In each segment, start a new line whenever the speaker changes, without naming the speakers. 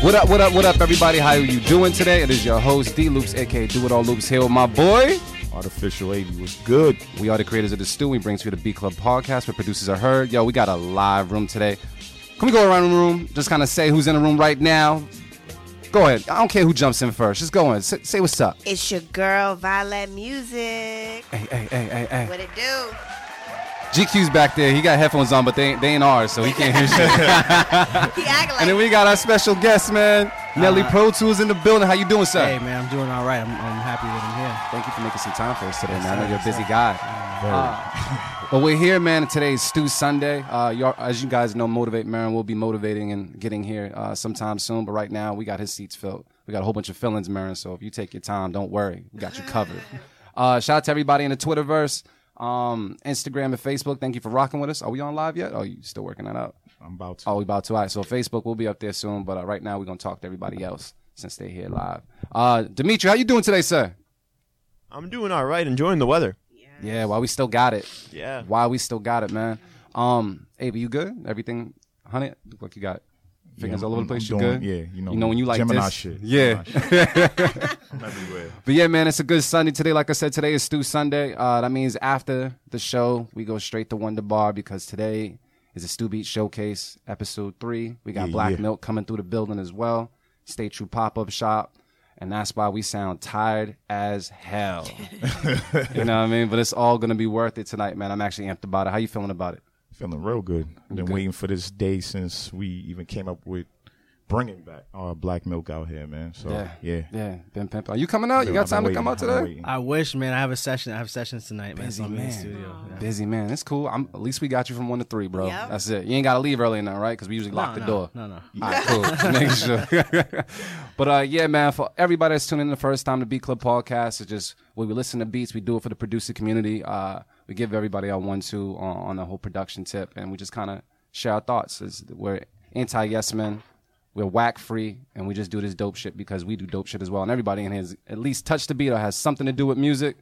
What up, what up, what up, everybody? How are you doing today? It is your host, D Loops, aka Do It All Loops, here with my boy.
Artificial 80 was good.
We are the creators of the stew. We bring to you the B Club podcast where producers are heard. Yo, we got a live room today. Can we go around the room? Just kind of say who's in the room right now. Go ahead. I don't care who jumps in first. Just go in. Say, say what's up.
It's your girl, Violet
Hey,
Music.
hey, hey, hey, hey.
What it do?
GQ's back there. He got headphones on, but they, ain't- they ain't ours, so he can't hear shit.
He act like
and then we got our special guest, man. Nelly Pro Tools in the building. How you doing, sir?
Hey man, I'm doing all right. I'm, I'm happy that
Thank you for making some time for us today, man. I know you're a
sir.
busy guy. Uh, but we're here, man. Today is Stu Sunday. Uh, y'all, as you guys know, Motivate Marin will be motivating and getting here uh, sometime soon. But right now, we got his seats filled. We got a whole bunch of fill-ins, Marin. So if you take your time, don't worry. We got you covered. uh, shout out to everybody in the Twitterverse, um, Instagram, and Facebook. Thank you for rocking with us. Are we on live yet? Oh, you still working that out?
I'm about to.
Oh, we about to. All right. So Facebook will be up there soon. But uh, right now, we're going to talk to everybody else since they're here live. Uh, Dimitri, how you doing today, sir?
I'm doing all right, enjoying the weather.
Yeah, while we still got it.
Yeah.
Why we still got it, man. Um, Ava, you good? Everything, honey? Look like you got fingers
Yeah,
all over the
I'm-
place.
I'm
you
doing-
good?
Yeah, you know,
You know when you like
Gemini
this-
shit.
Yeah.
Gemini shit. I'm everywhere.
But yeah, man, it's a good Sunday today. Like I said, today is Stu Sunday. Uh, that means after the show, we go straight to Wonder Bar because today is a Stu Beat Showcase episode three. We got
Yeah,
Black
yeah.
Milk coming through the building as well. Stay True pop up shop. And that's why we sound tired as hell. you know what I mean? But it's all gonna be worth it tonight, man. I'm actually amped about it. How you feeling about it?
Feeling real good. I've been waiting for this day since we even came up with bringing back our black milk out here, man. So yeah,
yeah, yeah. Ben Pimp, are you coming out? You got
I've been
time to
waiting.
come out
I've been
today?
waiting.
I'm here. I wish, man. I have a session. I have sessions tonight, man. so I'm in the studio. Yeah.
Busy man, it's cool. I'm, at least we got you from one to three, bro.
Yep.
That's it. You ain't gotta leave early now, right? Because we usually lock the
no,
door.
No, no.
All right, cool. Just Making sure. but uh, yeah, man, for everybody that's tuning in the first time, the Beat Club podcast is just where we listen to beats. We do it for the producer community. Uh, we give everybody our one two on, on the whole production tip, and we just kind of share our thoughts. It's, we're anti yes men. We're whack free, and we just do this dope shit because we do dope shit as well. And everybody in here has at least touched the beat or has something to do with music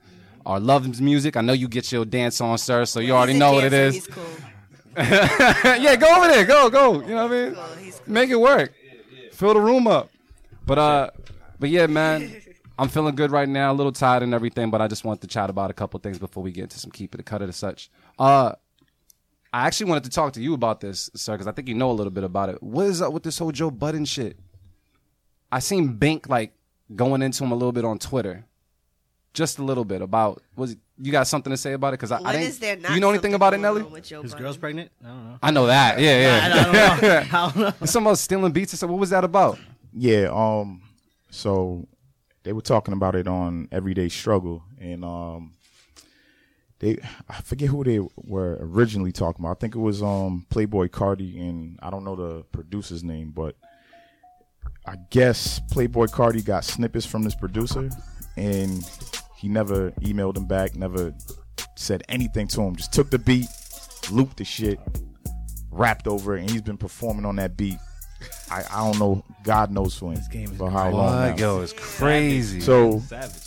or loves music. I know you get your dance on, sir, so you already
He's a
know what it
dancer.
is.
He's cool.
yeah, go over there. Go, go. You know what I mean?
he's cool.
Make it work. Fill the room up. But uh but yeah, man. I'm feeling good right now, a little tired and everything, but I just wanted to chat about a couple things before we get into some keep it a cut it or such. Uh I actually wanted to talk to you about this, sir, because I think you know a little bit about it. What is up with this whole Joe Budden shit? I seen Bink like going into him a little bit on Twitter. Just a little bit about was you got something to say about it? Because I, I
What
didn't.
is there not?
you know anything
something
about it,
going
Nelly?
on with Joe
His
Budden?
girl's pregnant. I don't know.
I know that. Yeah, yeah.
I don't know. I don't know.
It's something about stealing beats. or something. what was that about?
Yeah, um so they were talking about it on Everyday Struggle and um they I forget who they were originally talking about. I think it was um Playboy Cardi and I don't know the producer's name, but I guess Playboy Cardi got snippets from this producer and he never emailed him back, never said anything to him. Just took the beat, looped the shit, rapped over it, and he's been performing on that beat. I, I don't know, God knows when. This
game is
for
Oh,
how long. now.
it's crazy.
So
Savage.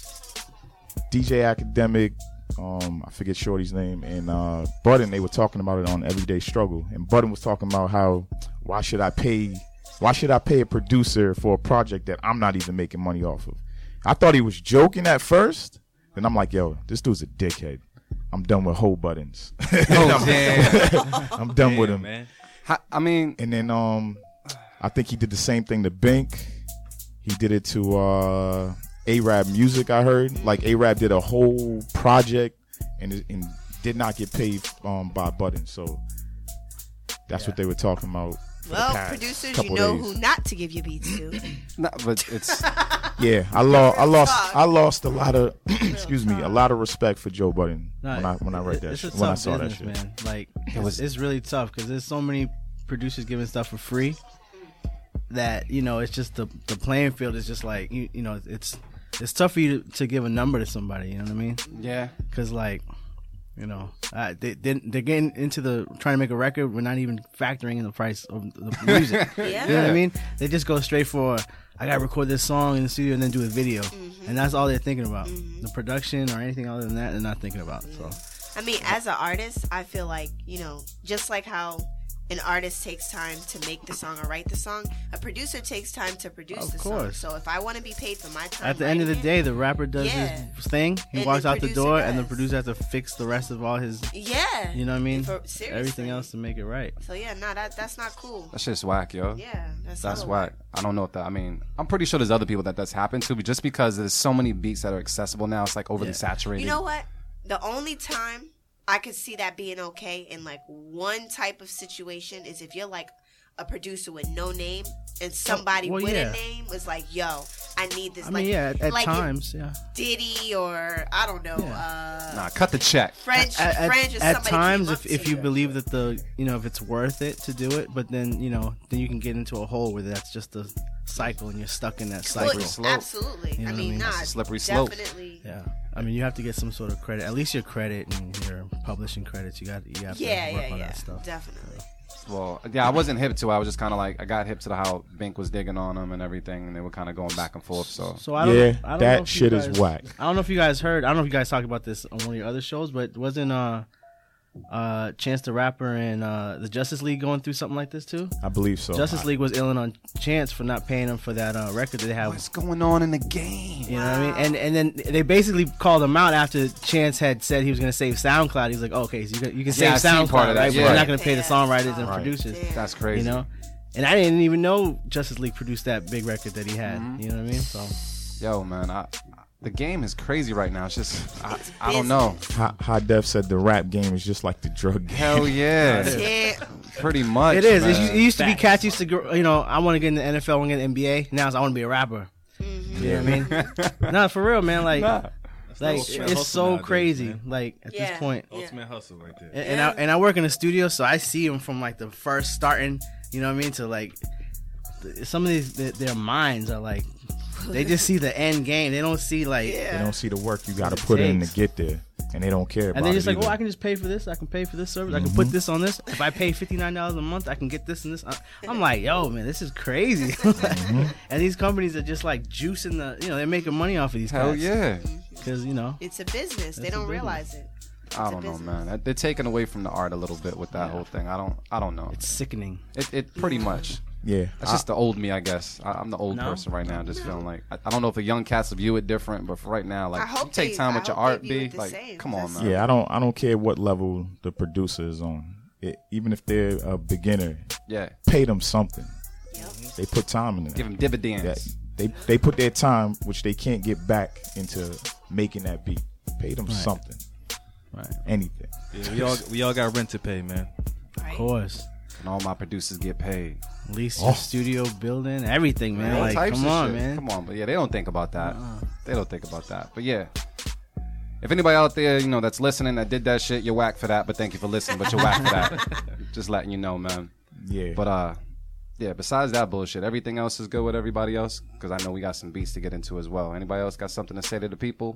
DJ Academic, um, I forget Shorty's name, and uh, Budden, they were talking about it on Everyday Struggle. And Budden was talking about how why should I pay why should I pay a producer for a project that I'm not even making money off of? I thought he was joking at first, then I'm like, yo, this dude's a dickhead. I'm done with whole buttons.
oh, damn.
I'm done with him.
Ha- I mean,
And then um I think he did the same thing to Bink. He did it to uh Arab Music I heard. Like Arab did a whole project and and did not get paid um by Button. So that's what they were talking about. for the
Well,
past
producers, you
couple
know
days.
who not to give your beats to.
nah, but it's
Yeah, I lost I
Talk.
lost I lost a lot of excuse me, a lot of respect for Joe Button
No,
when I when I read
it-
that
it's a
shit, when I
tough
saw that shit.
business, man. Like it's,
was-
it's really tough because there's so many producers giving stuff for free that you know it's just the the playing field is just like you you know it's it's tough for you to, to give a number to somebody. You know what I mean?
yeah.
Because like. You know, uh, they, they they're getting into the trying to make a record. We're not even factoring in the price of the music.
Yeah.
You know what I mean? They just go straight for I gotta record this song in the studio and then do a video,
Mm-hmm.
and that's all they're thinking about. The production or anything other than that, they're not thinking about. So
I mean, as an artist, I feel like you know, just like how an artist takes time to make the song or write the song. A producer takes time to produce
Of
the
course.
song. So if I want to be paid for my time,
At the end of the
writing
day, the rapper does
Mm-hmm. Yeah.
his thing. He
And
walks
the
out the
producer
door, and the
does.
producer has to fix the rest of all his.
it- yeah,
You know what I mean?
For-
Everything
seriously.
else to make it right.
So yeah, no, that that's not cool.
That shit's whack, yo.
Yeah, that's
That's
hella
whack. I don't know if that. I mean, I'm pretty sure there's other people that that's happened to, but just because there's so many beats that are accessible now, it's like overly
Yeah.
saturated.
You know what? The only time I could see that being okay in like one type of situation is if you're like a producer with no name and somebody
well,
with
yeah.
a name was like, "Yo, I need this."
I
like,
mean, yeah, at, at
like if
times, yeah.
Diddy or I don't know, uh,
nah, cut the check.
French,
At, at-
French or
at
somebody.
times,
came up
if,
to
if you believe that the you know if it's worth it to do it, but then you know then you can get into a hole where that's just a cycle and you're stuck in that
Well,
cycle.
slippery slope.
absolutely.
know
I
what I
mean,
mean?
not
That's a slippery slope.
Definitely.
Yeah, I mean you have to get some sort of credit, at least your credit and your publishing credits. You got you have
Yeah,
to work
yeah,
on
yeah.
that stuff.
Definitely.
Well, yeah, I wasn't hip to. it. I was just kind of like I got hip to the how Bink was digging on him and everything, and they were kind of going back and forth. So
So I don't,
Yeah,
I don't
that
know if you
shit is
guys,
whack.
I don't know if you guys heard. I don't know if you guys talked about this on one of your other shows, but wasn't uh uh Chance the Rapper and uh the Justice League going through something like this too?
Oh, I believe so.
Justice League was illing on Chance for not paying him for that uh record that they have.
what's going on in the game?
You know what I mean? And and then they basically called him out after Chance had said he was going to save SoundCloud. He's like, oh, okay, so you can, you can
Yeah, I
save
seen
SoundCloud,
part of that,
right? But
yeah.
you're not going to pay the
Yeah.
songwriters and
Right.
producers,
Damn.
That's crazy.
you know? And I didn't even know Justice League produced that big record that he had.
Mm-hmm.
You know what I mean? So
Yo, man, I, the game is crazy right now. It's just I,
It's
I don't know.
High, High Def said the rap game is just like the drug game.
Hell yeah,
Yeah.
pretty much.
it is. It
man.
used, it used to be cats used to, gr- you know, I want to get in the NFL, I want to get in the NBA. Now it's I want to be a rapper.
Mm-hmm.
yeah,
You know what I mean? nah, for real, man. Like, like
That's the
it's
hustle
so
nowadays,
crazy.
man.
Like at
Yeah.
this point,
Yeah.
Ultimate hustle right there.
And, and I and I work in a studio, so I see them from like the first starting. You know what I mean? To like th- some of these, th- their minds are like they just see the end game. They don't see like,
They
Yeah.
don't see the work you got to put in to
takes.
get there, and they don't care.
and
about
they're just
it
like, well,
either.
I can just pay for this. I can pay for this service. I can
Mm-hmm.
put this on this. If I pay fifty nine dollars a month, I can get this and this. I- I'm like, yo, man, this is crazy.
Mm-hmm.
and these companies are just like juicing the, you know, they're making money off of these.
Hell yeah.
because you know.
It's a business. They
It's a
don't
business.
realize it.
I
It's a
don't know,
business.
man. That- They're taking away from the art a little bit with that whole thing. I don't. I don't know.
It's sickening.
It, it pretty much.
yeah,
That's just the old me, I guess. I, I'm the old
No?
person right now. Just feeling like I, I don't know if the young cats view it different, but for right now, like
I hope
you take
they-
time
I
with your
hope they
art,
view it
b.
the
Like,
same.
come on,
That's-
man.
yeah. I don't, I don't care what level the producer is on. It, even if they're a beginner,
Yeah,
pay them something.
Yep.
They put time in it.
give them dividends.
that they they put their time, which they can't get back into making that beat. Pay them something,
Right.
anything.
Yeah, we all we all got rent to pay, man.
Right.
Of course.
And all my producers get paid.
lease
Oh.
your studio building, everything, man.
All
like,
types
come
of
on,
shit.
man.
Come on, but yeah, they don't think about that. They don't think about that. But yeah. If anybody out there, you know, that's listening that did that shit, you're whack for that, but thank you for listening, but you're whack for that. Just letting you know, man.
Yeah,
But uh yeah, besides that bullshit, everything else is good with everybody else cuz I know we got some beats to get into as well. Anybody else got something to say to the people?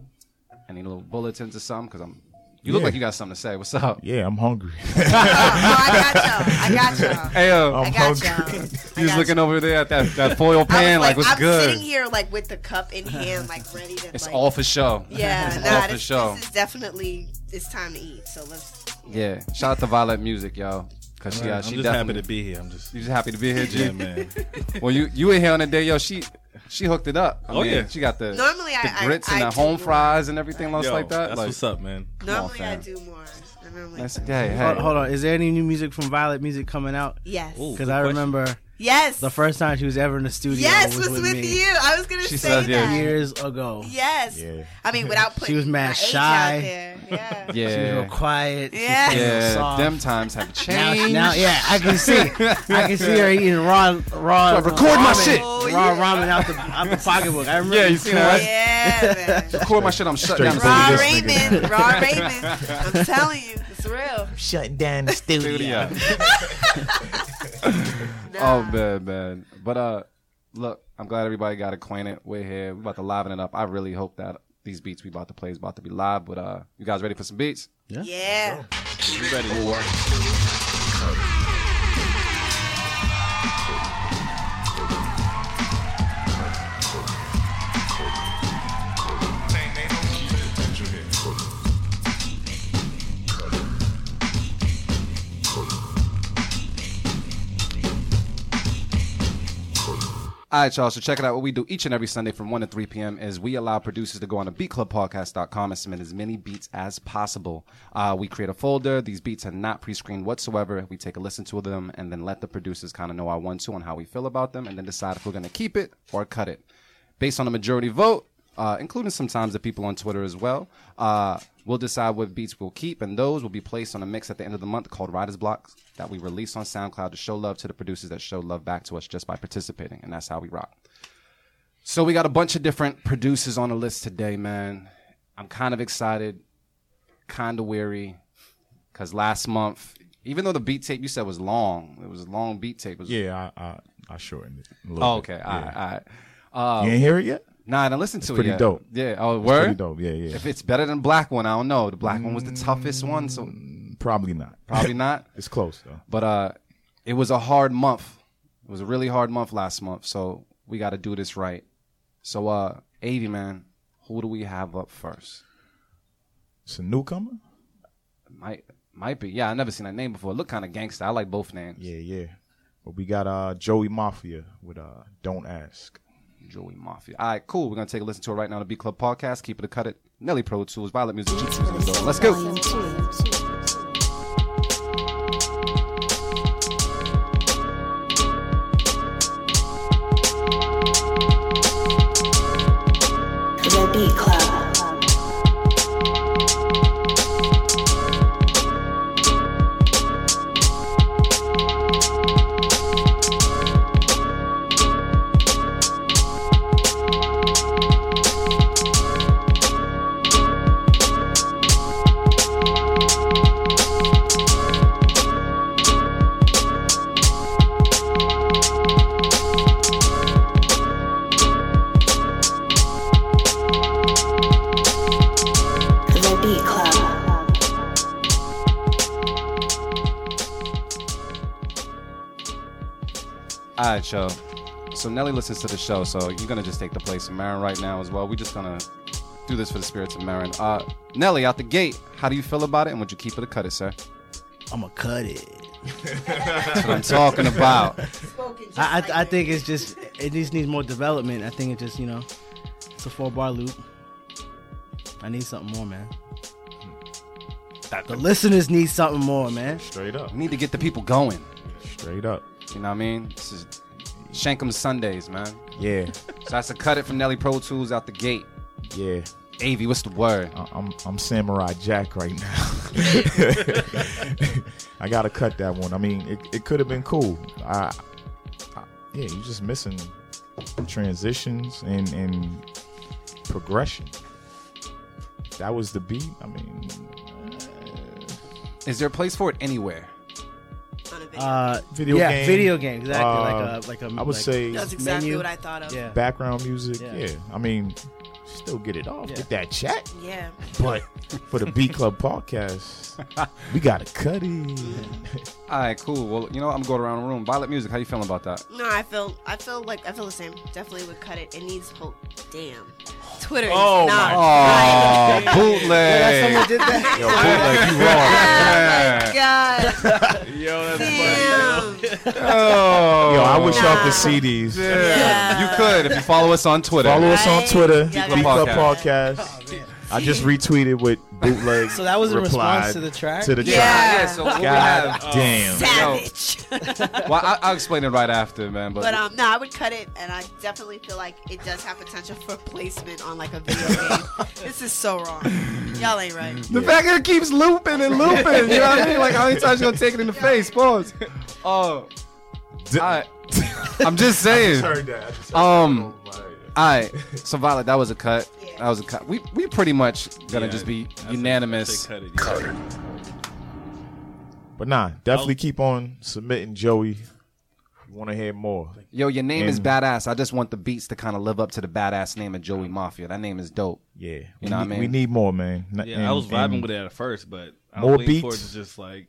Any little bulletins or something cuz I'm You look
Yeah.
like you got something to say. What's up?
yeah, I'm hungry.
Oh, I got y'all. I got y'all.
Hey, yo.
I
I'm
got y'all.
hungry.
I
He's
got
looking
y'all.
over there at that, that foil
I was
pan like, what's
I'm
good?
sitting here like with the cup in hand, like ready to.
It's
like,
all for show.
Yeah,
It's
nah,
all for
this,
show.
this is definitely it's time to eat. So let's.
Yeah, shout out to Violet Music, yo, because she, uh,
I'm
she
just happy
definitely.
to be here. I'm just
You just happy to be here,
yeah,
Jim.
man.
well, you you in here on the day, yo. She she hooked it up. I
Oh,
mean,
yeah.
she got the
Normally
the
I- I-
grits and
I do
the home
more.
fries and everything else
Yo,
like that.
That's
like,
what's up, man.
on,
Normally I
fam.
do more. And I'm like,
that's- hey, hey.
Hold, hold on. Is there any new music from Violet Music coming out?
yes,
Ooh.
Because
Good
I
question.
remember
yes,
the first time she was ever in the studio.
yes
was,
was, with,
me
you. I was gonna
She
say
says yes.
that.
years ago.
Yes,
Yeah.
I mean without putting
was mad
my age
shy.
out there. Yeah.
She was real
Yeah,
quiet. She
Yeah.
played real
yeah.
soft.
Them times have
now,
changed.
now- yeah, I can see, I can see her eating raw, raw.
Like, record my
ramen-
shit.
Oh,
Raw
yeah.
ramen out the out the pocketbook. I remember.
Yeah, you seen that?
Yeah, man.
Record my shit. I'm shut down.
Straight
Raw
the
this
Raymond, Raw Raymond. I'm telling you, it's real.
Shut down the
studio.
Nah.
Oh man, man. But uh, look, I'm glad everybody got acquainted. We're here. We're about to liven it up. I really hope that these beats we about to play is about to be live. But uh, you guys ready for some beats?
yeah.
All right, y'all. So check it out. What we do each and every Sunday from 1 to 3 p.m. is we allow producers to go on to beatclubpodcast.com and submit as many beats as possible. Uh, we create a folder. These beats are not pre-screened whatsoever. We take a listen to them and then let the producers kind of know our one-two and how we feel about them and then decide if we're going to keep it or cut it. Based on a majority vote, uh, including sometimes the people on Twitter as well, uh, we'll decide what beats we'll keep and those will be placed on a mix at the end of the month called Riders Blocks that we release on SoundCloud to show love to the producers that show love back to us just by participating. And that's how we rock. So we got a bunch of different producers on the list today, man. I'm kind of excited, kind of weary, because last month, even though the beat tape you said was long, it was a long beat tape. It was,
Yeah, I I, I shortened it. A little
Oh,
bit.
okay.
Yeah.
All right. All right. Uh,
you ain't hear it yet?
Nah, I didn't listen to
pretty
it yet.
dope.
Yeah. Oh,
It's
word.
Pretty dope. Yeah, yeah.
If it's better than black one, I don't know. The black one was the toughest one, so
Mm. Probably not.
probably not.
It's close though.
But uh, it was a hard month. It was a really hard month last month. So we got to do this right. So, uh, Avy man, who do we have up first?
It's a newcomer.
Might might be. Yeah, I never seen that name before. It looked kind of gangster. I like both names.
Yeah, yeah. But we got uh Joey Mafia with uh Don't Ask.
Joey Mafia. All right, cool. We're gonna take a listen to it right now. The B Club Podcast. Keep it a cut it. Nelly Pro Tools, Violet Music. Cheap Seats, and Dough. Let's go.
The Beat Club. The Beat Club.
All right, yo. So Nelly listens to the show, so you're gonna just take the place of Marin right now as well. We're just gonna do this for the spirits of Marin. Uh, Nelly, out the gate, how do you feel about it, and would you keep it or cut it, sir?
I'ma cut it.
That's what I'm talking about.
Spoken just
I,
like
I I
that.
think it's just it just needs more development. I think it just you know it's a four bar loop. I need something more, man. The listeners need something more, man.
Straight up.
We need to get the people going.
Straight up.
You know what I mean? This is Shank 'em Sundays, man. So
Yeah.
that's a cut it from Nelly Pro Tools out the gate.
Yeah.
Avy, what's the word?
I- I'm I'm Samurai Jack right now. I gotta cut that one. I mean, it, it could have been cool. I, I yeah, you're just missing transitions and and progression. That was the beat. I mean,
Is there a place for it anywhere?
On a video.
Uh,
Video
yeah,
game.
video game, exactly.
Uh,
like a like a.
I would
like-
say
That's exactly
menu.
what I thought of.
Yeah.
background music. Yeah.
Yeah.
I mean, still get it off.
Yeah.
Get that check.
Yeah.
But for the B Club podcast, we gotta cut it.
All right, cool. Well, you know what? I'm going around the room. Violet Music, how you feeling about that?
No, I feel I feel like I feel the same. Definitely would cut it. It needs hope. Damn. Twitter is
Oh,
not
my-
Oh,
right.
bootleg.
did that.
Yo, bootleg, you
my God.
Oh.
Yo,
Damn.
Oh,
Yo, I wish y'all
Nah.
could see these.
Yeah. You could if you follow us on Twitter.
Follow us on
Right?
Twitter,
Yeah,
Beat Club Podcast.
man.
I just retweeted with bootleg.
So that was in
replied
response to the track?
To the
Yeah.
track.
Yeah, so what we
God
have.
Oh,
damn.
Savage.
Well, I, I'll explain it right after, man. But,
but um, no, I would cut it, and I definitely feel like it does have potential for placement on like a video game. this is so wrong. Y'all ain't right.
the fact that it keeps looping and looping, you know what I mean? Like, how many times you gonna take it in the face? Pause. Oh,
D-
I, I'm just saying.
Heard that. I just heard
Um,
that.
all right. So Violet, that was a cut.
Yeah.
That was a cut. We we pretty much gonna
Yeah,
just be
I said- I
unanimous.
said cut it, yeah.
But nah, definitely keep on submitting, Joey. You want to hear more?
Yo, your name is
And-
badass. I just want the beats to kind of live up to the badass name of Joey Mafia. That name is dope.
Yeah,
You know what I
we,
mean?
we need more, man. N-
Yeah, I
and-
was
Mm-hmm.
vibing
and-
with it at first, but I
More
was waiting for it
beats?
to just like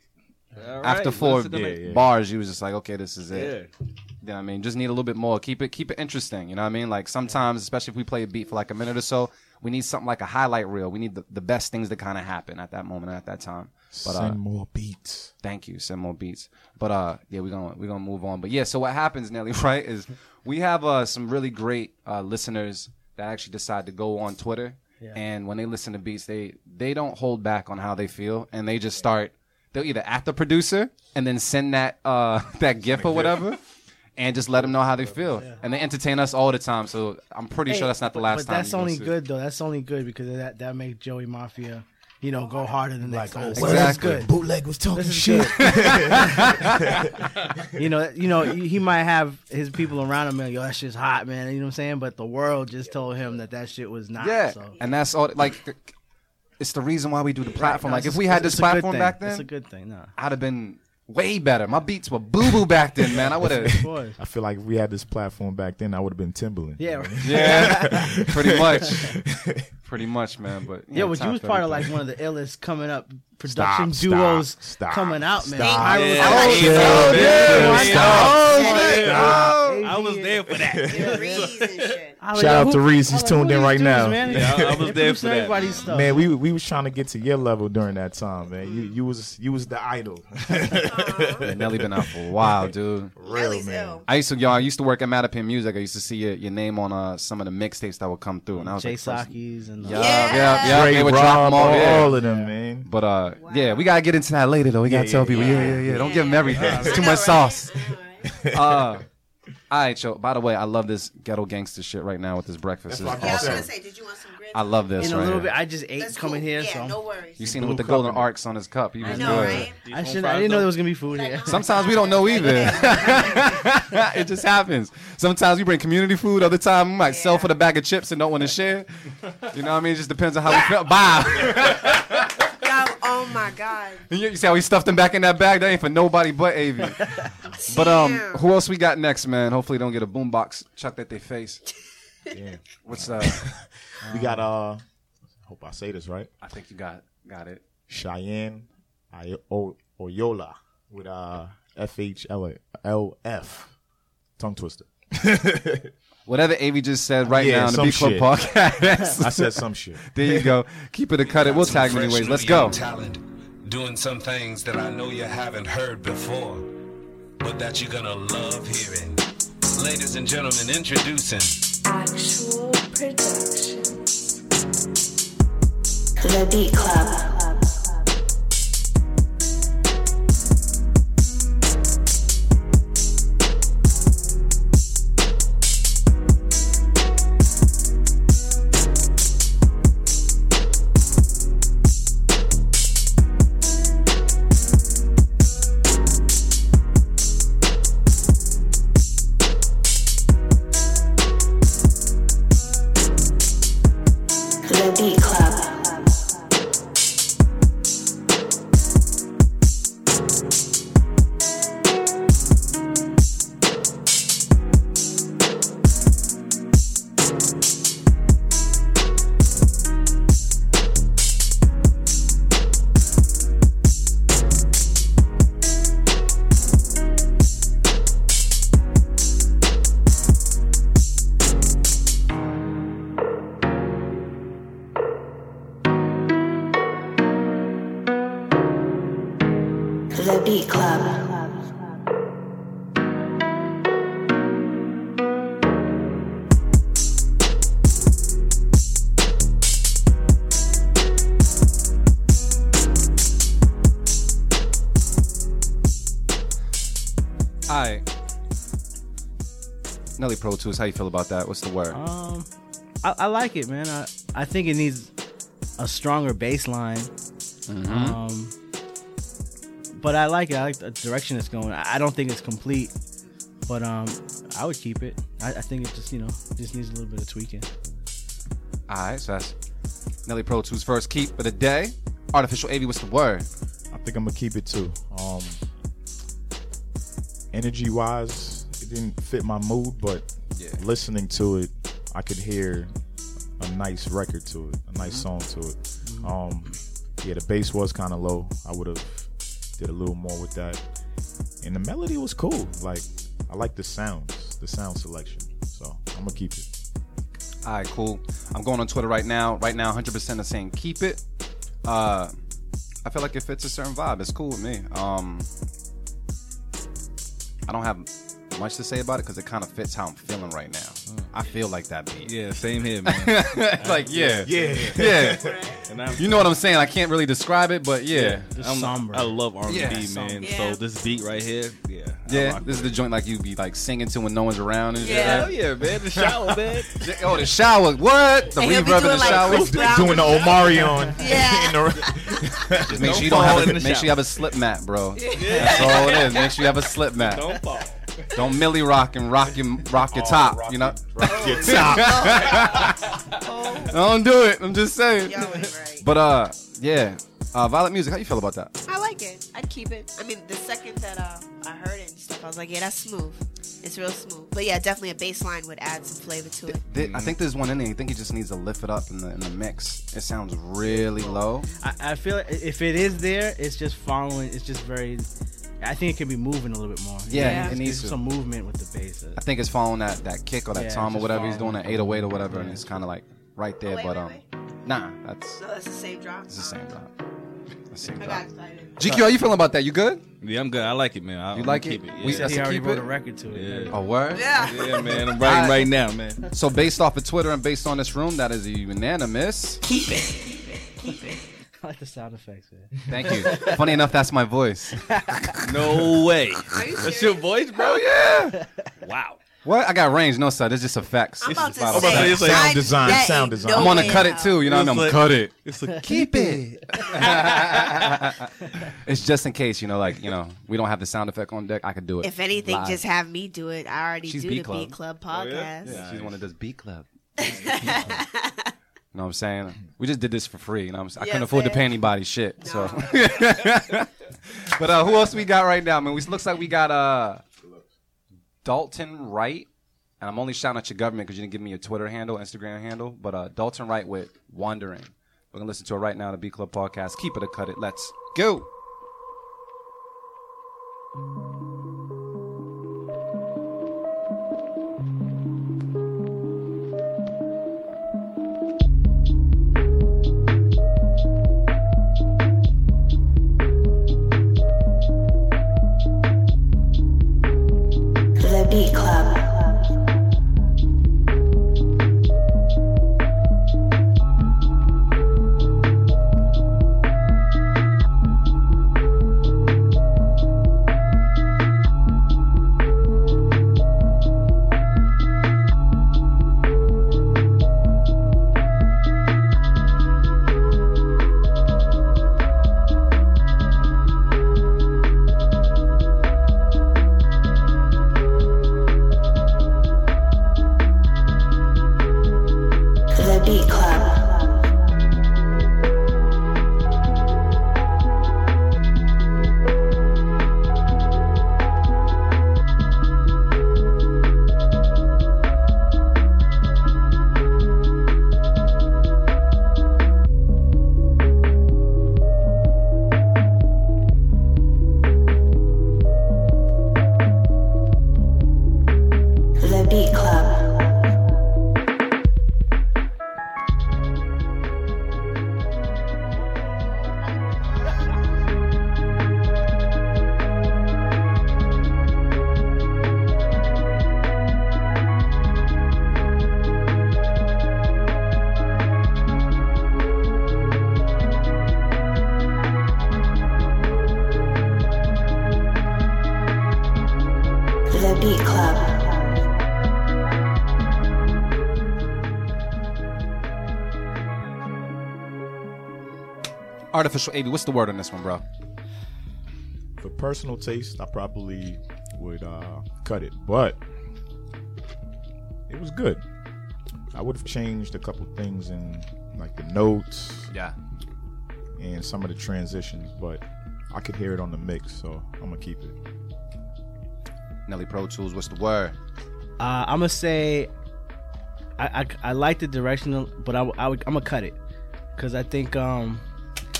After four
yeah, yeah.
bars, you was just like, okay, this is it.
Yeah.
You know what I mean? Just need a little bit more. Keep it keep it interesting. You know what I mean? Like sometimes, especially if we play a beat for like a minute or so, we need something like a highlight reel. We need the, the best things to kind of happen at that moment, at that time. But, uh,
Send more beats.
Thank you. Send more beats. But uh, yeah, we're gonna we're gonna move on. But yeah, so what happens, Nelly? Right? Is we have uh some really great uh listeners that actually decide to go on Twitter, and when they listen to beats, they they don't hold back on how they feel, and they just start. They'll either at the producer and then send that uh that gif or whatever. And just let them know how they feel, and they entertain us all the time. So I'm pretty sure that's not the last
But- but
time.
that's
you'll
only
see-
good though. That's only good because that that makes Joey Mafia, you know, go harder than next time. So
well,
that's
oh, Exactly.
good.
Bootleg was talking
This is
shit.
You know, you know, he might have his people around him. and, Yo, that shit's hot, man. You know what I'm saying? But the world just told him that that shit was not.
Yeah,
so.
and that's all. Like, th- it's the reason why we do the platform.
No,
like,
it's-
if we had
it's-
this
it's a good
platform
thing.
back
it's a
then,
good thing. Nah,
I'd have been way better. My beats were boo boo back then, man. I would have.
boy.
I feel like if we had this platform back then, I would have been Timberland.
Yeah, right.
yeah, pretty much, pretty much, man. But
yeah. But you
top
was part of like
everything.
one of the illest coming up production
Stop, stop,
duos
stop,
coming out, man.
stop.
Pyro-
Yeah. Oh,
yeah,
yeah,
yeah, Oh,
yeah.
I was there for that.
Yeah, Reese and shit.
I was like,
Shout out
who-
to Reese. He's
I was like,
tuned
who
in
these
right
dudes,
now.
man?
Yeah, I- I
They
was there
produce
for that,
everybody's
man.
stuff.
Man, we we was trying to get to your level during that time, man. You you was you was the idol.
Yeah, Nelly been out for a while, dude.
Real
Nelly's
man.
ill.
I used to, y'all. I used to work at Madapin Music. I used to see your, your name on uh, some of the mixtapes that would come through, and I was
Jay
like, first-
Saki's and uh,
yeah,
Yeah.
yeah, yeah.
Ray
They would drop
Rob,
them all.
all,
yeah.
of them, man.
But uh, yeah, we gotta get into that later though. We gotta
yeah,
tell people, yeah, yeah, yeah. Don't give them everything. it's too much sauce. uh, all right, yo. By the way, I love this ghetto gangster shit right now with this breakfast. It's
Yeah, I was
awesome.
gonna say, did you want some grits?
I love this
in a
right
little
here.
bit. I just ate
That's
coming
cool.
here,
Yeah,
so
no worries.
you seen him with the
Blue cup
golden
in it.
arcs on his cup. He was
I know,
good.
right?
I should. I didn't know there was gonna be food here.
Sometimes we don't know either. it just happens. Sometimes we bring community food. Other time we might sell for the bag of chips and don't want to share. You know what I mean? It just depends on how we feel. Bye.
Yo, oh my god.
you see how we stuffed him back in that bag? That ain't for nobody but Avi. But um,
Damn.
who else we got next, man? Hopefully don't get a boombox chucked at their face.
Yeah.
What's uh?
We got uh, hope I say this right.
I think you got got it.
Cheyenne I- o- Oyola with uh FHLF tongue twister.
Whatever Avi just said right
Yeah,
now in the
some
B Club
shit. I
podcast.
said some shit.
there you go. Keep it a cut. It. We'll tag him anyways. Let's go.
Talent, doing some things that I know you haven't heard before, but that you're gonna love hearing. Ladies and gentlemen, introducing
Actual Productions. The Beat Club. The Beat Club. The Beat Club.
All right. Nelly Pro Tools, how you feel about that? What's the word?
Um, I, I like it, man. I, I think it needs a stronger bass line.
Mm-hmm.
Um, but I like it. I like the direction it's going. I, I don't think it's complete, but um, I would keep it. I, I think it just you know just needs a little bit of tweaking.
All right, so that's Nelly Pro Tools first keep for the day. Artificial AV, what's the word?
I think I'm gonna keep it too. Um, energy wise, it didn't fit my mood, but
Yeah.
listening to it, I could hear a nice record to it, a nice song to it. Um, yeah, the bass was kind of low. I would have did a little more with that, and the melody was cool. Like I like the sounds, the sound selection. So I'm gonna keep it.
All right, cool. I'm going on Twitter right now. Right now, 100% are saying keep it. Uh, I feel like it fits a certain vibe. It's cool with me. Um, I don't have much to say about it because it kind of fits how I'm feeling right now. I feel like that beat.
Yeah, same here, man.
like Mm. yeah, yeah, yeah.
and I'm,
You know what I'm saying? I can't really describe it, but yeah,
Just
I'm
somber.
I love R&B,
Yeah,
man.
somber. Yeah.
So this beat right here, yeah. I
yeah.
rock
This is
with
the joint like you be like singing to when no one's around and shit.
it.
Yeah.
Yeah.
Hell yeah, man. The shower, man.
Oh, the shower. What? The
And he'll be
reverb in the
doing, like,
shower.
Chris Brown.
doing the Omari on.
Yeah.
in the-
Just make
Don't
sure you don't
fall
have a,
in the
make
shower.
sure you have a slip mat, bro. That's all it is. Make sure you have a slip mat. Don't,
Don't fall.
milli rock and rock your rock your top. you know.
your top.
Don't do it. I'm just saying.
Y'all ain't right.
But uh, yeah. Uh, Violet music. How you feel about that?
I like it. I'd keep it. I mean, the second that uh, I heard it and stuff, I was like, yeah, that's smooth. It's real smooth. But yeah, definitely a bass line would add some flavor to it.
Th-
Mm-hmm.
I think there's one in there. I think he just needs to lift it up in the in the mix. It sounds really low.
I, I feel like if it is there, it's just following. It's just very. I think it could be moving a little bit more.
Yeah,
Yeah.
Just
it
give
needs to.
some movement with the bass.
I think it's following that that kick or that
Yeah,
tom or
just
whatever he's doing,
following.
that 808 or whatever, and
Yeah.
it's kind of like right there.
Oh, wait,
but
wait,
um, nah, that's
No, that's the same drop. Oh,
it's the same drop. It's the same
I
drop.
got excited.
GQ, how you feeling about that? You good?
Yeah, I'm good. I like it, man. I,
You
I'm
like
gonna
it?
Keep
We-
Yeah.
that's-
he already
keep
wrote
it?
a record to it.
Yeah.
A word.
Yeah.
yeah, man. I'm writing right now, man.
So based off of Twitter and based on this room, that is a unanimous.
Keep it. Keep it. Keep it.
I like the sound effects. Man.
Thank you. Funny enough, that's my voice.
No
Are
way.
you
That's
serious?
your voice, bro?
yeah.
Wow.
What? I got range. No, sir. This just effects.
I'm
This
about
is
to
vibe.
about to say
say,
it's like sound
I-
design,
that
sound
ain't
design.
no
I'm on
way
to cut it
out.
too. You know,
It's
and I'm
like-
cut it.
It's a
Keep it. it's just in case, you know, like you know, we don't have the sound effect on deck. I could do it.
If anything,
live.
just have me do it. I already
She's
do
B
the
Club.
B Club
yeah?
podcast.
Yeah, she's one of those B club. You know what I'm saying? We just did this for free. You know what I'm saying? I couldn't
Yes,
afford to
man.
pay anybody shit. So,
No.
but uh, who else we got right now? Man, we looks like we got uh, Dalton Wright, and I'm only shouting at your government because you didn't give me your Twitter handle, Instagram handle. But uh, Dalton Wright with Wandering. We're gonna listen to it right now. The B Club podcast. Keep it or cut it. Let's go.
The B Club. The B Club. The B Club. The B Club.
Artificial AV. What's the word on this one, bro?
For personal taste, I probably would uh, cut it, but it was good. I would have changed a couple things in like the notes
Yeah.
and some of the transitions, but I could hear it on the mix, so I'm gonna keep it.
Nelly Pro Tools. What's the word?
Uh, I'm gonna say, I, I I like the directional, but I, w- I would, I'm gonna cut it because I think um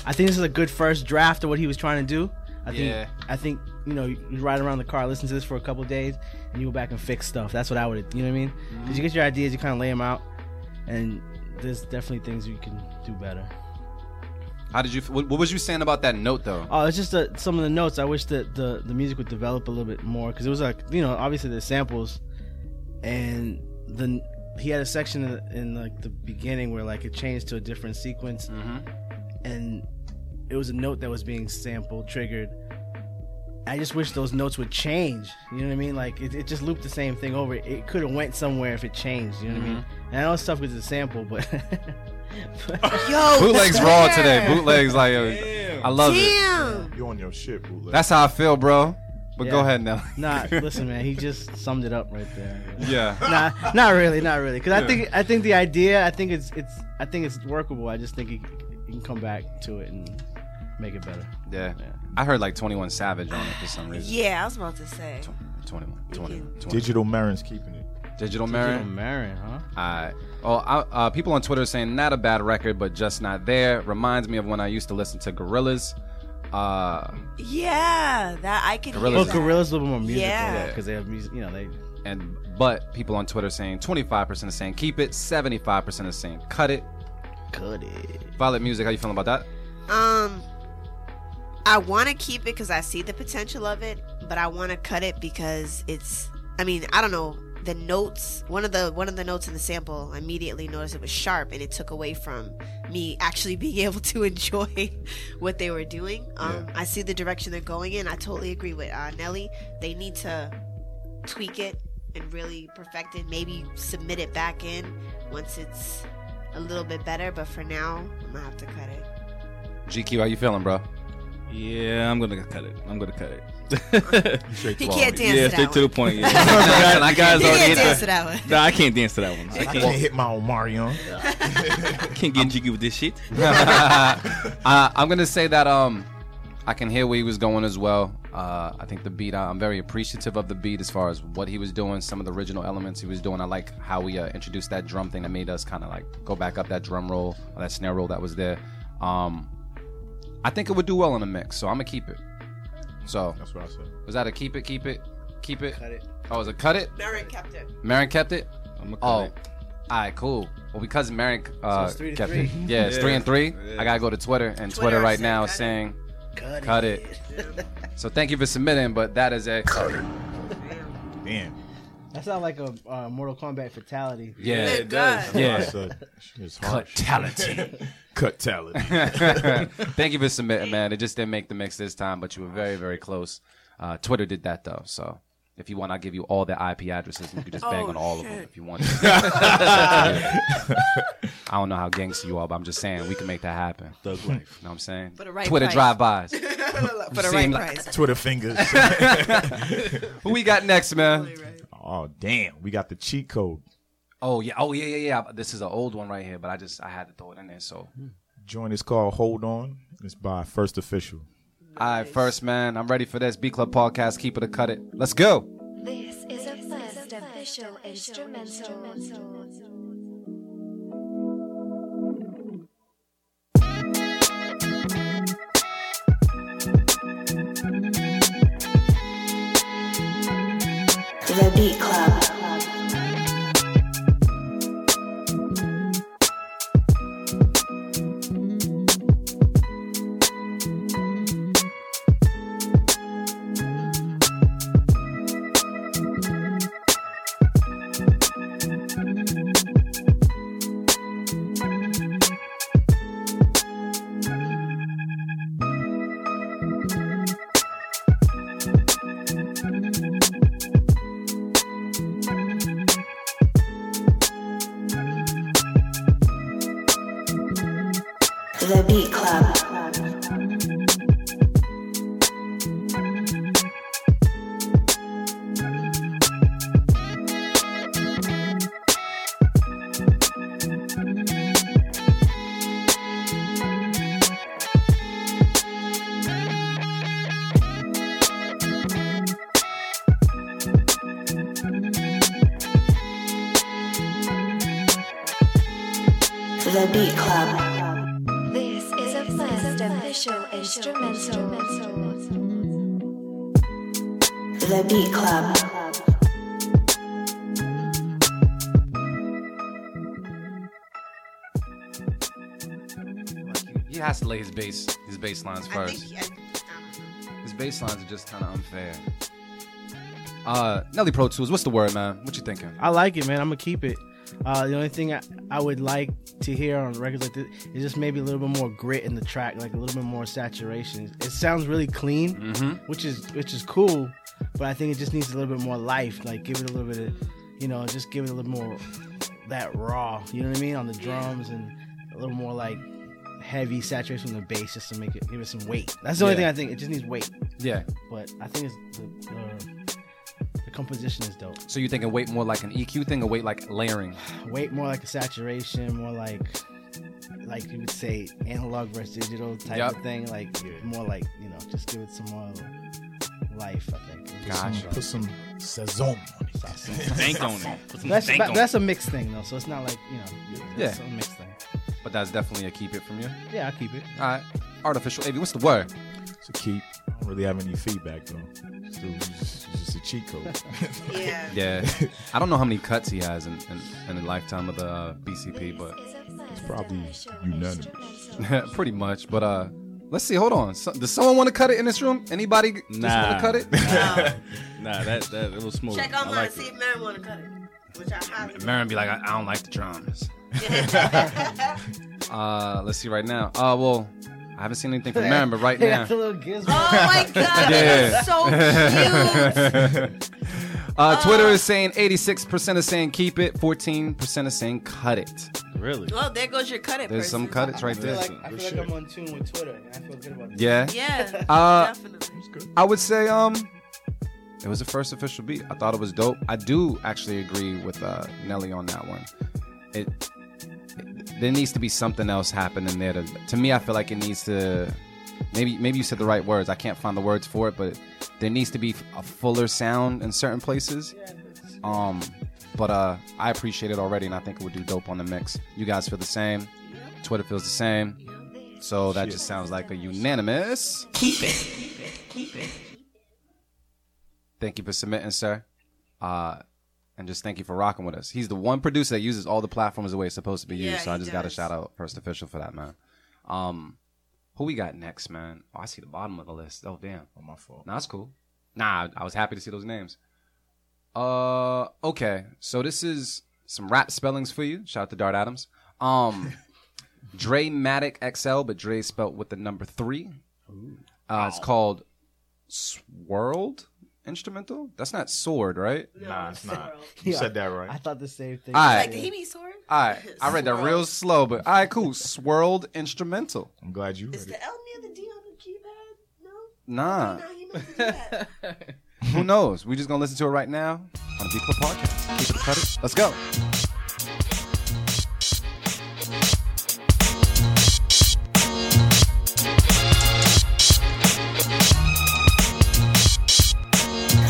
I think this is a good first draft of what he was trying to do. I
Yeah.
think I think you know you you ride around the car, listen to this for a couple days, and you go back and fix stuff. That's what I would, you know what I mean? Because you get your ideas, you kind of lay them out, and there's definitely things you can do better.
How did you? f- What, what was you saying about that note though?
Oh, it's just that some of the notes. I wish that the the music would develop a little bit more because it was like you know obviously the samples, and then he had a section in, in like the beginning where like it changed to a different sequence, and it was a note that was being sampled triggered. I just wish those notes would change. You know what I mean? Like it, it just looped the same thing over. It could have went somewhere if it changed. You know what I mean? And I know it's tough because it's a sample, but
Yo,
Bootlegs
that's
raw
her.
today. Bootlegs like yo, I love it.
Damn.
You on your shit, bootleg.
That's how I feel, bro. But go
Yeah.
ahead now.
nah, listen, man, he just summed it up right there.
yeah.
nah, not really, not really. Because
Yeah.
I think I think the idea, I think it's it's I think it's workable. I just think you, you can come back to it and make it better.
yeah, I heard like Twenty One Savage on it for some reason.
Yeah, I was about to say.
21, 21, 21.
Digital Marin's keeping it.
Digital
Marin,
Marin.
Marin, huh?
I oh, I, uh, people on Twitter saying not a bad record, but just not there. Reminds me of when I used to listen to Gorillas. Uh,
Yeah, that I can
Gorillaz
hear
is-
Well,
that.
Gorilla's a little more musical
Yeah.
because they have music. You know, they
and but people on Twitter saying 25% are saying keep it, 75% are saying cut it.
cut it.
Violet Music, how you feeling about that?
Um, I want to keep it because I see the potential of it, but I want to cut it because it's. I mean, I don't know the notes. One of the one of the notes in the sample I immediately noticed it was sharp, and it took away from me actually being able to enjoy what they were doing. Um, I see the direction they're going in. I totally agree with uh, Nelly. They need to tweak it and really perfect it. Maybe submit it back in once it's a little bit better. But for now, I'm gonna have to cut it.
GQ, how you feeling, bro?
Yeah, I'm gonna cut it. I'm gonna cut it.
He can't dance
yeah,
to that
stick to the
one.
point. Yeah, Guys-
I
guys
He
can't
already
can't
hit
dance to
that.
that one.
Nah, I can't dance to that one. I
I can't
can't,
hit my own Marion.
can't get jiggy with this shit.
Uh, I'm gonna say that um, I can hear where he was going as well. Uh, I think the beat. I- I'm very appreciative of the beat as far as what he was doing, some of the original elements he was doing. I like how we uh, introduced that drum thing that made us kind of like go back up that drum roll, or that snare roll that was there. Um, I think it would do well in a mix, so I'm gonna keep it. So
That's what I said.
was that a keep it, keep it, keep it? Cut
it.
Oh, was it cut it?
Marin kept it.
Marin kept it.
I'm gonna cut
Oh, all
it.
right, cool. Well, because Marin uh,
it's three to
kept
three.
it, yeah, it's
Yeah.
three and three.
Yeah.
I gotta go to Twitter, and Twitter,
Twitter
right
said
now is
cut it.
saying
Cut,
cut it. so thank you for submitting, but that is a
Damn.
That sounds like a uh, Mortal Kombat fatality.
yeah,
Thank God.
I
yeah,
said, she is harsh.
fatality.
Cut talent.
thank you for submitting, man. It just didn't make the mix this time, but you were very, very close. Uh, Twitter did that though, so. If you want, I'll give you all the IP addresses and you can just bang
Oh,
on all of them
shit.
if you want. I don't know how gangster you are, but I'm just saying we can make that happen. You
Thug life.
know what I'm saying?
For the right
Twitter
price.
drive-bys.
For the right
Seemed like-
price.
Twitter fingers.
Who we got next, man?
oh damn, we got the cheat code.
Oh yeah, oh yeah, yeah, yeah. This is an old one right here, but I just I had to throw it in there. So,
Joint is called Hold On. It's by First Official.
all right, first man, I'm ready for this B Club podcast. Keep it or cut it. Let's go.
This is a first official instrumental.
The Beat Club. The Beat Club. The Beat Club.
This is a first official instrumental.
The Beat Club.
He has to lay his bass his bass lines
I
first.
think um, I, I don't know.
His bass lines are just kind of unfair. Uh, Nelly Pro Tools, what's the word, man? What you thinking?
I like it, man. I'm gonna keep it. Uh, the only thing I, I would like to hear on records like this is just maybe a little bit more grit in the track, like a little bit more saturation. It sounds really clean,
Mm-hmm.
which is which is cool, but I think it just needs a little bit more life. Like give it a little bit of, you know, just give it a little more that raw. You know what I mean on the drums and a little more like heavy saturation on the bass just to make it give it some weight. That's the only
Yeah.
thing I think. It just needs weight,
Yeah.
but I think it's the, the, the composition is dope.
So you thinking weight more like an EQ thing or weight like layering?
weight more like a saturation, more like like you would say analog versus digital type
Yep.
of thing. Like more like you know, just give it some more life. I think.
Gotcha.
Put some sazon on it.
Bank on it. Put some
That's
bank
that,
on
that's a mixed thing though, so it's not like you know, that's
Yeah.
a mixed thing.
But that's definitely a keep it from you.
Yeah, I keep it.
All right. Artificial AV, what's the word?
It's a keep. I don't really have any feedback though. Still, it's just, it's just a cheat code.
Yeah.
Yeah. I don't know how many cuts he has in, in, in the lifetime of the uh, BCP, but
It's
probably unanimous.
pretty much. But uh, let's see. Hold on. So, does someone want to cut it in this room? Anybody just want to
Nah.
cut it?
Um,
Nah, that, that it was smooth.
check
I
on mine.
like
see
it.
if Mary want to cut it. Which I highly
Marin be like, I, I don't like the drums. uh, let's see right now. Uh, well, I haven't seen anything from Marin, but right now.
That's a little gizmo.
Oh my god,
Yeah.
that's so cute.
Uh, Twitter is saying 86% is saying keep it, 14% is saying cut it.
Really?
Well, there goes your cut it.
There's some
person.
cut it's right there.
I feel like, I feel like I'm on tune with Twitter. And I feel good about that.
Yeah.
Yeah,
Uh,
definitely.
I would say um it was the first official beat. I thought it was dope. I do actually agree with uh, Nelly on that one. It, it- there needs to be something else happening there. To, to me, I feel like it needs to maybe maybe you said the right words. I can't find the words for it, but there needs to be a fuller sound in certain places. Um, but uh, I appreciate it already, and I think it would do dope on the mix. You guys feel the same. Twitter feels the same. So that just sounds like a unanimous. Thank you for submitting, sir. Uh, and just thank you for rocking with us. He's the one producer that uses all the platforms the way it's supposed to be
Yeah,
used. So I
he
just got to
does.
shout out First Official for that, man. Um, who we got next, man? Oh, I see the bottom of the list. Oh, damn.
On my fault.
Nah, that's cool. Nah, I was happy to see those names. Uh, okay. So this is some rap spellings for you. Shout out to Dart Adams. Um, Dre Matic XL, but Dre spelt with the number three. Uh, it's called Swirled Instrumental. That's not sword, right?
Nah, it's not. You
Yeah.
said that right.
I thought the same thing.
All
Like, did
right,
he be sore?
all right. I read that real slow, but all right, cool. Swirled Instrumental.
I'm glad you read
Is
it.
the L near the D on the keypad? No,
Nah,
no, he meant to do that.
who knows? We just gonna listen to it right now on the Beat Club Podcast. Keep it cut it. Let's go.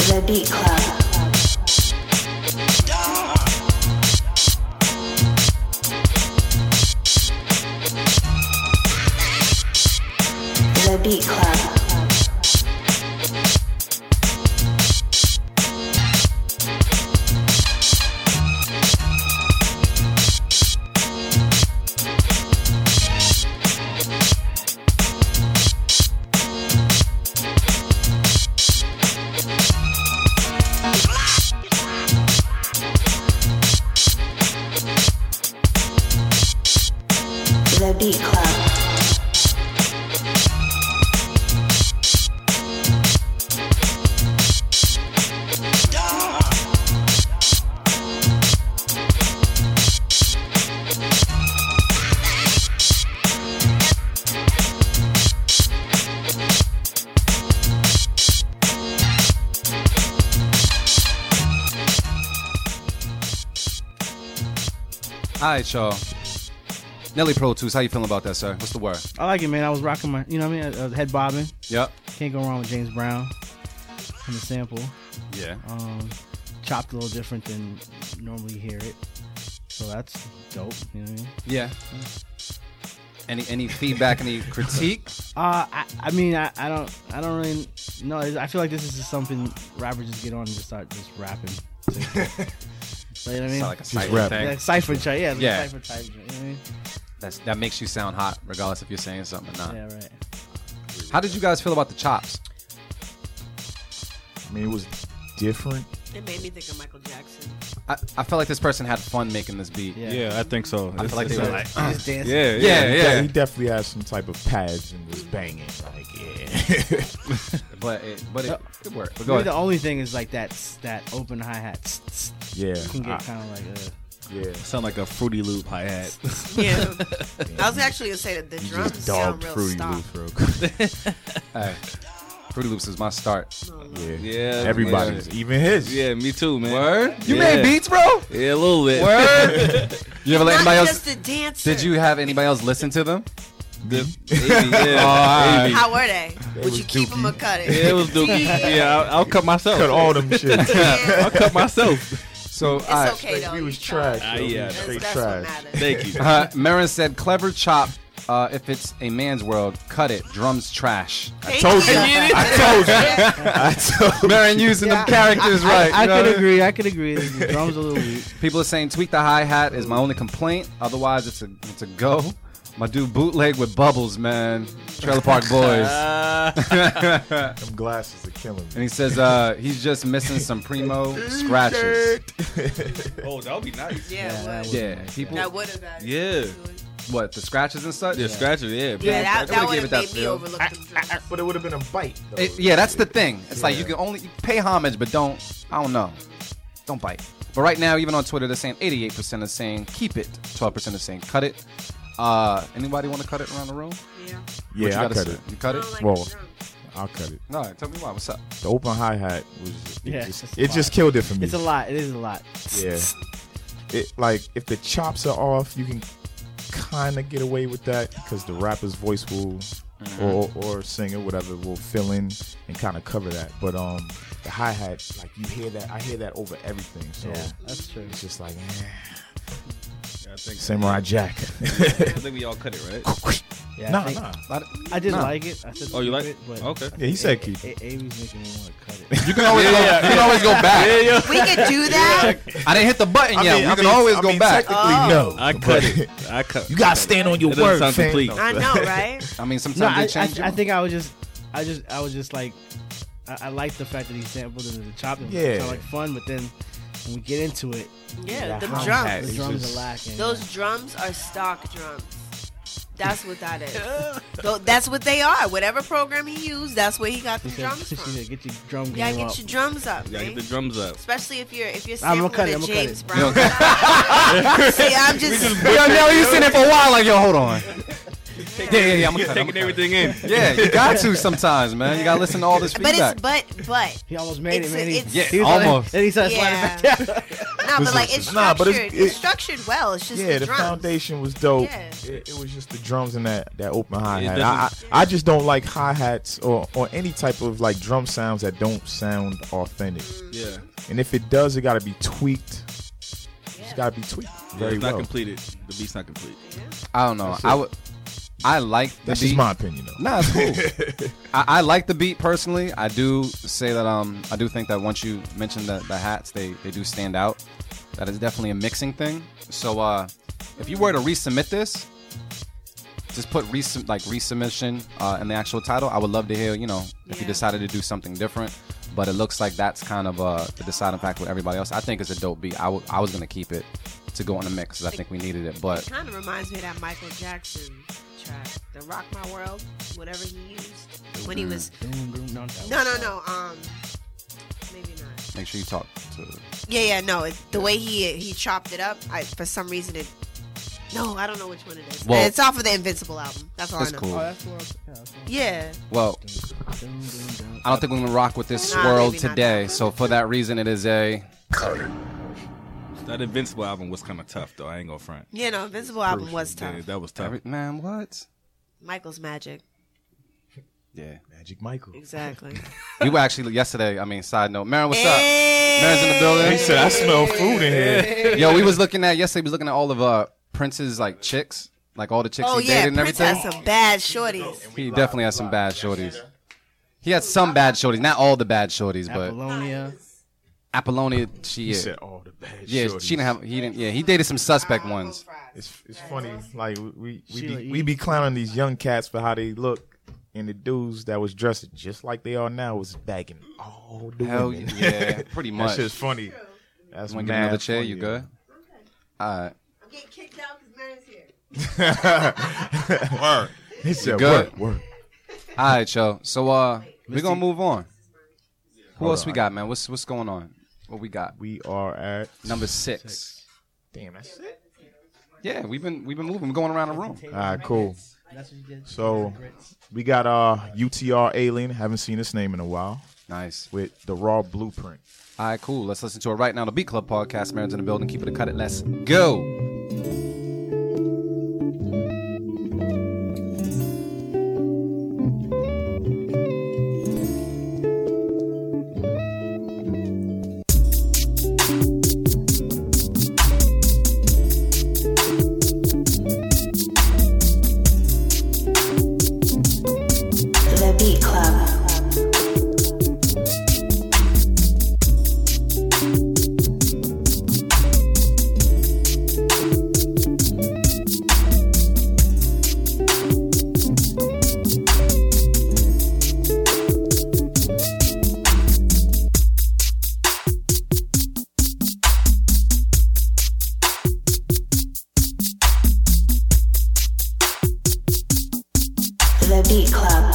The Beat Club. The Beat Club. The Beat Club.
All right, y'all. Nelly Pro Tools, how you feeling about that, sir? What's the word?
I like it, man. I was rocking my, you know what I mean? I was head bobbing.
Yep.
Can't go wrong with James Brown on the sample.
Yeah.
um, chopped a little different than normally hear it. So that's dope. You know what I mean?
Yeah. Any any feedback? any critique?
Uh, I, I mean, I, I don't, I don't really know. I feel like this is just something rappers just get on and just start just rapping. So, you know what I mean?
Sound like a
Just
side
rap.
thing.
yeah, cipher type, yeah, like
Yeah.
cipher type. You know what I mean?
That's, that makes you sound hot, regardless if you're saying something or not.
Yeah, right.
How did you guys feel about the chops?
I mean, it was different.
It made me think of Michael Jackson.
I, I felt like this person had fun making this beat.
Yeah. Yeah,
I think so. I
It's-
feel like they
it's
were
like-
like,
Just
yeah,
dancing.
yeah,
Yeah, he de-
yeah.
he definitely had some type of pads and was banging. Like, yeah.
but it, but it, it worked. But
Maybe
go ahead.
the only thing is like that s- that open hi hat.
Yeah,
can get
I-
kind of like a
yeah.
Sound like a Fruity Loop hi hat.
Yeah. I was actually gonna say that the
You just
drums sound
dogged
real
Fruity
stock.
Loops real quick.
Hey, Fruity Loops is my start.
Yeah,
Yeah,
Everybody's,
yeah.
even his.
Yeah, me too, man.
You
Yeah.
made beats, bro.
Yeah, a little bit.
Word. you ever let
Not
anybody else?
just a dancer.
Did you have anybody else listen to them?
Maybe, yeah.
Oh, all right.
How were they? Would you keep them or cut it?
Yeah, it was dookie. Yeah, I'll, I'll cut myself.
Cut all them shit.
I'll cut myself.
So
It's
I-
okay though.
We
you
was
try.
trash.
Ah,
yo. We
yeah.
was
That's-
straight
that's what
trash.
matters.
Thank you.
Uh, Marin said, "Clever chop. Uh, if it's a man's world, cut it. Drums trash."
Thank
told
you.
you. I told you. I told
Marin using them characters
I-
right.
I,
you know
could
what I mean?
agree. I could agree. The drums a little weak.
People are saying, "Tweak the hi hat" is my only complaint. Otherwise, it's a it's a go. My dude bootleg with bubbles, man. Trailer Park Boys. Uh.
you. Them glasses are killing
And
me.
he says uh, he's just missing some primo scratches.
Oh, that would be nice.
Yeah, it would.
Yeah, people.
That would have got it.
Yeah.
What the scratches and such?
Yeah, scratches, yeah.
Yeah, that,
I
that would
would've gave it
have made
that
me
feel.
overlook them drums.
But it would have been a bite. Though.
It- yeah, that's the thing. It's like you can only you pay homage, but don't. I don't know. Don't bite. But right now, even on Twitter, they're saying 88% are saying keep it, 12% are saying cut it. Uh, anybody want to cut it around the room?
Yeah.
What you
Yeah, I
gotta
cut
say?
it.
You cut
I
it?
don't like
Well,
the drums.
I'll cut it.
No, tell me why. What's up?
The open hi hat was it
Yeah,
just
it's
it
a
just
lot.
killed it for me.
It's a lot. It is a lot.
Yeah. It like if the chops are off, you can kind of get away with that because the rapper's voice will
Uh-huh.
or or singer whatever will fill in and kind of cover that. But um, the hi hat like you hear that I hear that over everything. So
Yeah, that's true.
it's just like eh.
I think,
Samurai Jack.
I think we all cut it, right?
Yeah,
nah,
I, think-
nah.
I didn't
Nah.
like it. I said
Oh,
keep
you like
it, but
Okay.
Yeah, he said keep.
A-
it.
A- Amy's making me want to cut it.
You can always, go, you can always go back.
We could do that.
I didn't hit the button yet. you can always
I
go
mean,
back. Ah.
Technically, no.
I cut
but-
it. I cut
You gotta stand on your
It doesn't
word,
sound
fam.
complete.
I know, right?
I mean,
no,
sometimes
I,
they
I,
change.
I
it.
think I was just, I just, I was just like, I, I liked the fact that he sampled it as a chop. and
Yeah.
It sounded like fun, but then when we get into it,
Yeah, the drums.
hi-hat
the
is
drums
just-
are lacking.
Those drums are stock drums. That's what that is. Tho- that's what they are. Whatever program he used, that's where he got the
She said-
drums
she
from.
said, get your drum game
You gotta
up.
get your drums up,
Yeah, get
man.
the drums up.
Especially if you're if you're
I'm
sampling
gonna cut it,
a
I'm gonna cut
James
it.
Brown. See, I'm just
Yo, yo, you sitting there for a while like, yo, hold on. Yeah, yeah, yeah. I'm gonna cut, it, I'm
Taking
gonna cut it.
everything in.
Yeah, you got to sometimes, man. You gotta listen to all this
But
feedback.
it's but but
He almost made
It's
it,
a-
man. He-
it's- Yeah,
he was like-
almost.
and he started sliding
yeah.
back down.
no, but like it's
Nah, but
structured.
it's-
it's,
it-
structured well. It's just
yeah, the,
the, drums.
foundation was dope.
Yeah.
It, it was just the drums and that, that open hi hat.
It
I,
doesn't-
I I just don't like hi hats or, or any type of like drum sounds that don't sound authentic.
Yeah.
And if it does, it got to be tweaked. It's got to be tweaked very
it's
well.
not completed. The beat's not complete.
I don't know.
That's it.
I would. I like the
That's
beat.
just my opinion, though.
Nah, it's cool. I, I like the beat personally. I do say that um I do think that once you mention the, the hats, they, they do stand out. That is definitely a mixing thing. So uh if you were to resubmit this, just put resub like resubmission uh, in the actual title. I would love to hear, you know, if you
Yeah.
decided to do something different. But it looks like that's kind of uh, the deciding factor with everybody else. I think it's a dope beat. I, w- I was gonna keep it to go on the mix because I think we needed it. But
It kind of reminds me of that Michael Jackson track, the "Rock My World," whatever he used
Mm-hmm.
when he was.
Boom, boom, no, that
No, no,
was-
no. Um, maybe not.
make sure you talk to
Yeah, yeah, no. It, the way he he chopped it up, I for some reason it. No, I don't know which one it is.
Well-
it's off of the Invincible album. That's all
That's
I know.
cool.
Oh, that's the one. Yeah, that's the one.
Yeah,
Well,
Dun, dun, dun.
I don't think we're gonna rock with this
Nah,
swirl
maybe not.
today. So for that reason, it is a
That Invincible album was kind of tough, though. I ain't gonna front.
you know, Invincible album was tough.
Yeah, that was tough.
every, man. What?
Michael's magic.
Yeah,
Magic Michael.
Exactly.
we were actually yesterday. I mean, side note, Marin, what's up? Marin's in
hey,
the building.
He said, I smell food in here.
Yo, we was looking at yesterday. We was looking at all of uh Prince's like chicks, like all the chicks
oh
he
yeah,
dated and
Prince
everything.
has some bad shorties.
he definitely has some bad shorties. He had some bad shorties, not all the bad shorties, but
Apollonia.
Apollonia, she
He
yeah.
said all the bad
Yeah,
shorties.
she didn't have. He didn't. Yeah, he dated some suspect ones.
It's it's funny. Like we we
Sheila
be,
E.
we be clowning these young cats for how they look, and the dudes that was dressed just like they are now was bagging all the
Hell
women.
yeah, pretty much.
That's just funny. That's
Wanna
mad
get another chair?
funny.
You good? All right.
I'm getting kicked out because Mary's here.
Word. He said
good.
word. Word.
All right, yo. So uh, we're gonna move on. Who else we got, man? What's what's going on? What we got?
We are at
Number six.
Damn, that's it.
Yeah, we've been we've been moving, we're going around the room.
All right, cool. So we got uh UTR Alien. Haven't seen this name in a while.
Nice.
With the raw blueprint.
All right, cool. Let's listen to it right now. The Beat Club podcast, Marin's in the building. Keep it a cut it. Let's go.
The Beat Club. The Beat Club.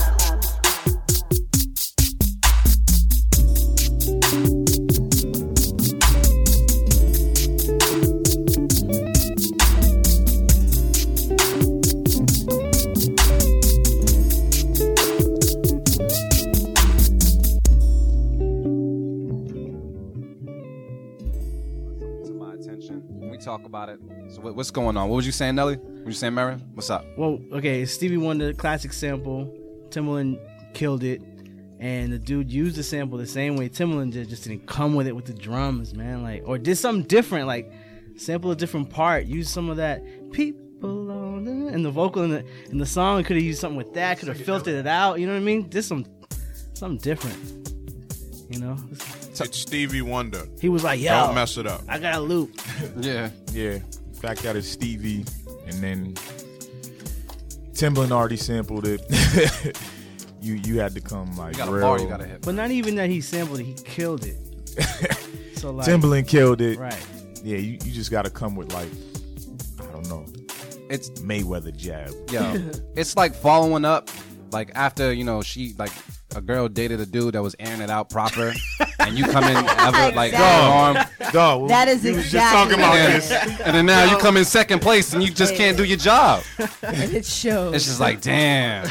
To my attention, we talk about it. So what, what's going on? What was you saying, Nelly? What you saying, Marin? What's up?
Well, okay, Stevie Wonder classic sample. Timbaland killed it, and the dude used the sample the same way Timbaland did, just didn't come with it with the drums, man. Like, or did something different, like sample a different part, use some of that people on the- and the vocal in the in the song. Could have used something with that. Could have filtered it out. You know what I mean? Did some something different. You know,
It's Stevie Wonder.
he was like, "Yo,
Don't mess it up.
I got a loop."
Yeah.
Yeah. Fact that it's Stevie, and then Timbaland already sampled it. you you had to come like
You got a
real.
bar you gotta hit.
But not even that he sampled it; he killed it. so like,
Timbaland killed it.
Right.
Yeah, you, you just gotta come with like I don't know.
It's
Mayweather jab.
Yo, it's like following up, like after you know she like a girl dated a dude that was airing it out proper, and you come in ever like arm.
Dog,
That is
we was just
exactly
talking about
what it
this.
is.
And then now you come in second place and you just can't do your job.
And it shows.
It's just like damn,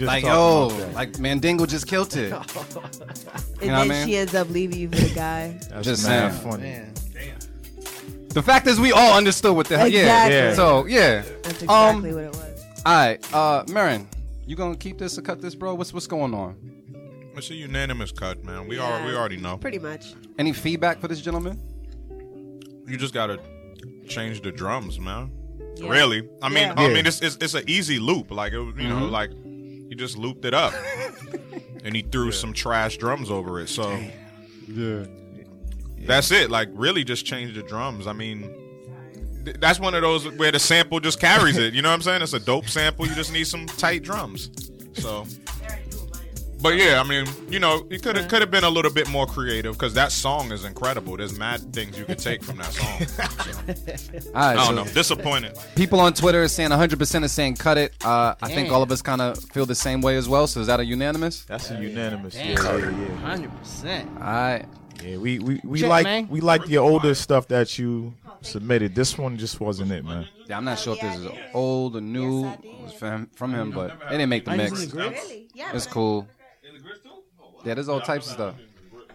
like yo,
talking about that.
like Mandingo just killed it.
And
You
then
know what I
she
mean?
ends up leaving you for the guy.
That's
Just
mad
saying.
funny.
The fact is, we all understood what the hell.
Exactly.
Yeah.
Yeah.
So yeah.
That's
Um,
exactly what it was.
All right, uh, Marin, you gonna keep this or cut this, bro? What's what's going on?
It's a unanimous cut, man. We are. We
Yeah.
already know.
Pretty much.
Any feedback for this gentleman?
You just gotta change the drums, man.
Yeah.
Really? I mean,
Yeah.
I
Yeah. Mm-hmm.
mean, it's, it's it's an easy loop. Like it, you know, like he just looped it up, and he threw some trash drums over it. So
Yeah.
that's it. Like really, just change the drums. I mean. th- That's one of those where the sample just carries it. You know what I'm saying? It's a dope sample. You just need some tight drums. So, but yeah, I mean, you know, it could have could have been a little bit more creative because that song is incredible. There's mad things you could take from that song.
All right,
I
so-
don't know. Disappointed.
People on Twitter are saying 100% is saying cut it. Uh, I think
Damn.
all of us kind of feel the same way as well. So is that a unanimous?
That's a unanimous.
Damn.
Yeah, yeah, yeah.
hundred percent.
All right.
Yeah, we we, we
Check,
like
man.
we like the older stuff that you submitted. This one just wasn't it, man.
Yeah, I'm not sure if this is old or new It was from, from him, but it didn't make the
I
mix.
used to agree.
Yeah,
It's
but I-
cool. Yeah, there's all types of stuff.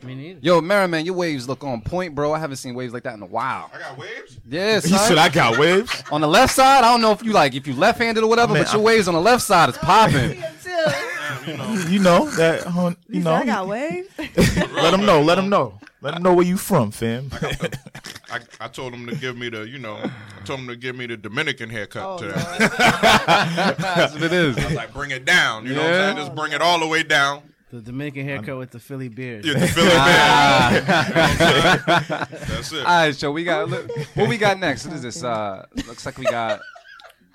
Me neither.
Yo, Merriman, your waves look on point, bro. I haven't seen waves like that in a while.
I got waves.
Yeah,
He said
son.
I got waves.
on the left side, I don't know if you like if you left-handed or whatever,
Man,
but your
I-
waves on the left side is popping.
You know that hon, you know.
I got waves.
let him know. Let him know. Let him know where you from, fam.
I, I told him to give me the, you know, I told him to give me the Dominican haircut today.
That's what it is.
I was like, bring it down. You know what I'm saying? Just bring it all the way down.
The Dominican haircut with the Philly beard.
Yeah, the Philly beard.
Ah.
That's it.
All right, so we got look, what we got next. What is this? Uh, looks like we got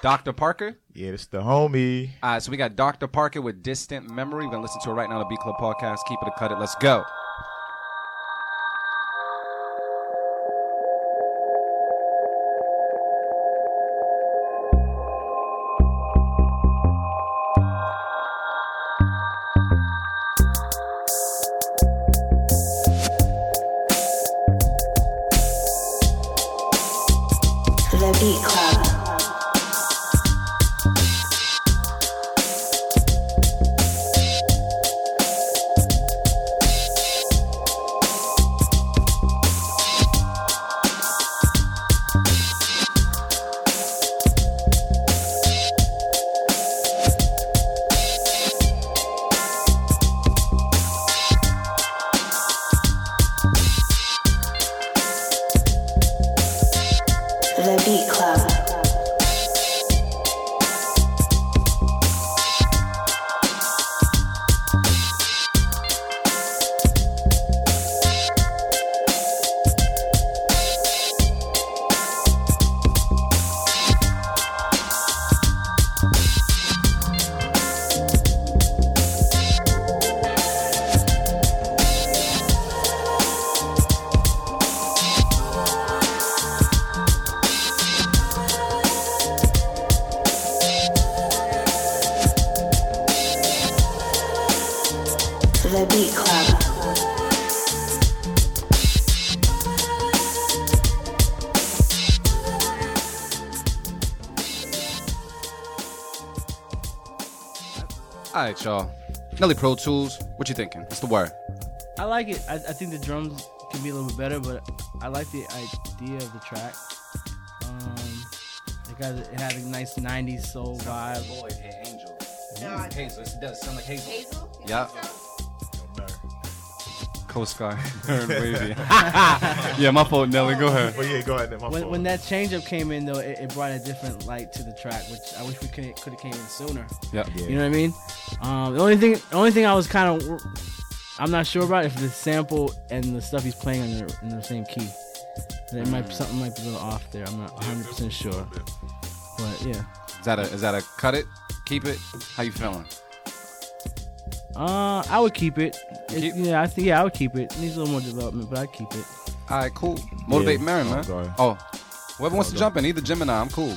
Dr. Parker.
Yeah, it's the homie.
All right, so we got Dr. Parker with Distant Memory. We're gonna listen to it right now on the B Club podcast. Keep it a cut it. Let's go.
The Beat Club. The Beat Club. The Beat Club.
All right, y'all. Nelly Pro Tools. What you thinking? What's the word?
I like it. I, I think the drums can be a little bit better, but I like the idea of the track. Um, it got it had a nice '90s soul vibe.
Angel.
No, I- Hazel.
It does sound like Hazel.
Hazel?
Yeah. Coast Guard. Wavy.
yeah,
my fault, Nelly. Go ahead.
But yeah, go ahead. Then, my
When,
fault.
when that changeup came in, though, it, it brought a different light to the track, which I wish we could could have came in sooner.
Yep. Yeah.
You know what I mean? Um, the only thing, the only thing I was kind of, I'm not sure about if the sample and the stuff he's playing in the, in the same key. There might something might be a little off there. I'm not 100 percent sure. But yeah,
Is that a is that a cut it? Keep it? How you feeling?
uh, I would keep it. It- yeah, I think yeah, I would keep it. Needs a little more development, but I would keep it.
All right, cool. Motivate
Yeah.
Marin, man.
Oh, go ahead.
Oh, whoever wants to jump in, either Gemini, I'm cool.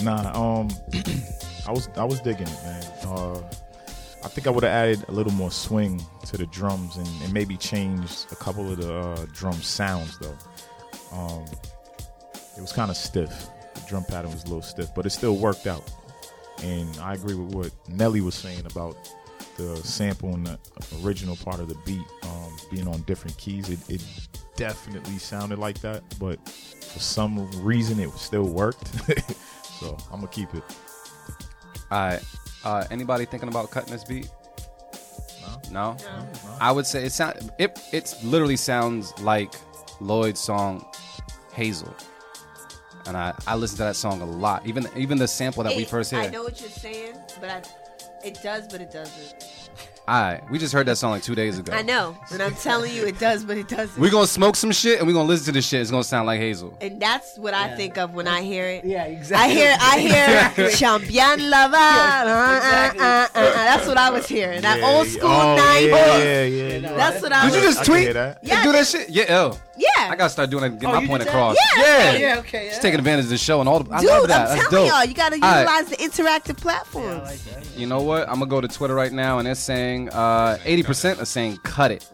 Nah, um, I was I was digging it, man. Uh, I think I would have added a little more swing to the drums and, and maybe changed a couple of the uh, drum sounds though. Um, it was kind of stiff. The drum pattern was a little stiff, but it still worked out. And I agree with what Nelly was saying about the sample and the original part of the beat um, being on different keys. It, it definitely sounded like that, but for some reason it still worked. so I'm gonna keep it.
All right. Uh, anybody thinking about cutting this beat? No. No. I would say it sound it it literally sounds like Lloyd's song Hazel. And I, I listen to that song a lot. Even even the sample that we
It-
first hear.
I know what you're saying, but I, it does, but it doesn't.
All right. We just heard that song like two days ago.
I know, and I'm telling you, it does, but it doesn't.
We're gonna smoke some shit and we're gonna listen to this shit. It's gonna sound like Hazel.
and that's what I think of when I hear it.
Yeah,
exactly. I hear, I hear,
Exactly.
champion lover. uh, uh, uh, uh, uh. That's what I was hearing. That
Yeah,
old school
oh,
nineties.
yeah, yeah, yeah.
That's what I.
Did
was
you just tweet? Yeah, do that shit. Yeah, oh.
Yeah.
I gotta start doing that and get
Oh,
my
you
point
did that?
across.
Yeah.
yeah.
Yeah, okay, yeah.
She's taking advantage of the show and all. The, I
Dude,
love that.
I'm
That's
telling
dope.
y'all, you gotta
All right.
utilize the interactive platforms.
You know what? I'm gonna go to Twitter right now, and they're saying uh, 80% are saying cut it.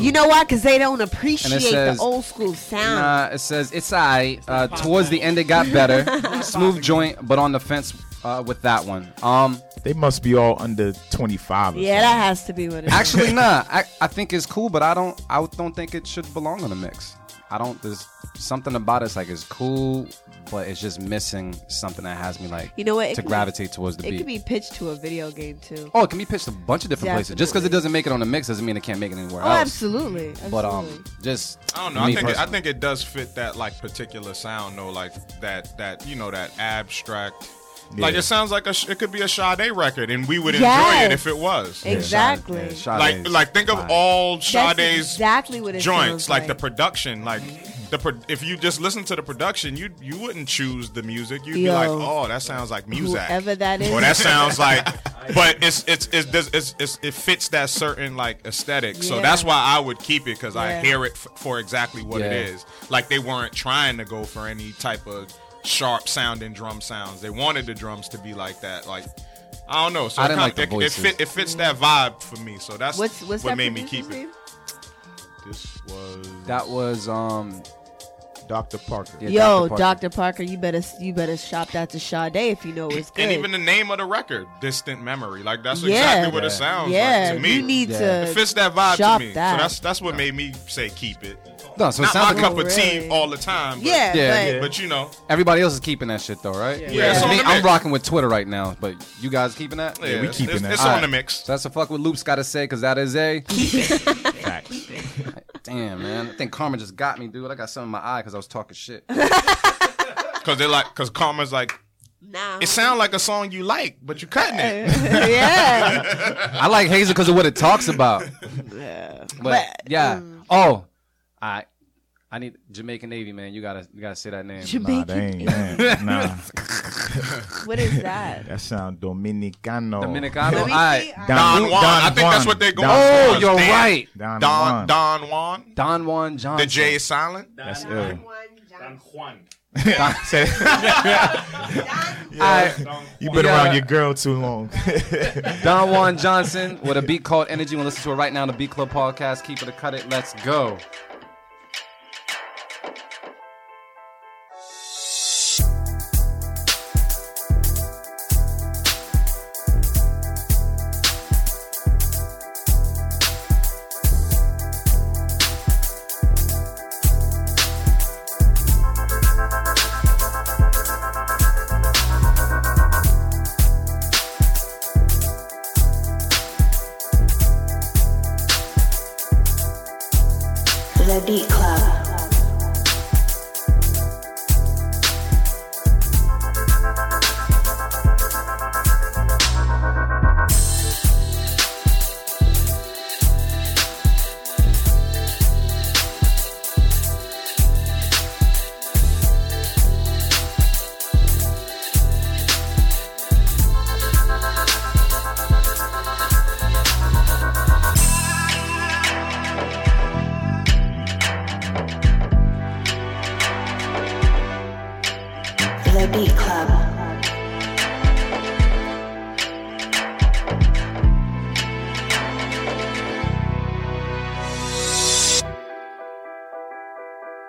You know why? Because they don't appreciate
says-
the old school sound.
Nah, it says it's I. Uh, towards the end, it got better. Smooth joint, but on the fence uh, with that one. Um,
they must be all under 25.
Yeah, that has to be what it is.
Actually, nah. I, I think it's cool, but I don't. I don't think it should belong on a mix. I don't. There's something about it. It's like it's cool, but it's just missing something that has me like
You know what? It
to
could be-
gravitate towards the
It
beat.
could be pitched to a video game too.
Oh, it can be pitched a bunch of different places. Just because it
Definitely.
doesn't make it on the mix doesn't mean it can't make it anywhere
Oh,
else.
absolutely.
But um,
absolutely.
just
I don't know. I
me
think it, I
personally.
think it does fit that like particular sound though, like that that you know that abstract Like it sounds like a sh- it could be a Sade record, and we would enjoy it
Yes.
if it was.
Exactly. Yeah, Sade- yeah,
like
Sade's
like think of
fire.
all
That's
Sade's
exactly what it
joints,
sounds
like,
like.
the production, like the pro- if you just listen to the production, you you wouldn't choose the music. You'd be
Yo.
like, oh, that sounds like music.
Whoever that is.
Or that sounds like, but it's it's it's, it's, it's, it's it fits that certain like aesthetic. So
Yeah.
that's why I would keep it because I
Yeah.
hear it f- for exactly what it
Yeah.
is. Like they weren't trying to go for any type of sharp sounding drum sounds. They wanted the drums to be like that. Like I don't know. So
I didn't
it kinda-
like the
it-
voices.
It, fit, it fits that vibe for me. So that's
What's- what's
what
that
made me
producer's
keep it.
name?
This was
That was um,
Dr. Parker.
Yo, Dr. Parker, you better you better shop that to Sade if you know it's good.
And even the name of the record, Distant Memory. Like that's
Yeah.
exactly what
Yeah.
it sounds
Yeah,
like to me.
you need Yeah. to
it fits that vibe
shop
to me.
that.
So that's that's what made me say keep it.
No, so it
Not
sounds
my
like-
cup of tea all the time. But,
Yeah, Yeah. but-
but you know,
Everybody else is keeping that shit though, right?
Yeah. Yeah, it's on
Me,
the
I'm
mix.
rocking with Twitter right now, but you guys keeping that?
Yeah, Yeah, we it's- keeping it's- that. it's
All
on
right.
the mix.
So that's a fuck with Loops got to say because that is a Facts. Damn, man. I think karma just got me, dude. I got something in my eye because I was talking shit.
because they're like, because Karma's like, it sounds like a song you like, but you're cutting it.
I like Hazel because of what it talks about.
Yeah.
But, yeah. Oh, I I need Jamaican Navy, man. You gotta you gotta say that name.
Nah, they ain't, man. Nah.
What is that?
That sound Dominicano.
Dominicano? Let me see.
I,
Don Juan. I think that's what they go.
Oh, you're right.
Don,
Don
Juan.
Don Juan.
Don Juan Johnson.
The J is silent.
That's ill.
Say-
I-
You've been
Yeah.
around your girl too long.
Don Juan Johnson with a beat called Energy. We'll listen to it right now on the Beat Club podcast. Keep it a cut it. Let's go.
The Beat Club. The Beat Club.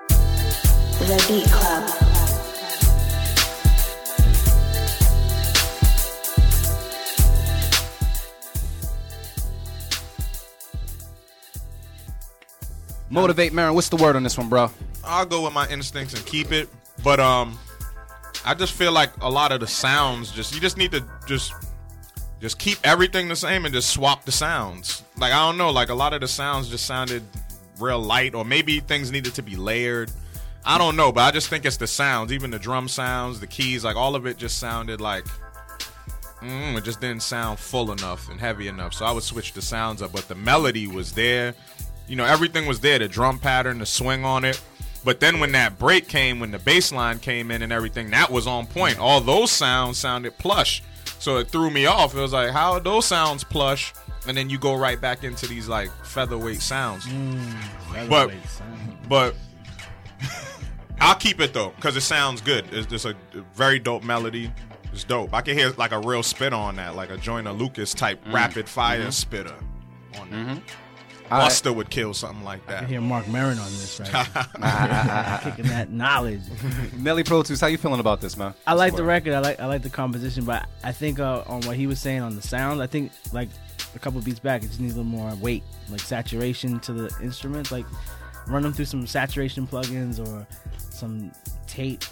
The Beat Club.
Motivate Marin. What's the word on this one, bro?
I'll go with my instincts and keep it. But um, I just feel like a lot of the sounds just you just need to just just keep everything the same and just swap the sounds. Like I don't know, like a lot of the sounds just sounded real light, or maybe things needed to be layered. I don't know, but I just think it's the sounds, even the drum sounds, the keys, like all of it just sounded like mm, it just didn't sound full enough and heavy enough. So I would switch the sounds up, but the melody was there. You know, everything was there the drum pattern, the swing on it. But then when that break came, when the bass line came in and everything, that was on point. All those sounds sounded plush. So it threw me off. It was like, how are those sounds plush? And then you go right back into these like featherweight sounds. but,
featherweight
but I'll keep it though, because it sounds good. It's, it's a very dope melody. It's dope. I can hear like a real spit on that, like a Joyner Lucas type
Mm-hmm.
rapid fire
Mhm.
spitter on that.
All right.
Buster would kill something like
I
that.
can hear Mark Maron on this right. Kicking that knowledge.
Nelly Pro Tools, how you feeling about this, man?
I like the record. I like I like the composition, but I think uh, on what he was saying on the sound, I think like a couple beats back, it just needs a little more weight, like saturation to the instruments. Like run them through some saturation plugins or some tape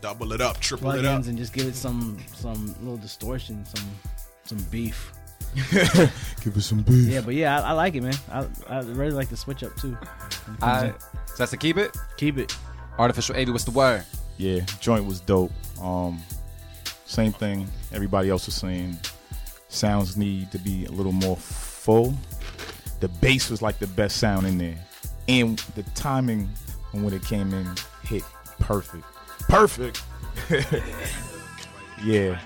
Double it up, triple it up.
plugins, and just give it some some little distortion, some some beef.
Give us some beef.
Yeah, but yeah, I, I like it, man. I, I really like the switch up too.
I, so that's to keep it?
Keep it.
Artificial 80, what's the word?
Yeah, joint was dope. Um, Same thing everybody else was saying. Sounds need to be a little more full. The bass was like the best sound in there. And the timing on when it came in hit perfect. Perfect. yeah.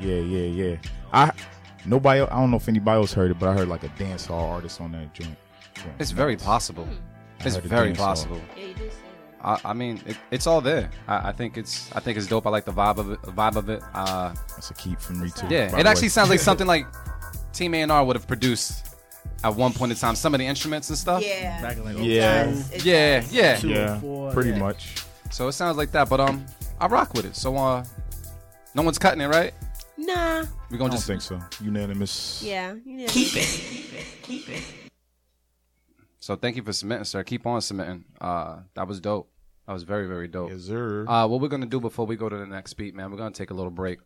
Yeah, yeah, yeah. I nobody I don't know if anybody else heard it, but I heard like a dance hall artist on that joint. Yeah,
It's very possible.
I
It's
heard a
very
dance hall.
possible. I, I mean, it, it's all there. I, I think it's I think it's dope. I like the vibe of it. Vibe of it. Uh,
That's a keep from me too. by
yeah,
the
it
way.
actually sounds like something like Team A and R would have produced at one point in time. Some of the instruments and stuff.
Yeah. Back in, like,
Yeah.
yeah, yeah,
Two and Yeah, four, pretty yeah. much.
So it sounds like that, but um, I rock with it. So uh, no one's cutting it, right?
Nah.
We gonna
I
just
don't think so. Unanimous.
Yeah. yeah.
Keep it.
Keep it. Keep it.
So thank you for submitting, sir. Keep on submitting. Uh, that was dope. That was very, very dope. Yes,
sir.
Uh, what we're gonna do before we go to the next beat, man? We're gonna take a little break.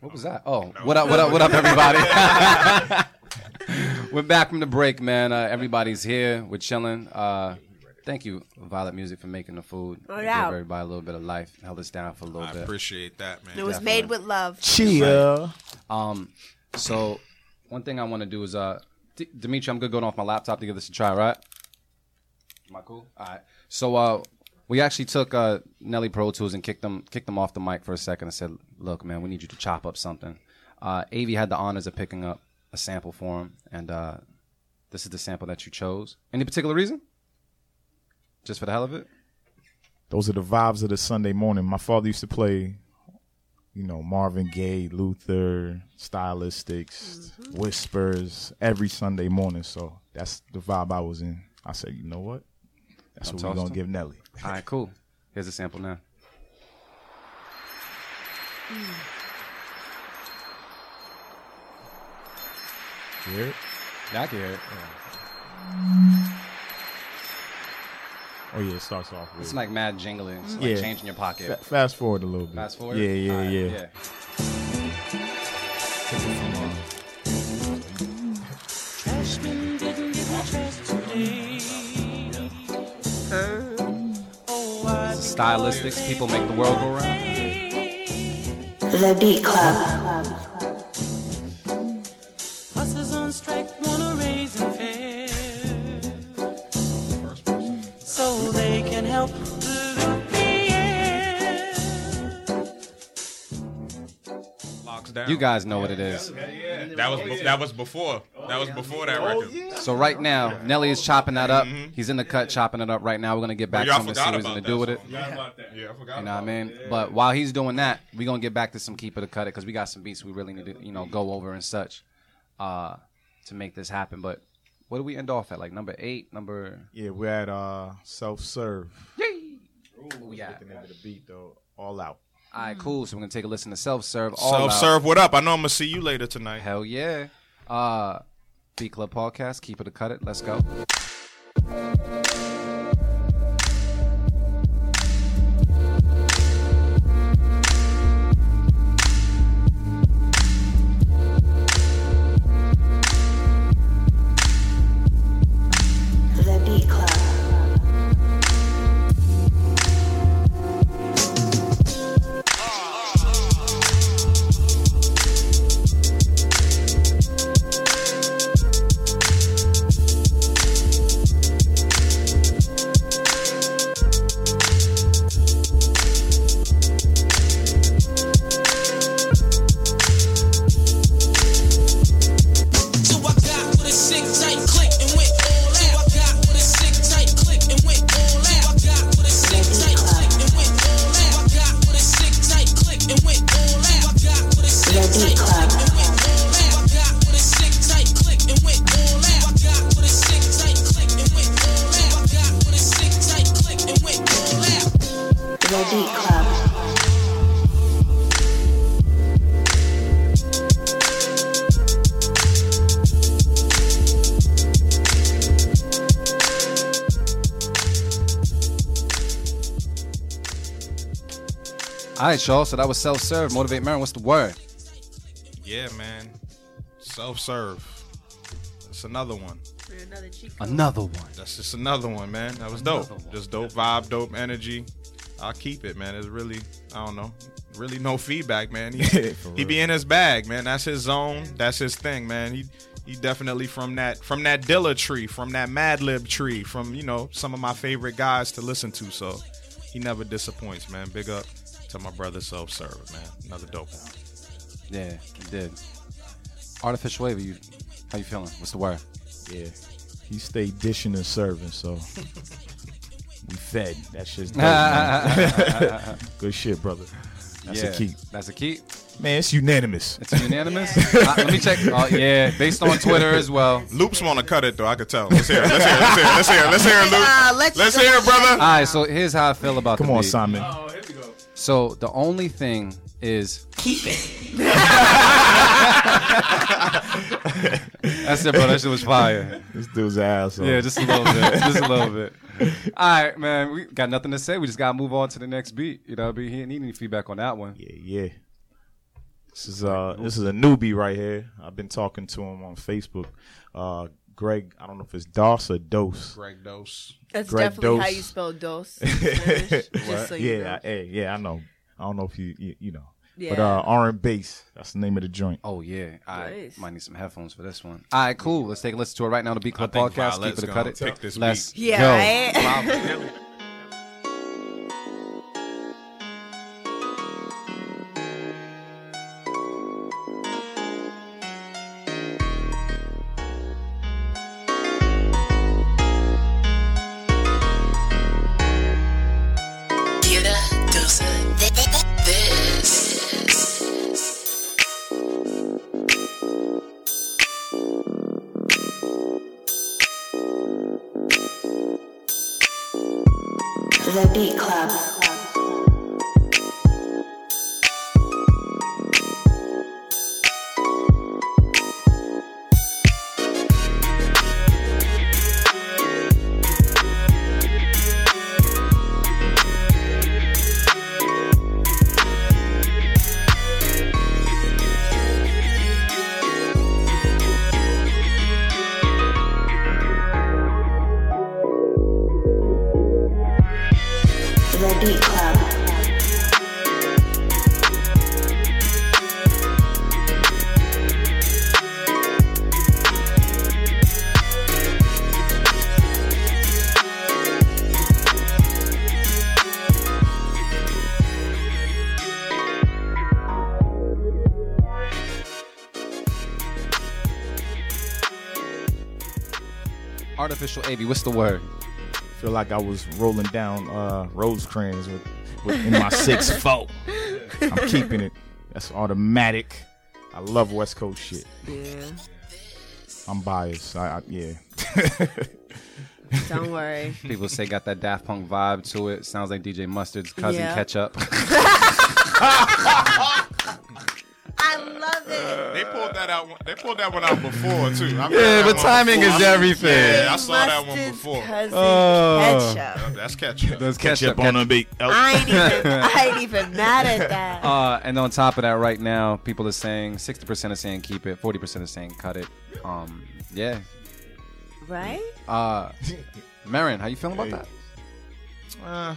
What was that? Oh, what up? What up? What up, everybody? we're back from the break, man. Uh, everybody's here. We're chilling. Uh, thank you, Violet Music, for making the food.
No
Give
doubt.
everybody a little bit of life. Held us down for a little
I
bit.
appreciate that, man.
It was made with love.
Chia. Um, so one thing I want to do is, uh, D- Dimitri, I'm good going off my laptop to give this a try, right? Am I cool? All right. So, uh, we actually took uh, Nelly Pro Tools and kicked them kicked them off the mic for a second and said, "Look, man, we need you to chop up something." Uh, Av had the honors of picking up a sample for him, and uh, this is the sample that you chose. Any particular reason? Just for the hell of it?
Those are the vibes of the Sunday morning. My father used to play, you know, Marvin Gaye, Luther, Stylistics,
Mm-hmm.
Whispers every Sunday morning. So that's the vibe I was in. I said, you know what? That's
Don't
what we're
toss
gonna
them?
give Nelly.
All right, cool. Here's a sample now.
Hear it?
Yeah, I can hear it.
Oh yeah, it starts off. With
It's like mad jingling. It's like change in your pocket.
Fa- fast forward a little bit.
Fast forward?
Yeah, yeah,
Alright,
yeah.
Stylistics, people make the world go round.
The Beat Club.
Buses on strike wanna raise and fare so they can help pollute the air.
Locks down.
You guys know what it is.
That was that was before. That was before that record.
So right now, Nelly is chopping that up. He's in the cut chopping it up right now. We're gonna get back
Mm-hmm. Y'all
to him and see
forgot
what he's gonna
about
do with
that
it.
song. Forgot about that. Yeah, I forgot
You know what I
about
mean?
that. Yeah.
But while he's doing that, we're gonna get back to some keep it or cut it because we got some beats we really need to, you know, go over and such, uh, to make this happen. But what do we end off at? Like number eight, number
Yeah, we're at uh self serve.
yeah.
the beat though, all out.
All right, cool. So we're gonna take a listen to self serve.
Self serve. What up? I know I'm gonna see you later tonight.
Hell yeah. Uh, Beat Club podcast. Keep it or cut it. Let's go.
The Beat Club.
So I got with a sick tight click and went all out. So I got with a sick tight click and went all out. So I got with a sick tight click and went all out. So I got with a sick tight click and went all out. So I got with a sick tight click and went all out. So I got with a sick tight click and went all out. So I got with a sick tight click and went all out. So I got with a sick tight click and went all out.
The Beat Club.
All right, y'all. So that was self serve. Motivate Marin. What's the word?
Yeah, man. Self serve. That's another one.
Another one.
That's just another one, man. That was dope. Just dope vibe, dope energy. I'll keep it, man. It's really, I don't know, really no feedback, man.
Yeah,
He,
for
he be in his bag, man. That's his zone. That's his thing, man. He he definitely from that from that Dilla tree, from that Mad Lib tree, from you know some of my favorite guys to listen to. So he never disappoints, man. Big up to my brother Self Serve, man. Another dope album.
Yeah, you did. Artificial Wave, you, how you feeling? What's the word?
Yeah. He stayed dishing and serving, so we fed. That shit's dope, man. Good shit, brother. That's
Yeah,
a keep.
That's a keep.
Man, it's unanimous.
It's unanimous. Uh, let me check. Oh yeah, based on Twitter as well.
Loops want to cut it though. I could tell. Let's hear. It. Let's hear. It. Let's hear. It. Let's hear. It. Let's hear. It, Loop.
Uh, let's
let's
go
hear, it, brother.
All right, so here's how I feel about.
Come
the
on,
beat.
Simon.
So the only thing is keep it. That's it, bro. That shit was fire.
This dude's an asshole.
Yeah, just a little bit. just a little bit. All right, man. We got nothing to say. We just gotta move on to the next beat. You know, what I mean, he didn't need any feedback on that one.
Yeah. This is uh this is a newbie right here. I've been talking to him on Facebook. Uh Greg, I don't know if it's Dos or Dose.
Greg Dose.
That's
Greg
definitely how
Dose.
you spell dose. in Spanish, just so you
yeah,
know.
I, hey, yeah, I know. I don't know if you you, you know. But
Yeah.
uh R and bass, that's the name of the joint.
Oh yeah, I
Nice.
might need some headphones for this one. All right, cool. Let's take a listen to it right now. The Beat Club
think
podcast.
Violette's
Keep it or
gonna
cut it.
pick this
Let's
beat. Yeah,
go.
right?
Quiera dosa this.
The Beat Club. The Beat Club.
Artificial AV. What's the word?
feel like I was rolling down uh Rosecrans with, with in my six foot. I'm keeping it. That's automatic. I love West Coast shit.
Yeah.
I'm biased. I, I yeah.
Don't worry.
People say got that Daft Punk vibe to it. Sounds like DJ Mustard's cousin
Yeah.
Ketchup.
I love it.
They pulled that out. They pulled that one out before too.
Yeah,
I that
but
one
timing is everything.
Yeah, I saw that one
Mustard's
before.
cousin
Oh.
ketchup.
That's ketchup.
That's ketchup,
on a beat. Oh.
I ain't even. I ain't even mad at that.
Uh, and on top of that, right now, people are saying 60% are saying keep it, 40% are saying cut it. Um, yeah.
Right?
Uh, Marin, how you feeling about that?
Uh,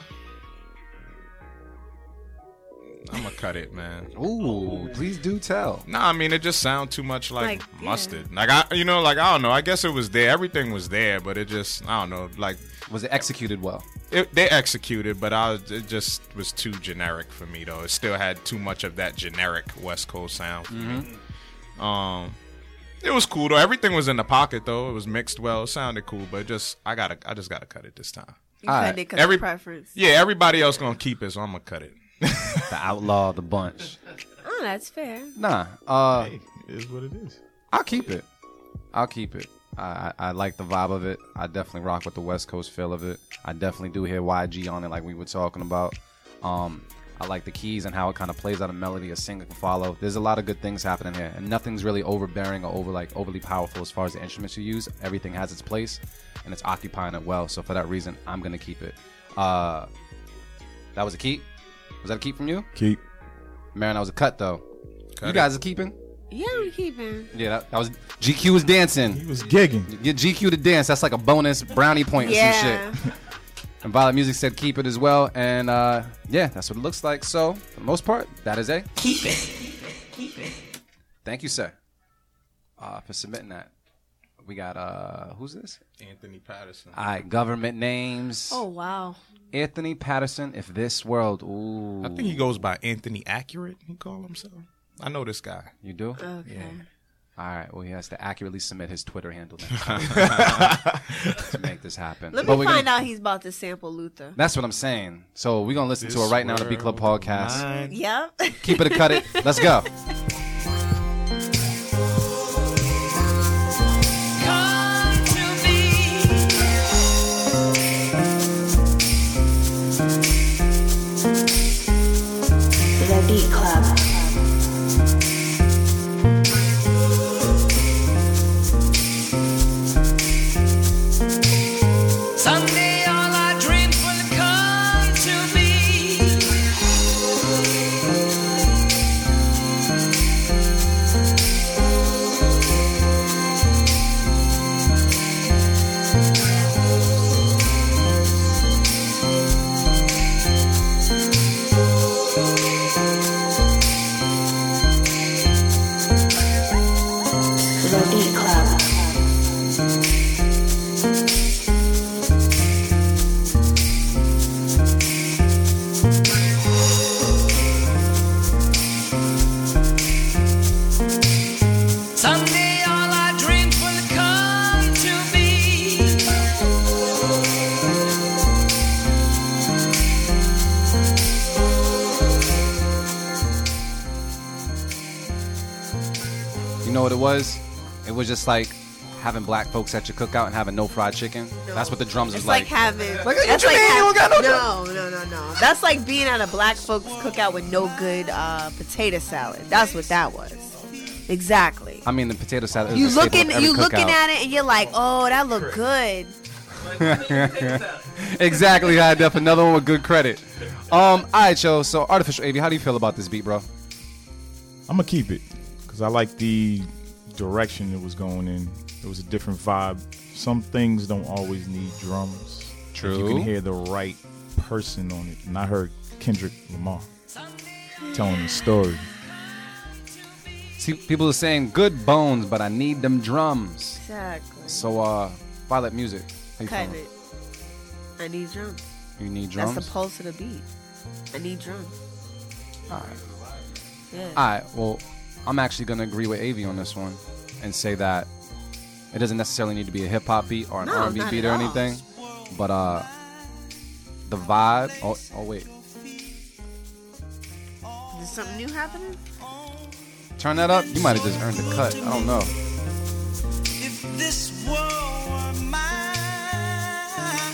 I'm gonna cut it, man.
Ooh, please do tell.
Nah, I mean it just sounds too much like,
Like, yeah.
mustard. Like I, you know, like I don't know. I guess it was there. Everything was there, but it just I don't know. Like
was it executed well?
It, they executed, but I was- it just was too generic for me though. It still had too much of that generic West Coast sound. For me. Um, it was cool though. Everything was in the pocket though. It was mixed well. It sounded cool, but just I gotta I just gotta cut it this time.
You cut Alright.
it 'cause of preference.
Yeah, everybody else gonna keep it, so I'm gonna cut it.
the outlaw, the bunch.
Oh, that's fair.
Nah. Uh,
it is what it is.
I'll keep it. I'll keep it. I, I I like the vibe of it. I definitely rock with the West Coast feel of it. I definitely do hear YG on it, like we were talking about. Um, I like the keys and how it kind of plays out a melody a singer can follow. There's a lot of good things happening here, and nothing's really overbearing or over like overly powerful as far as the instruments you use. Everything has its place, and it's occupying it well. So for that reason, I'm gonna keep it. Uh, that was a keep. Was that a keep from you?
Keep.
Marin, that was a cut though.
Cut
you
it.
guys are keeping.
Yeah, we keeping.
Yeah, that, that was GQ was dancing. He
was gigging.
Get GQ to dance. That's like a bonus brownie point or
Yeah.
some shit. And Violet Music said keep it as well. And uh, yeah, that's what it looks like. So, for the most part, that is a keep it.
Keep it.
Thank you, sir, uh, for submitting that. We got, uh, who's this?
Anthony Patterson.
All right, government names.
Oh wow.
Anthony Patterson, if this world. Ooh.
I think he goes by Anthony Accurate. He call himself. I know this guy.
You do?
Uh.
Okay.
All right. Well, he has to accurately submit his Twitter handle next to make this happen.
Let
But
me
we're
find
gonna-
out he's about to sample Luther.
That's what I'm saying. So we're gonna listen to it
This
right now on the B Club podcast.
Yep.
Keep it a cut it. Let's go.
The Beat Club.
Someday all our dreams will come to me.
The Beat Club.
Someday all our dreams will come to me.
You know what it was? It was just like having black folks at your cookout and having no fried chicken. That's what the drums
It's
is
like,
like.
having.
Like, what
that's
you mean you
having-
don't got no
no, no, no, no. That's like being at a black folks cookout with no good uh, potato salad. That's what that was. Exactly.
I mean, the potato salad. is
You
a staple
looking,
of every
you looking
cookout.
at it, and you're like, oh, that look good.
exactly, high def. Another one with good credit. Um, all right, yo. So, artificial AV, how do you feel about this beat, bro?
I'm gonna keep it because I like the direction it was going in. It was a different vibe. Some things don't always need drums. If You
True.
can hear the right person on it, and I heard Kendrick Lamar telling the story.
See, people are saying good bones, but I need them drums.
Exactly.
So, uh, Violet Music. How you
Cut
feeling?
it. I need drums.
You need drums.
That's the pulse of the beat. I need drums.
All right.
Yeah.
All right. Well, I'm actually going to agree with Av on this one and say that it doesn't necessarily need to be a hip hop beat or an
No,
R&B
not
beat
at
or
all.
anything, but uh, the vibe. Oh, oh wait,
Is something new happening?
turn that up. You might have just earned the cut. I don't know.
If this world were mine,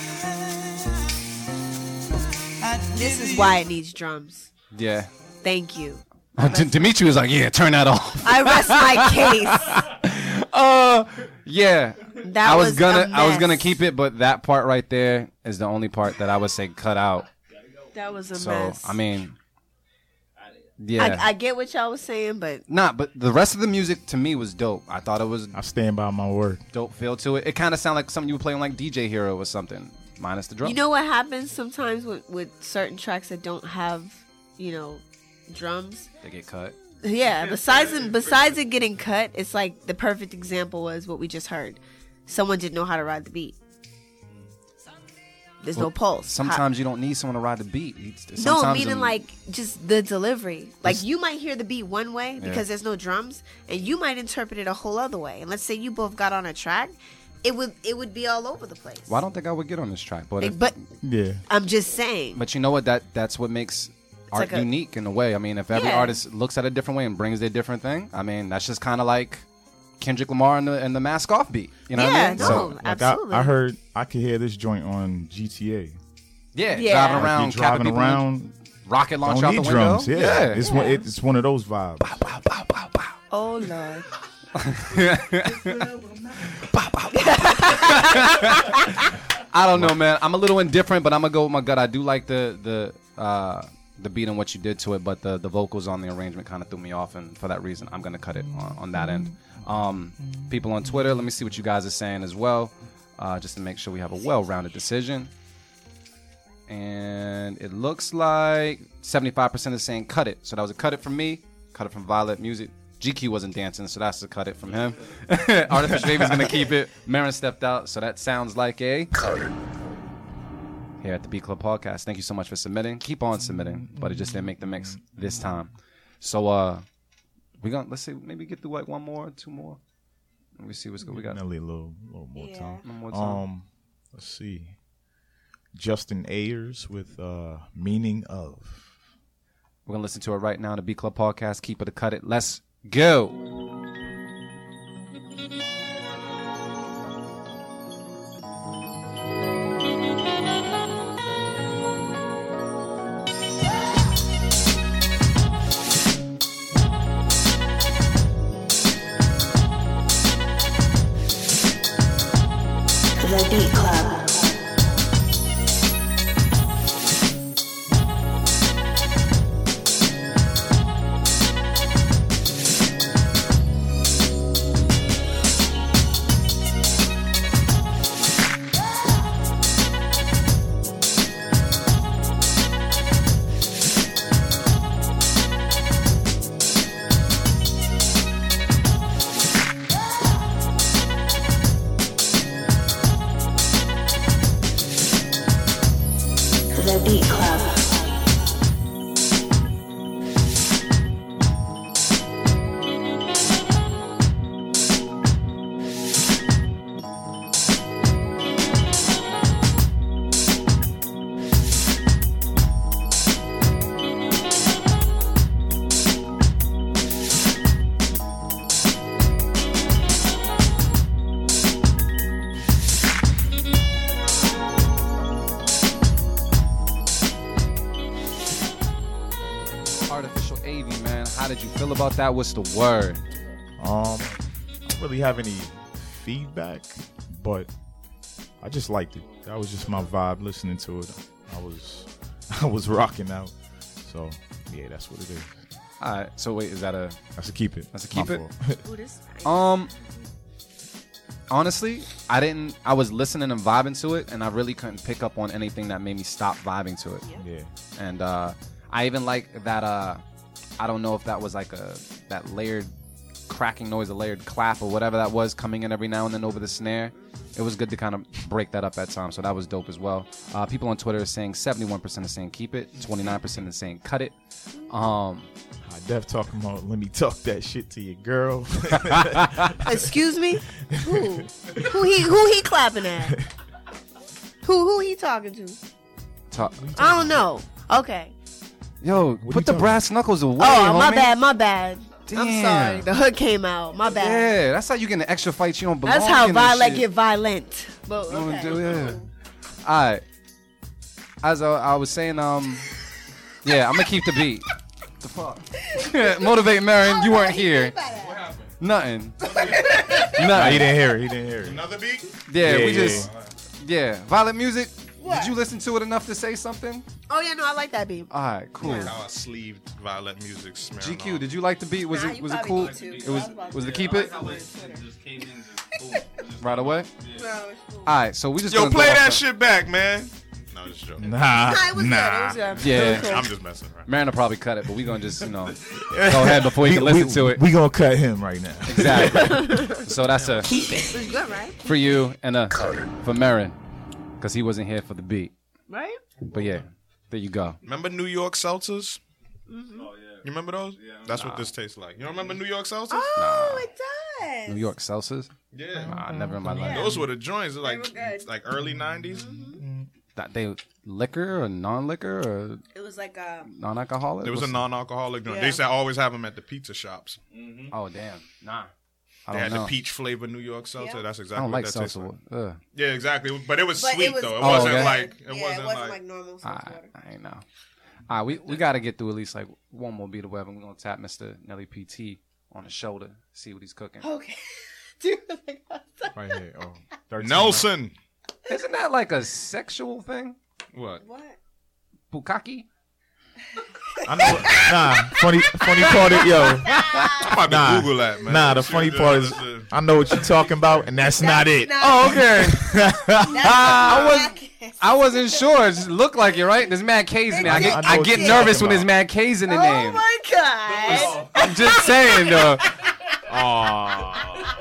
I'd
This is why it needs drums.
Yeah.
Thank you.
D- Dimitri was like, "Yeah, turn that off."
I rest my case.
Uh, yeah.
That
I was,
was a
gonna, I was
mess.
gonna keep it, but that part right there is the only part that I would say cut out.
That was a
so
mess.
I mean, yeah.
I, I get what y'all was saying, but
Nah, but the rest of the music to me was dope. I thought it was
I stand by my word.
dope feel to it. It kind of sounded like something you would play on like DJ Hero or something, minus the drum.
you know what happens sometimes with, with certain tracks that don't have, you know, drums?
they get cut.
Yeah, besides it, besides it getting cut, it's like the perfect example was what we just heard. Someone didn't know how to ride the beat. There's no
Well,
pulse.
Sometimes you don't need someone to ride the beat. It's-
No,
sometimes
meaning
a-
like just the delivery. Like
It's-
you might hear the beat one way
Yeah.
because there's no drums, and you might interpret it a whole other way. And let's say you both got on a track, it would it would be all over the place.
Well, I don't think I would get on this track, but
Like,
if-
but
Yeah.
I'm just saying.
But you know what? That that's what makes art
like a-
unique in a way. I mean, if every
Yeah.
artist looks at it a different way and brings their different thing, I mean, that's just kind of like Kendrick Lamar and the, and the mask off beat. You know what I
Yeah,
mean?
no,
so,
Like I, I heard, I could hear this joint on GTA.
yeah,
Yeah.
driving
Like,
around, capping
you're driving
people in the-
around.
rocket launch
Don't
out
need
the
drums.
window.
Yeah, it's one. it- it's one of those vibes.
Oh lord.
I don't know, man. I'm a little indifferent, but I'm gonna go with my gut. I do like the the uh, the beat and what you did to it, but the the vocals on the arrangement kind of threw me off, and for that reason, I'm gonna cut it on, on that end. Um, people on Twitter, let me see what you guys are saying as well, uh, just to make sure we have a well-rounded decision. and it looks like 75% is saying cut it. So that was a cut it from me, cut it from Violet Music. GQ wasn't dancing, so that's a cut it from him. Artificial Baby's gonna keep it. Marin stepped out, so that sounds like a cut it. Here at the B Club Podcast. Thank you so much for submitting. Keep on submitting, but it just didn't make the mix this time. So uh we gonna let's see, maybe get through like one more, two more. Let me see what's good. We got
Nelly a little, little more time.
One more time.
Um, let's see. Justin Ayers with uh, "Meaning of."
We're gonna listen to it right now. The B Club Podcast. Keep it, or cut it. Let's go.
The Beat Club. The Beat Club.
Artificial AV, man. How did you feel about that? What's the word?
Um, I don't really have any feedback, but I just liked it. That was just my vibe listening to it. I was, I was rocking out. So yeah, that's what it is.
All right. So wait, is that a?
That's a keep it.
That's a keep
My
it.
fault.
Ooh, this is
um, honestly, I didn't. I was listening and vibing to it, and I really couldn't pick up on anything that made me stop vibing to it.
Yeah.
And uh, I even like that. Uh, I don't know if that was like a that layered cracking noise, a layered clap or whatever that was coming in every now and then over the snare. It was good to kind of break that up at times, so that was dope as well. Uh, people on Twitter are saying 71% are saying keep it, 29% are saying cut it. Um,
I def talking about let me talk that shit to your girl.
Excuse me? Who? Who he who he clapping at? Who who he talking to?
Ta-
I don't know. Okay.
Yo, put the brass knuckles away.
oh, my
homie.
bad, my bad. I'm
Damn.
sorry. The hood came out. My bad.
Yeah, that's how you get in an extra fight you don't belong
That's how
in and
Violet
shit.
get violent. But
You know what I'm
okay.
doing? Yeah. All right. As I, I was saying, um, yeah, I'm gonna keep the beat. the fuck? Motivate Marion, you weren't here. Nothing.
Nah,
Nothing.
he didn't hear it. He didn't hear it.
Another beat?
Yeah,
Yeah,
we
yeah,
just. Yeah, Violet music. Did you listen to it enough to say something?
Oh yeah, no, I like that beat.
All right, cool.
That's how I sleeved Violet Music Smirnoff.
GQ, did you like the beat? Was
Nah,
it
you
was it cool?
probably need to, 'cause
It
I
was
was about
was
to-
the keep it right away.
No, it's cool.
All right, so we just
Yo,
gonna go
play
off
that
the-
shit back, man. No, just joking.
Nah,
Nah, it was um, nah. good, it was good.
Yeah,
I'm just messing around.
Marin will probably cut it, but we gonna just you know go ahead before you can
We- we-
listen to it.
We gonna cut him right now.
Exactly. so that's a
It was good, right?
for you and a for Marin, because he wasn't here for the beat.
Right?
But yeah, there you go.
Remember New York seltzers?
Mm-hmm.
You remember those? Oh, Yeah. That's what this tastes like. You don't remember New York seltzers?
Oh, it does.
New York seltzers.
Yeah.
Nah, never in my life.
Mm-hmm. Those were the joints. They're Like
were good. Mm-hmm.
like early '90s.
That they liquor or non-liquor or
It was like um
non-alcoholic.
There was a
What's-
non-alcoholic joint.
Yeah.
They used to always have them at the pizza shops.
Oh damn, nah. I
They
don't
had
know.
the peach flavor New York seltzer. That's exactly
Oh, I don't
what
like
that tastes
seltzer.
like.
Ugh.
Yeah, exactly. But it was
But it
sweet
was-
though. It
Oh,
wasn't
okay.
like it
yeah,
wasn't like,
normal
I,
seltzer water.
I ain't know. All right, we, we got to get through at least like one more beat of web, and we're going to tap Mr. Nelly PT on the shoulder, see what he's cooking.
Okay. Dude, like,
right here. Oh, 13,
Nelson.
Isn't that like a sexual thing?
What?
what?
Bukaki?
I know.
Nah, funny funny part is yo.
I'm about to
nah,
Google that, man.
Nah, the
Shit,
funny
yeah,
part is I know what you're talking about, and that's, not it.
Oh, okay. Uh, I was I wasn't sure. It just looked like it, right? There's Mad K's in it. I get
I know
I
what
get
you're
nervous
talking
when there's Mad K's
Oh
in the name.
oh my god.
I'm just saying though.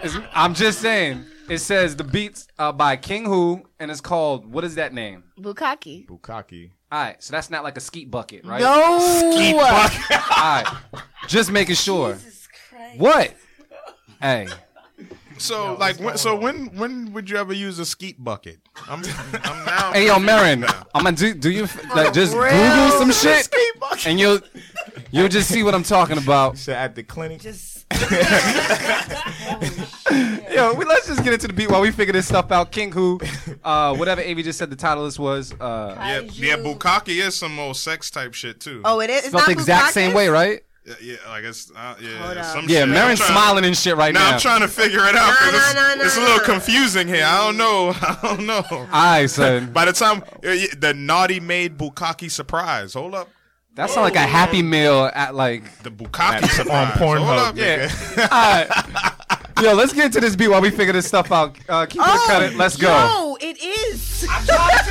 It's- I'm just saying. It says the beats uh, by King Who, and it's called what is that name?
Bukaki.
Bukaki.
All right, so that's not like a skeet bucket, right?
No.
skeet bucket. All right, just making sure. What? Hey,
So like, when, so when when would you ever use a skeet bucket? I'm, I'm now.
hey, yo, Marin, I'm gonna do do you like just
For real?
Google some shit,
Skeet bucket.
and you'll you'll just see what I'm talking about.
So at the clinic.
Yo, we, let's just get into the beat while we figure this stuff out. King Who, uh, whatever Avi just said the title is was. Uh,
Yeah, yeah, bukkake is some old sex type shit too.
Oh, it is? It's Spelled not the exact same bukkake? way, right?
Yeah, yeah I guess. Uh, yeah, some
Yeah,
shit.
Marin's
I'm trying-
smiling and shit right
Nah,
now.
I'm trying to figure it out. 'cause it's,
nah, nah,
it's a little confusing here. I don't know. I don't know.
Aye, son.
By the time uh, y- the naughty made bukkake surprise. Hold up.
That sounds like a Happy Meal at like
the bukkake surprise. Hold up,
Yeah.
nigga.
Alright. Yo, let's get into this beat while we figure this stuff out. Uh, keep it, cut it. Let's go.
No, it is.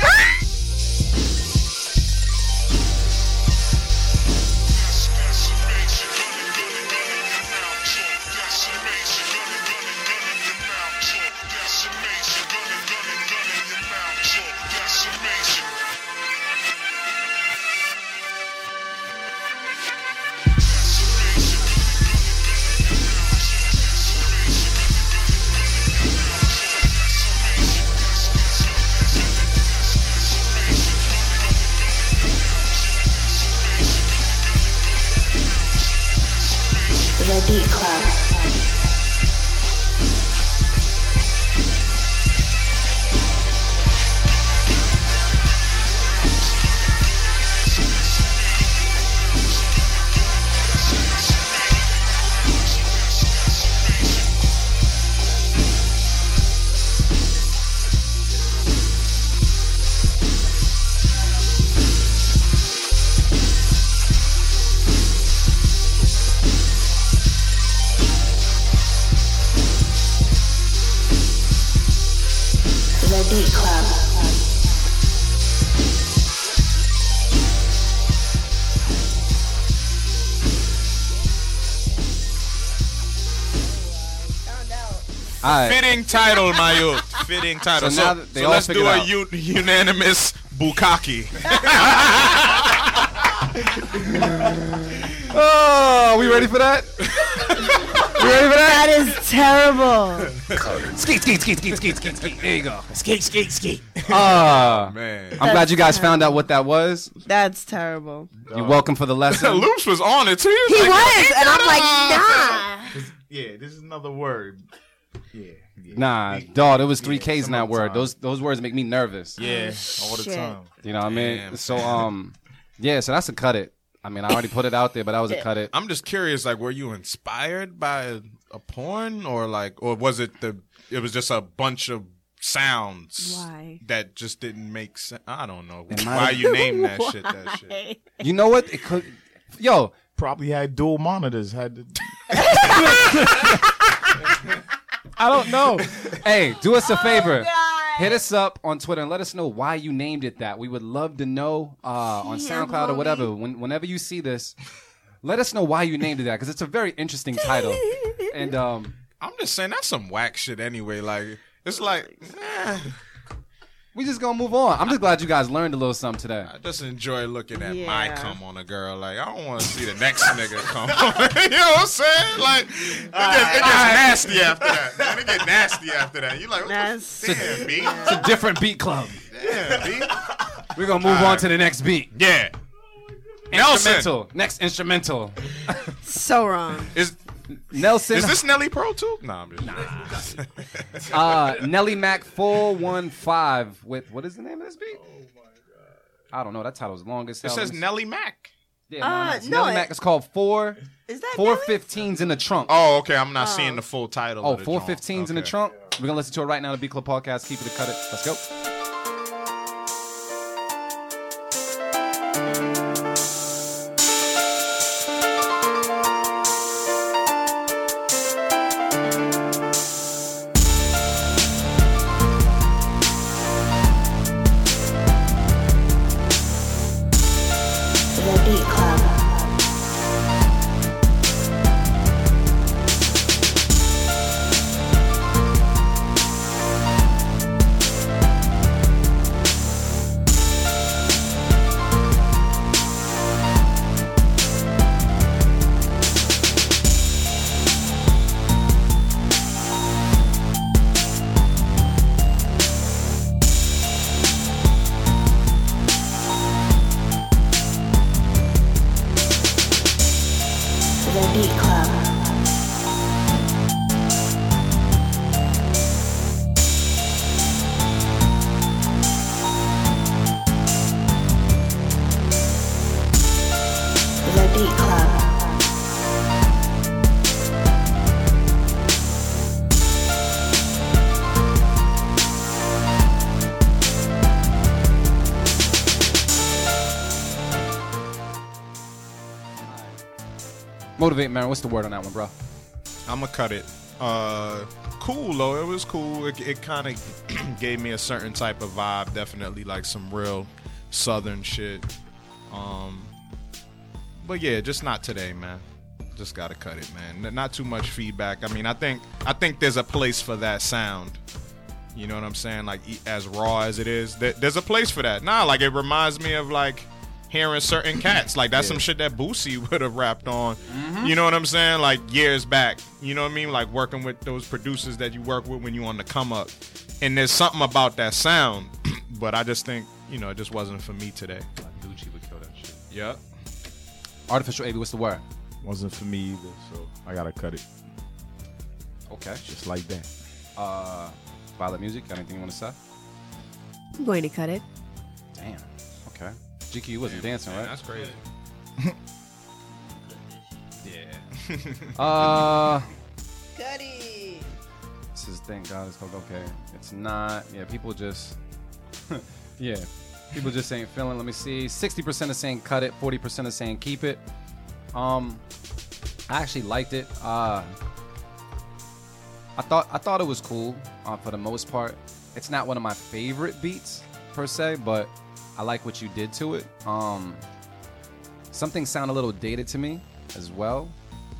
The Beat Club. The Beat Club.
All right.
Fitting title, my youth. Fitting title.
So
So,
now that they
so
all
let's
figured
do a
out.
u- unanimous bukkake.
Oh, we ready for that? you ready for that?
That is terrible.
Skeet, skeet, skeet, skeet, skeet, skeet, skeet. There you go.
Skate, skate, skate.
Ah,
man.
I'm glad you guys found out what that was.
That's terrible.
You're welcome for the lesson.
Loops was on it too. He
He
like,
was,
"Get
and I'm
that
like,
off."
Yeah, this is another word.
Nah, dog, it was three K's in that word. Those those words make me nervous.
Yeah, all the
Shit.
time.
You know what I mean?
Damn.
So um, yeah. So that's a cut it. I mean, I already put it out there, but that was a cut it.
I'm just curious, like, were you inspired by a porn, or like, or was it the? It was just a bunch of sounds
Why?
that just didn't make sense. I don't know
It might
why
have-
you named that shit. That shit.
You know what? It could. Yo,
probably had dual monitors. Had to,
I don't know. hey, do us a favor. Hit us up on Twitter and let us know why you named it that. We would love to know uh, on
Yeah,
SoundCloud or whatever. When, whenever you see this, let us know why you named it that because it's a very interesting title. And um,
I'm just saying that's some whack shit anyway. Like, it's like, eh, nah,
we just gonna move on. I'm just glad you guys learned a little something today.
I just enjoy looking at my
Yeah.
cum on a girl. Like, I don't want to see the next nigga cum. you know what I'm saying? Like, it gets, it gets nasty after that. Man, it gets nasty after that. You're like, what the f- damn, B.
It's a different beat club.
Damn, B.
We're gonna move on to the next beat.
Yeah. Nelson.
Instrumental. Next instrumental.
so wrong.
Is
Nelson?
Is this Nelly Pro too? Nah, I'm just
uh, Nelly Mac 415 with what is the name of this beat? I don't know. That title's longest.
Oh It says Nelly Mac.
Yeah, no,
Uh,
no, it's
no,
Nelly
it-
Mac. It's called four.
Is that
four fifteens in the trunk?
Oh, okay. I'm not seeing the full title.
Oh,
of the
four
joint.
fifteens in the
Okay.
trunk. We're gonna listen to it right now. The B Club Podcast. Keep it, cut it. Let's go.
Thank
Melody Club. Melody Club.
Motivate, man. What's the word on that one, bro?
I'm gonna cut it. Uh, cool though. It was cool. It, it kind of gave me a certain type of vibe. Definitely like some real southern shit. Um, but yeah, just not today, man. Just gotta cut it, man. N- Not too much feedback. I mean, I think I think there's a place for that sound. You know what I'm saying? Like e- as raw as it is, there- there's a place for that. Nah, like it reminds me of like hearing certain cats. Like that's some shit that Boosie would have rapped on.
Mm-hmm.
You know what I'm saying? Like years back. You know what I mean? Like working with those producers that you work with when you on the come up. And there's something about that sound, but I just think you know it just wasn't for me today.
Gucci would kill that shit.
Yep.
Artificial AB, what's the word?
Wasn't for me either, so I gotta cut it.
Okay.
Just like that.
Uh, Violet Music, got anything you want to say?
I'm going to cut it.
Damn. Okay. GQ, you wasn't dancing, right?
That's crazy.
yeah.
Uh,
Cuddy.
this is thank God it's called okay. It's not. Yeah, people just. yeah, people just ain't feeling. Let me see. Sixty percent of saying cut it. Forty percent of saying keep it. Um, I actually liked it. Uh, I thought I thought it was cool uh, for the most part. It's not one of my favorite beats per se, but I like what you did to it. Um, something sound a little dated to me as well,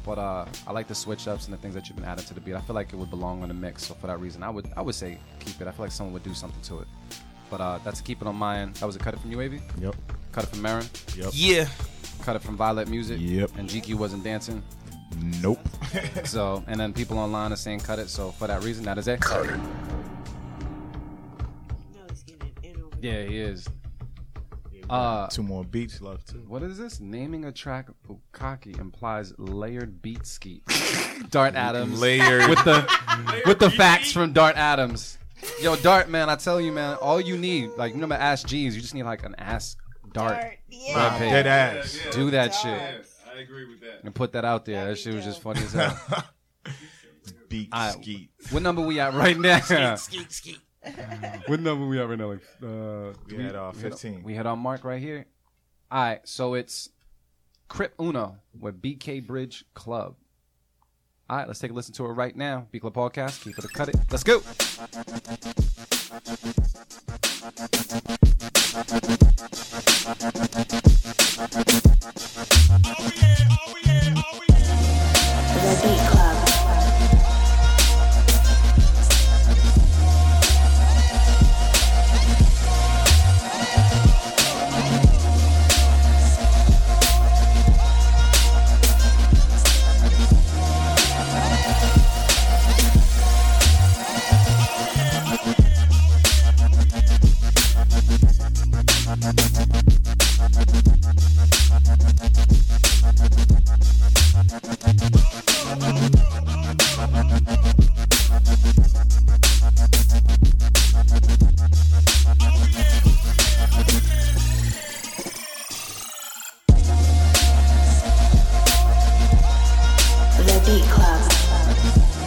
but uh, I like the switch ups and the things that you've been adding to the beat. I feel like it would belong on the mix, so for that reason, I would I would say keep it. I feel like someone would do something to it. But uh, that's a keep it on my end. That was a cut it from you, AB?
Yep.
Cut it from Marin?
Yep.
Yeah. Cut it from Violet Music?
Yep.
And GQ wasn't dancing?
Nope.
so, and then people online are saying cut it. So for that reason, that is it. Cut it. Yeah, he is. Uh,
Two more beats left too.
what is this? Naming a track Bukaki implies layered beat skeet. Dart Adams.
Layered-
with the
Layered
with the
beat
facts
skeet?
from Dart Adams. Yo, Dart man, I tell you man, all you need like you know my ass G's, you just need like an ass Dart.
Dart, yeah.
Dart page.
Dead ass. Yeah, yeah.
Do that
Dart.
shit.
I agree with that.
And put that out there. That shit was just funny as hell.
Beat
skeet. What number we at right now?
Skeet, skeet, skeet.
what number we at right now? Like, uh,
We had, uh, 15.
We had our mark right here. All right, so it's Crip Uno with BK Bridge Club. All right, let's take a listen to it right now. B Club Podcast, keep it or cut it. Let's go.
The Beat Club.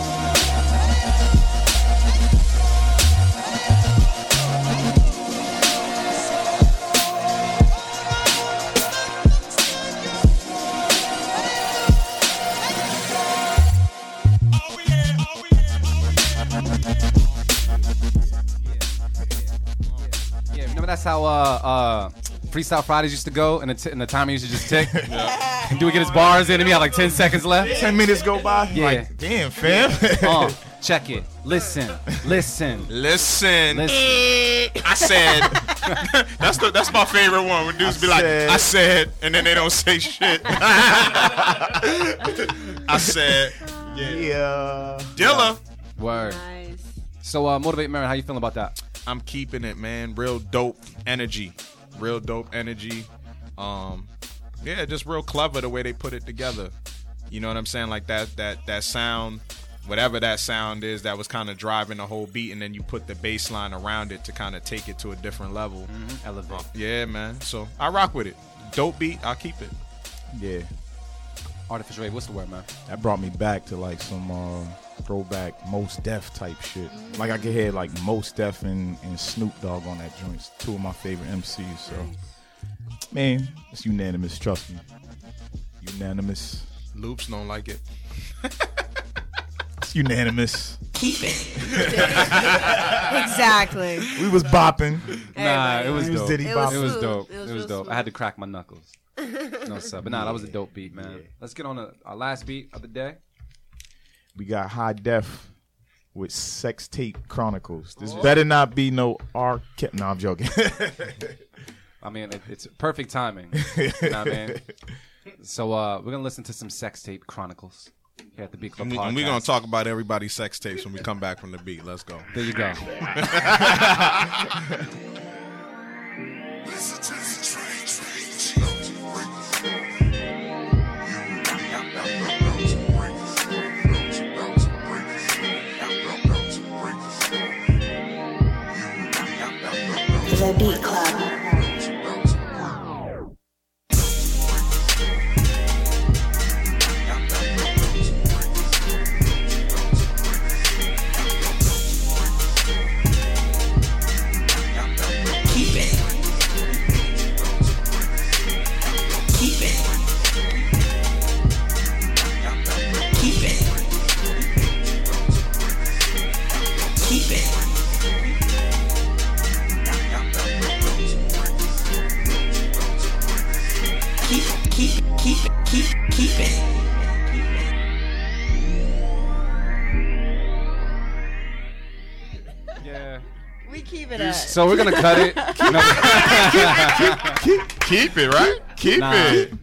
Yeah, remember that's how uh, uh, Freestyle Fridays used to go, and the, t- and the timer used to just tick. And do we get his bars in, and he had like ten seconds left.
Ten minutes go by.
Yeah.
Like, damn, fam.
uh, check it. Listen. Listen.
Listen.
Listen.
I said that's the that's my favorite one when dudes be like I said and then they don't say shit. I said yeah. Dilla.
Word. So uh, motivate Marin, how you feeling about that?
I'm keeping it, man. Real dope energy. Real dope energy. Um yeah, just real clever the way they put it together. You know what I'm saying? Like that that that sound, whatever that sound is, that was kind of driving the whole beat, and then you put the bass line around it to kind of take it to a different level.
Mm-hmm. Elevate.
Yeah, man. So I rock with it. Dope beat. I'll keep it.
Yeah.
Artificial wave. What's the word, man?
That brought me back to like some uh, throwback most deaf type shit. Like I could hear like most deaf and, and Snoop Dogg on that joint. It's two of my favorite MCs. So man, it's unanimous. Trust me, unanimous.
Loops don't like it.
It's unanimous.
Keep it. exactly.
We was bopping.
Nah, it was
We was
dope.
Diddy
it,
bopping.
was dope. It was,
real
dope. I had to crack my knuckles. No sub, but nah, that was a
Yeah.
dope beat, man. Let's get on a, our last beat of the day.
We got high def with sex tape chronicles. This
Oh.
better not be no R. Ke- No, I'm joking.
I mean, it, it's perfect timing. you know what I mean? So uh, we're gonna listen to some sex tape chronicles here at the Beat Club
And, we,
Podcast.
are gonna talk about everybody's sex tapes when we come back from the beat. Let's go.
There you go.
The Beat Club.
Keep it. Keep it. Keep it. Keep it. Keep, keep, keep, it, keep, keep it.
Yeah.
We keep it up.
So we're gonna cut it.
keep, it, right? Keep
Nah.
it.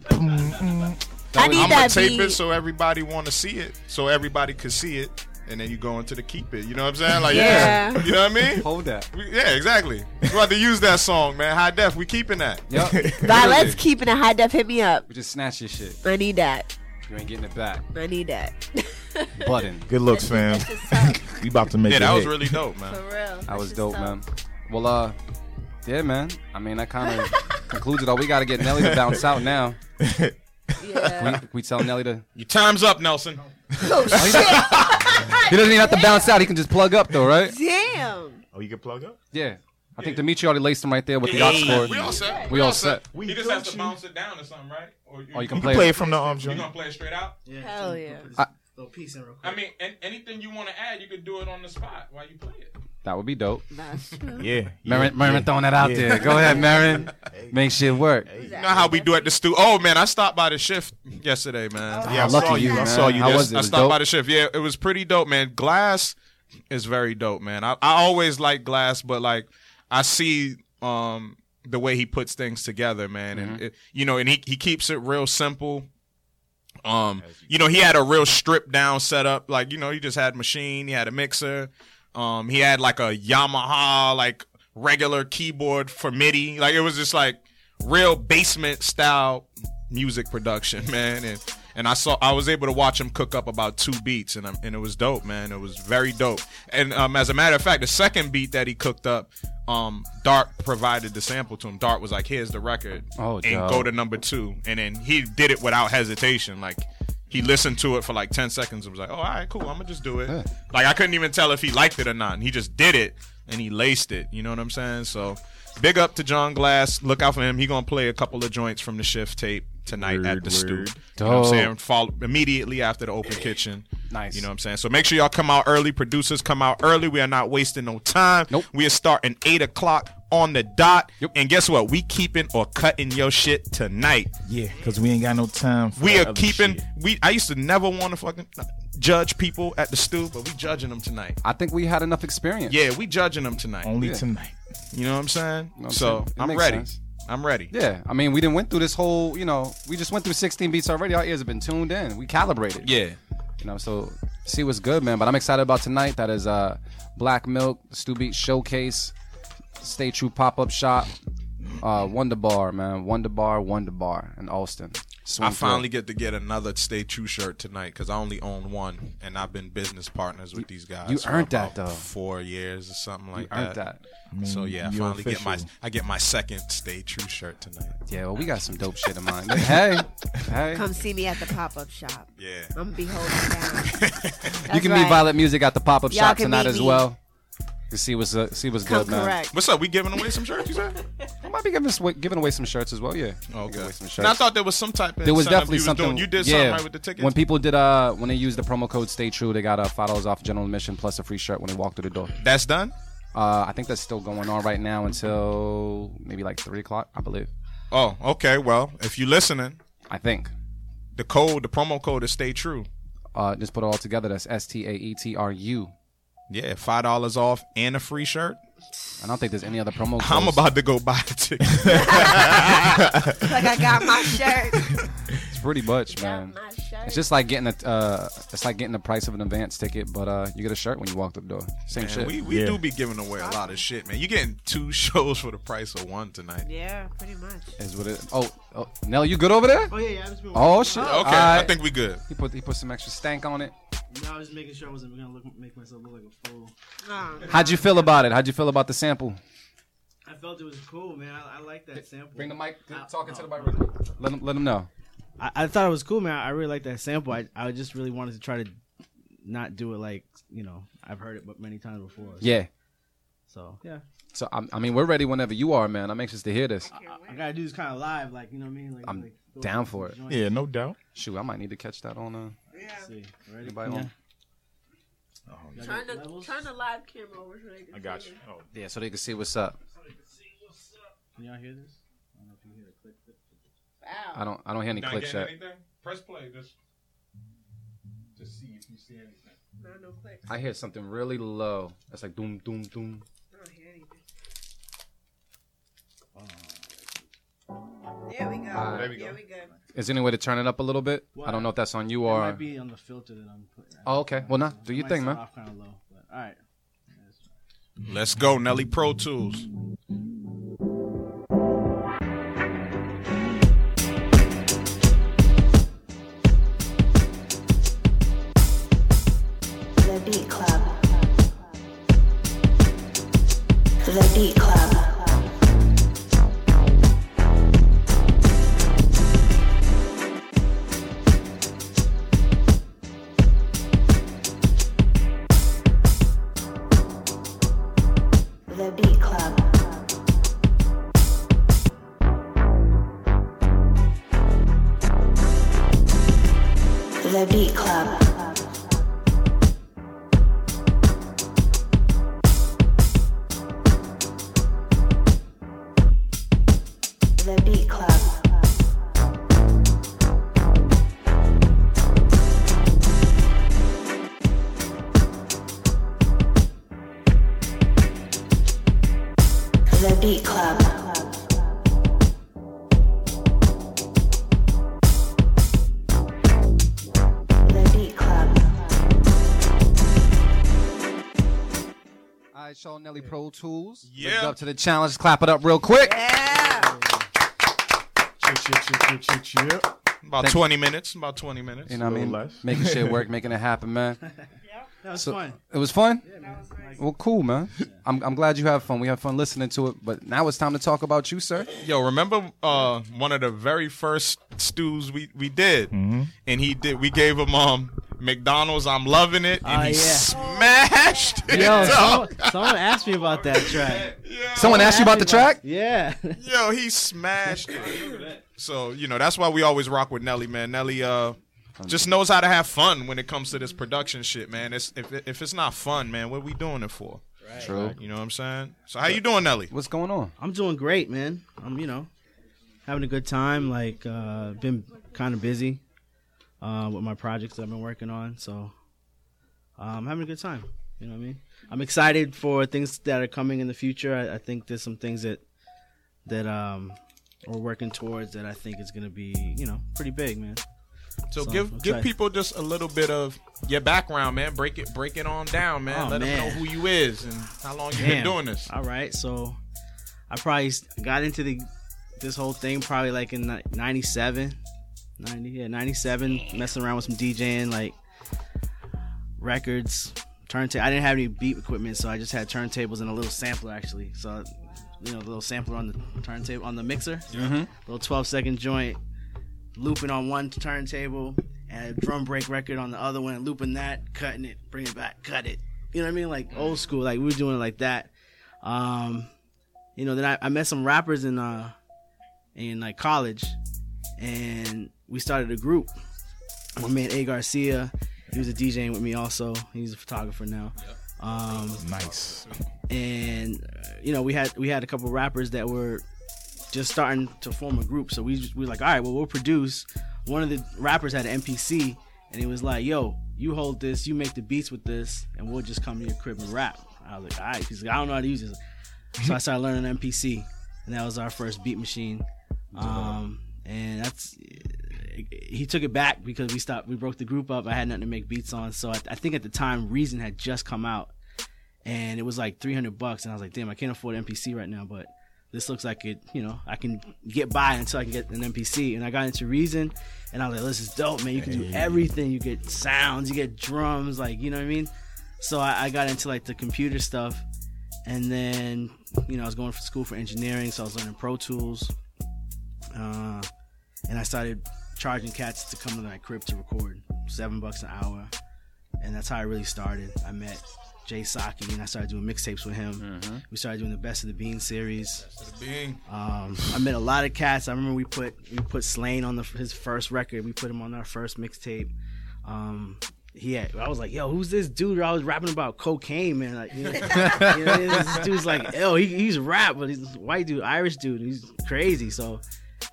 I need
am
that
tape
beat.
it so everybody want to see it, so everybody could see it, and then you go into the keep it. You know what I'm saying? Like yeah,
Yeah.
you know what I mean?
Hold that.
We- yeah, exactly. We're about to use that song, man. High def, we keeping that.
Yep.
Nah, let's keep it. a High def, hit me up.
We just snatch your shit.
I need that.
You ain't getting it back.
I need that.
Button.
Good looks, fam. we about to make
Yeah,
it
that was
hit.
really dope, man.
real.
That was dope, man. Well, uh, yeah, man. I mean, that kind of concludes it all. We got to get Nelly to bounce out now.
Yeah.
We, we tell Nelly to.
Your time's up, Nelson.
Oh shit!
He doesn't even have to bounce out. He can just plug up, though, right?
Damn.
Oh, you can plug up.
Yeah. I think Dimitri already laced him right there with the
Yeah.
ox cord.
We all set.
We all set.
He just has to bounce it down or something, right? Or you,
Oh, you can
You
play,
can play
it.
it from the arm
you
joint.
gonna play it straight out?
Yeah.
Hell yeah.
I-
Little piece in real quick.
I mean, an- anything you want to add, you could do it on the spot while you play it.
That would be dope.
That's true.
Yeah.
Marin, Marin throwing that out
Yeah.
there. Go ahead, Marin. Make shit work.
You know how we do at the stu? Oh man, I stopped by the shift yesterday, man.
Oh,
yeah, I
lucky
saw
you,
you. I
man.
saw you.
How
Yes,
was it?
I
Was it
stopped by
dope?
the shift. Yeah, it was pretty dope, man. Glass is very dope, man. I, I always like Glass, but like I see um the way he puts things together, man,
Mm-hmm.
and it, you know, and he he keeps it real simple. Um, you know, he had a real stripped down setup. Like, you know, he just had machine, he had a mixer. Um, he had like a Yamaha, like regular keyboard for MIDI. Like it was just like real basement style music production, man. And and I saw I was able to watch him cook up about two beats, and i and it was dope, man. It was very dope. And um, as a matter of fact, the second beat that he cooked up, um, Dart provided the sample to him. Dart was like, "Here's the record,
Oh,
and
dope.
go to number two. And then he did it without hesitation. Like he listened to it for like ten seconds and was like, "Oh, all right, cool. I'm gonna just do it." Like I couldn't even tell if he liked it or not. He just did it and he laced it. You know what I'm saying? So big up to John Glass. Look out for him. He gonna play a couple of joints from the shift tape tonight at the stew.
word.
You know what I'm
Dope.
saying? Follow immediately after the open kitchen.
Nice.
You know what I'm saying? So make sure y'all come out early. Producers come out early. We are not wasting no time. Nope. We are starting eight o'clock on the dot. And guess what? We keeping or cutting your shit tonight.
Yeah, because we ain't got no time. For
We
that
are
other
keeping.
shit.
We I used to never want to fucking judge people at the stew, but we judging them tonight.
I think we had enough experience.
Yeah, we judging them tonight.
only
Yeah.
tonight.
You know what I'm saying?
know what I'm
so
saying? It
I'm
makes
ready.
sense.
I'm ready.
Yeah, I mean, we didn't went through this whole, you know, we just went through 16 beats already. Our ears have been tuned in. We calibrated.
Yeah.
You know, so see what's good, man. But I'm excited about tonight. That is uh Black Milk, Stu Beat Showcase, Stay True Pop Up Shop, uh Wonder Bar, man. Wonder Bar, Wonder Bar in Austin. Swing
I finally
through.
get to get another Stay True shirt tonight because I only own one, and I've been business partners with these guys.
you
for
earned that,
about
though.
Four years or something like
earned
that.
that.
So
Mm,
yeah, I
you're
finally get my
official.
I get my second Stay True shirt tonight.
Yeah, well, we got some dope shit in mind. Hey, hey.
Come see me at the pop up shop.
Yeah.
I'm gonna be holding down.
you
That's
can meet
right.
Violet Music at the pop up
Y'all
shop
can
tonight
meet
as
me.
well. You see what's uh, see what's
Come
good, man.
correct.
What's up? We giving away some shirts? You said?
I might be giving us- giving away some shirts as well. Yeah.
Oh, Okay.
Give away some shirts.
And I thought there was some type of
there was
incentive
definitely
you was
something.
doing. You did
yeah.
something right with the tickets.
When people did uh when they used the promo code Stay True, they got uh, five dollars off general admission plus a free shirt when they walked through the door.
That's done.
Uh, I think that's still going on right now until maybe like three o'clock, I believe.
Oh, okay. Well, if you listening,
I think
the code, the promo code is Stay True.
Uh, just put it all together. That's S T A E T R U.
Yeah, five dollars off and a free shirt.
I don't think there's any other promo. Codes.
I'm about to go buy a ticket.
like I got my shirt.
It's pretty much, man. It's just like getting a uh, it's like getting the price of an advance ticket, but uh, you get a shirt when you walk through the door. Same
Man,
shit.
We, we do be giving away a lot of shit, man. You getting two shows for the price of one tonight.
Yeah, pretty much.
Is what it. Oh, oh Nell, you good over there?
Oh, yeah, yeah, I just been
Oh
watching.
shit.
Okay,
All
I think we good.
He put he put some extra stank on it.
No, I was making sure I wasn't gonna look, make myself look like a fool.
How'd you feel about it? How'd you feel about the sample?
I felt it was cool, man. I, I like that sample.
Bring the mic. Talking to the mic. Let him let him know.
I, I thought it was cool, man. I really like that sample. I, I just really wanted to try to not do it like you know I've heard it but many times before.
Yeah.
So yeah,
So I, I mean, we're ready whenever you are, man. I'm anxious to hear this.
I gotta do this kind of live, like you know what I mean. Like
I'm
like, throw
down
some
for it.
joint.
no doubt.
Shoot, I might need to catch that on. Uh,
Let's see. Ready?
anybody
Yeah.
on?
Turn the, turn the live camera over so they can
I got
see
you.
it.
Oh.
Yeah, so they can see what's up.
Can y'all hear this? I don't know if you hear a click. click.
I don't I don't hear any
Not
clicks
getting
yet.
anything? Press play just to see if you see anything.
Not no click.
I hear something really low. That's like doom doom doom.
I don't hear anything.
There we go.
Alright. There we
Yeah,
go.
we good.
Is there any way to turn it up a little bit? I don't know if that's on you or.
It might be on the filter that I'm putting.
Oh, okay. Well, nah. Do
It
your
might
thing, man.
start Off kind of low, but all right.
Let's go, Nelly Pro Tools.
The Beat Club. The Beat Club. The Beat Club. The Beat Club. The Beat Club. The Beat Club. The Beat Club.
All right, Sean Nelly Pro Tools.
Yeah.
Big up to the challenge. Clap it up real quick.
About
Thank-
20 minutes. About 20 minutes.
You know what I mean? Making shit work, making it happen, man.
That was
So-
fun.
It was fun? Well, cool, man. I'm, I'm glad you have fun. We have fun listening to it, but now it's time to talk about you, sir.
Yo, remember uh, one of the very first stews we, we did, and he did. We gave him um McDonald's. I'm loving it, and
Ah,
he
yeah.
smashed it.
Yo,
dog.
someone, someone asked me about that track.
Someone asked you about the track?
Yeah.
Yo, he smashed it. So you know that's why we always rock with Nelly, man. Nelly uh, just knows how to have fun when it comes to this production shit, man. It's, if if it's not fun, man, what we doing it for?
True.
You know what I'm saying? So how you doing, Nelly?
What's going on?
I'm doing great, man. I'm, you know, having a good time. Like, uh, been kind of busy uh, with my projects that I've been working on. So, uh, I'm having a good time. You know what I mean? I'm excited for things that are coming in the future. I, I think there's some things that that um we're working towards that I think is gonna be, you know, pretty big, man.
So,
So,
give
I'm
give
excited.
people just a little bit of your background, man. Break it break it on down, man.
Oh,
Let
man.
them know who you is and how long you been
Damn.
doing this.
All right, so I probably s- got into the this whole thing probably like in ni- '97, 90, yeah, 97, messing around with some DJing, like records, turntable. I didn't have any beat equipment, so I just had turntables and a little sampler actually. So, you know, a little sampler on the turntable, on the mixer,
Mm-hmm.
Mhm.
little 12 second joint, looping on one turntable, and a drum break record on the other one, looping that, cutting it, bring it back, cut it. You know what I mean? Like old school, like we were doing it like that. Um, you know, then I, I met some rappers in uh in like college and we started a group. My man A Garcia, he was a DJing with me also. He's a photographer now. Um,
nice.
And uh, you know we had we had a couple rappers that were just starting to form a group. So we just, we were like, all right, well we'll produce. One of the rappers had an MPC, and he was like, yo, you hold this, you make the beats with this, and we'll just come to your crib and rap. I was like, all right, he's like, I don't know how to use this. So I started learning MPC, and that was our first beat machine. Um, and that's he took it back because we stopped, we broke the group up. I had nothing to make beats on, so I, I think at the time Reason had just come out, and it was like three hundred bucks, and I was like, damn, I can't afford MPC right now, but this looks like it, you know, I can get by until I can get an MPC. And I got into Reason, and I was like, this is dope, man. You can do everything. You get sounds, you get drums, like you know what I mean. So I, I got into like the computer stuff, and then you know I was going for school for engineering, so I was learning Pro Tools, uh, and I started charging cats to come to my crib to record, seven bucks an hour, and that's how I really started. I met Jay Saki, and I started doing mixtapes with him. We started doing the Best of the Bean series.
Being
Um, I met a lot of cats. I remember we put we put Slane on the, his first record. We put him on our first mixtape. Um, he had, I was like, yo, who's this dude? I was rapping about cocaine, man. Like, you know, you know, this dude's like, yo, he, he's rap, but he's a white dude, Irish dude. He's crazy. So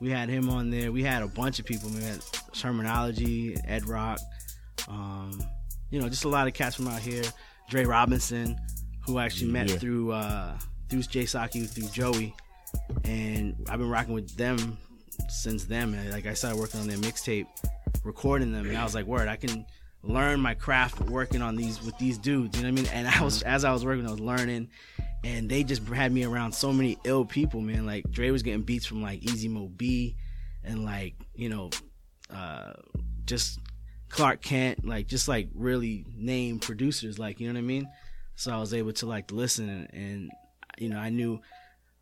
we had him on there. We had a bunch of people. We had Terminology, Ed Rock, um, you know, just a lot of cats from out here. Dre Robinson, who I actually met
Yeah.
through uh, through Jay Saki, through Joey and I've been rocking with them since then. And like I started working on their mixtape, recording them, and I was like, "Word, I can learn my craft working on these with these dudes." You know what I mean? And I was as I was working, I was learning, and they just had me around so many ill people, man. Like Dre was getting beats from like Easy Mo B, and like you know, uh, just Clark Kent, like just like really name producers, like you know what I mean. So I was able to like listen and, and you know I knew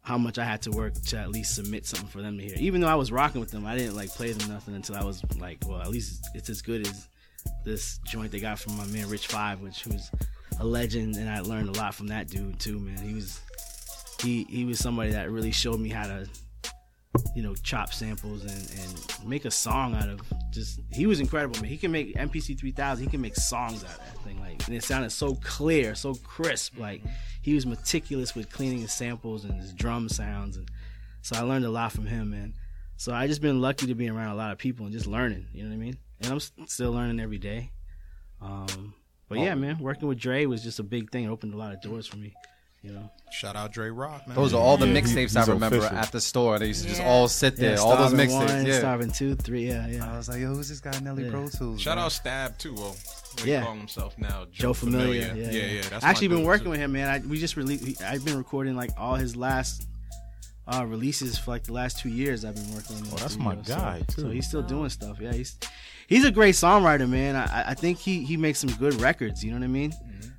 how much I had to work to at least submit something for them to hear. Even though I was rocking with them, I didn't like play them nothing until I was like, well, at least it's as good as this joint they got from my man Rich Five, which was a legend, and I learned a lot from that dude too, man. He was he he was somebody that really showed me how to you know chop samples and and make a song out of just he was incredible man he can make mpc 3000 he can make songs out of that thing like and it sounded so clear so crisp
Mm-hmm.
like he was meticulous with cleaning his samples and his drum sounds and so i learned a lot from him man so i just been lucky to be around a lot of people and just learning you know what i mean and i'm s- still learning every day um but
Oh.
yeah man working with dre was just a big thing it opened a lot of doors for me you know
Shout out Dre Rock, man.
Those are all the
Yeah.
mixtapes I
He's
remember
official.
at the store. They used to just all sit there, all those
Starvin'
mixtapes.
One,
Yeah.
Starvin' two, three, yeah, yeah.
I was like, yo, who's this guy, Nelly
Yeah.
Pro Tools?
Shout
man?
out Stab too. Well, what
yeah.
he calling himself now
Joe, Familia.
Yeah, yeah. that's
I actually
my
been
dude,
working
too.
with him, man. I, we just released. we- I've been recording like all his last uh, releases for like the last two years. I've been working. with him
Oh,
in
that's
the
my
studio,
guy,
So,
too.
so he's still doing stuff. Yeah, he's he's a great songwriter, man. I, I- I think he he makes some good records. You know what I mean?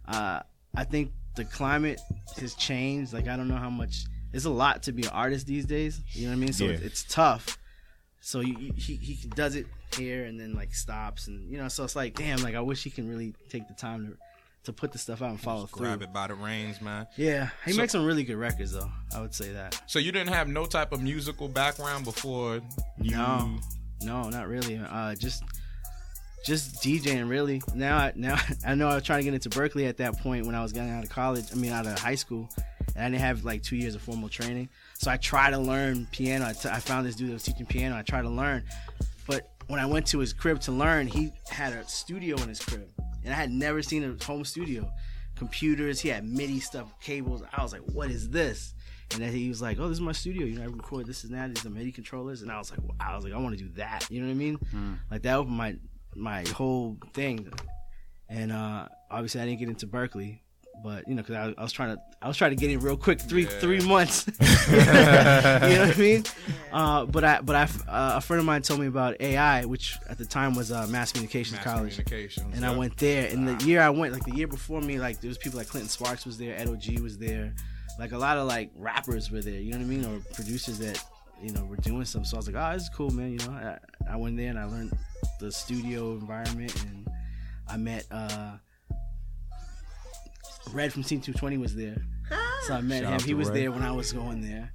Uh, I think the climate has changed. Like I don't know how much. It's a lot to be an artist these days. You know what I mean? So
Yeah.
it's, it's tough. So you, you, he he does it here and then like stops and you know so it's like damn like I wish he can really take the time to to put the stuff out and follow through.
Grab it by the reins, man.
Yeah, he
So-
makes some really good records though. I would say that.
So you didn't have no type of musical background before. You...
No, no, not really. Uh, just just DJing really. Now, I, now I know I was trying to get into Berkeley at that point when I was getting out of college. I mean, out of high school, and I didn't have like two years of formal training. So I tried to learn piano. I, t- I found this dude that was teaching piano. I tried to learn, but when I went to his crib to learn, he had a studio in his crib, and I had never seen a home studio. Computers, he had MIDI stuff, cables. I was like, "What is this?" And then he was like, "Oh, this is my studio. You know, I record this and that. These are MIDI controllers." And I was like, wow. "I was like, I want to do that." You know what I mean? Like that opened my my whole thing. And uh, obviously, I didn't get into Berkeley, but you know, because I, I was trying to I was trying to get in real quick, three
Yeah.
three months. you know what I mean? Uh, but I, but I, uh, a friend of mine told me about AI, which at the time was uh, Mass Communications
Mass
College.
Communications,
and I
yeah. Ah.
went there. And the year I went, like the year before me, like there was people like Clinton Sparks was there, Ed OG was there, like a lot of like rappers were there. You know what I mean? Or producers that you know were doing stuff. So I was like, oh, this is cool, man. You know, I, I went there and I learned the studio environment, and I met uh, Red from Team 220 was there. So I met
Shout out
him. He
to
was
Red.
there when I was going there.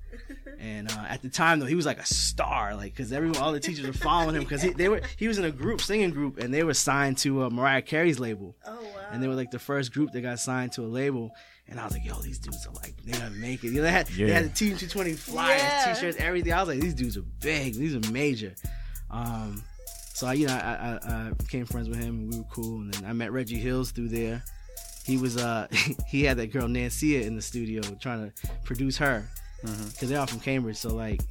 And uh, at the time though, he was like a star, like because everyone, all the teachers were following him because he they were he was in a group, singing group, and they were signed to uh, Mariah Carey's label. Oh wow! And they were like the first group that got signed to a label. And I was like, yo, these dudes are like, they're gonna make it. You know, they had they
Yeah.
had the Team 220 flyers,
Yeah.
t-shirts, everything. I was like, these dudes are big, these are major. Um, so I, you know, I, I, I became friends with him, and we were cool. And then I met Reggie Hills through there. He was uh, he had that girl Nancia in the studio trying to produce her, because they're all from Cambridge. So like,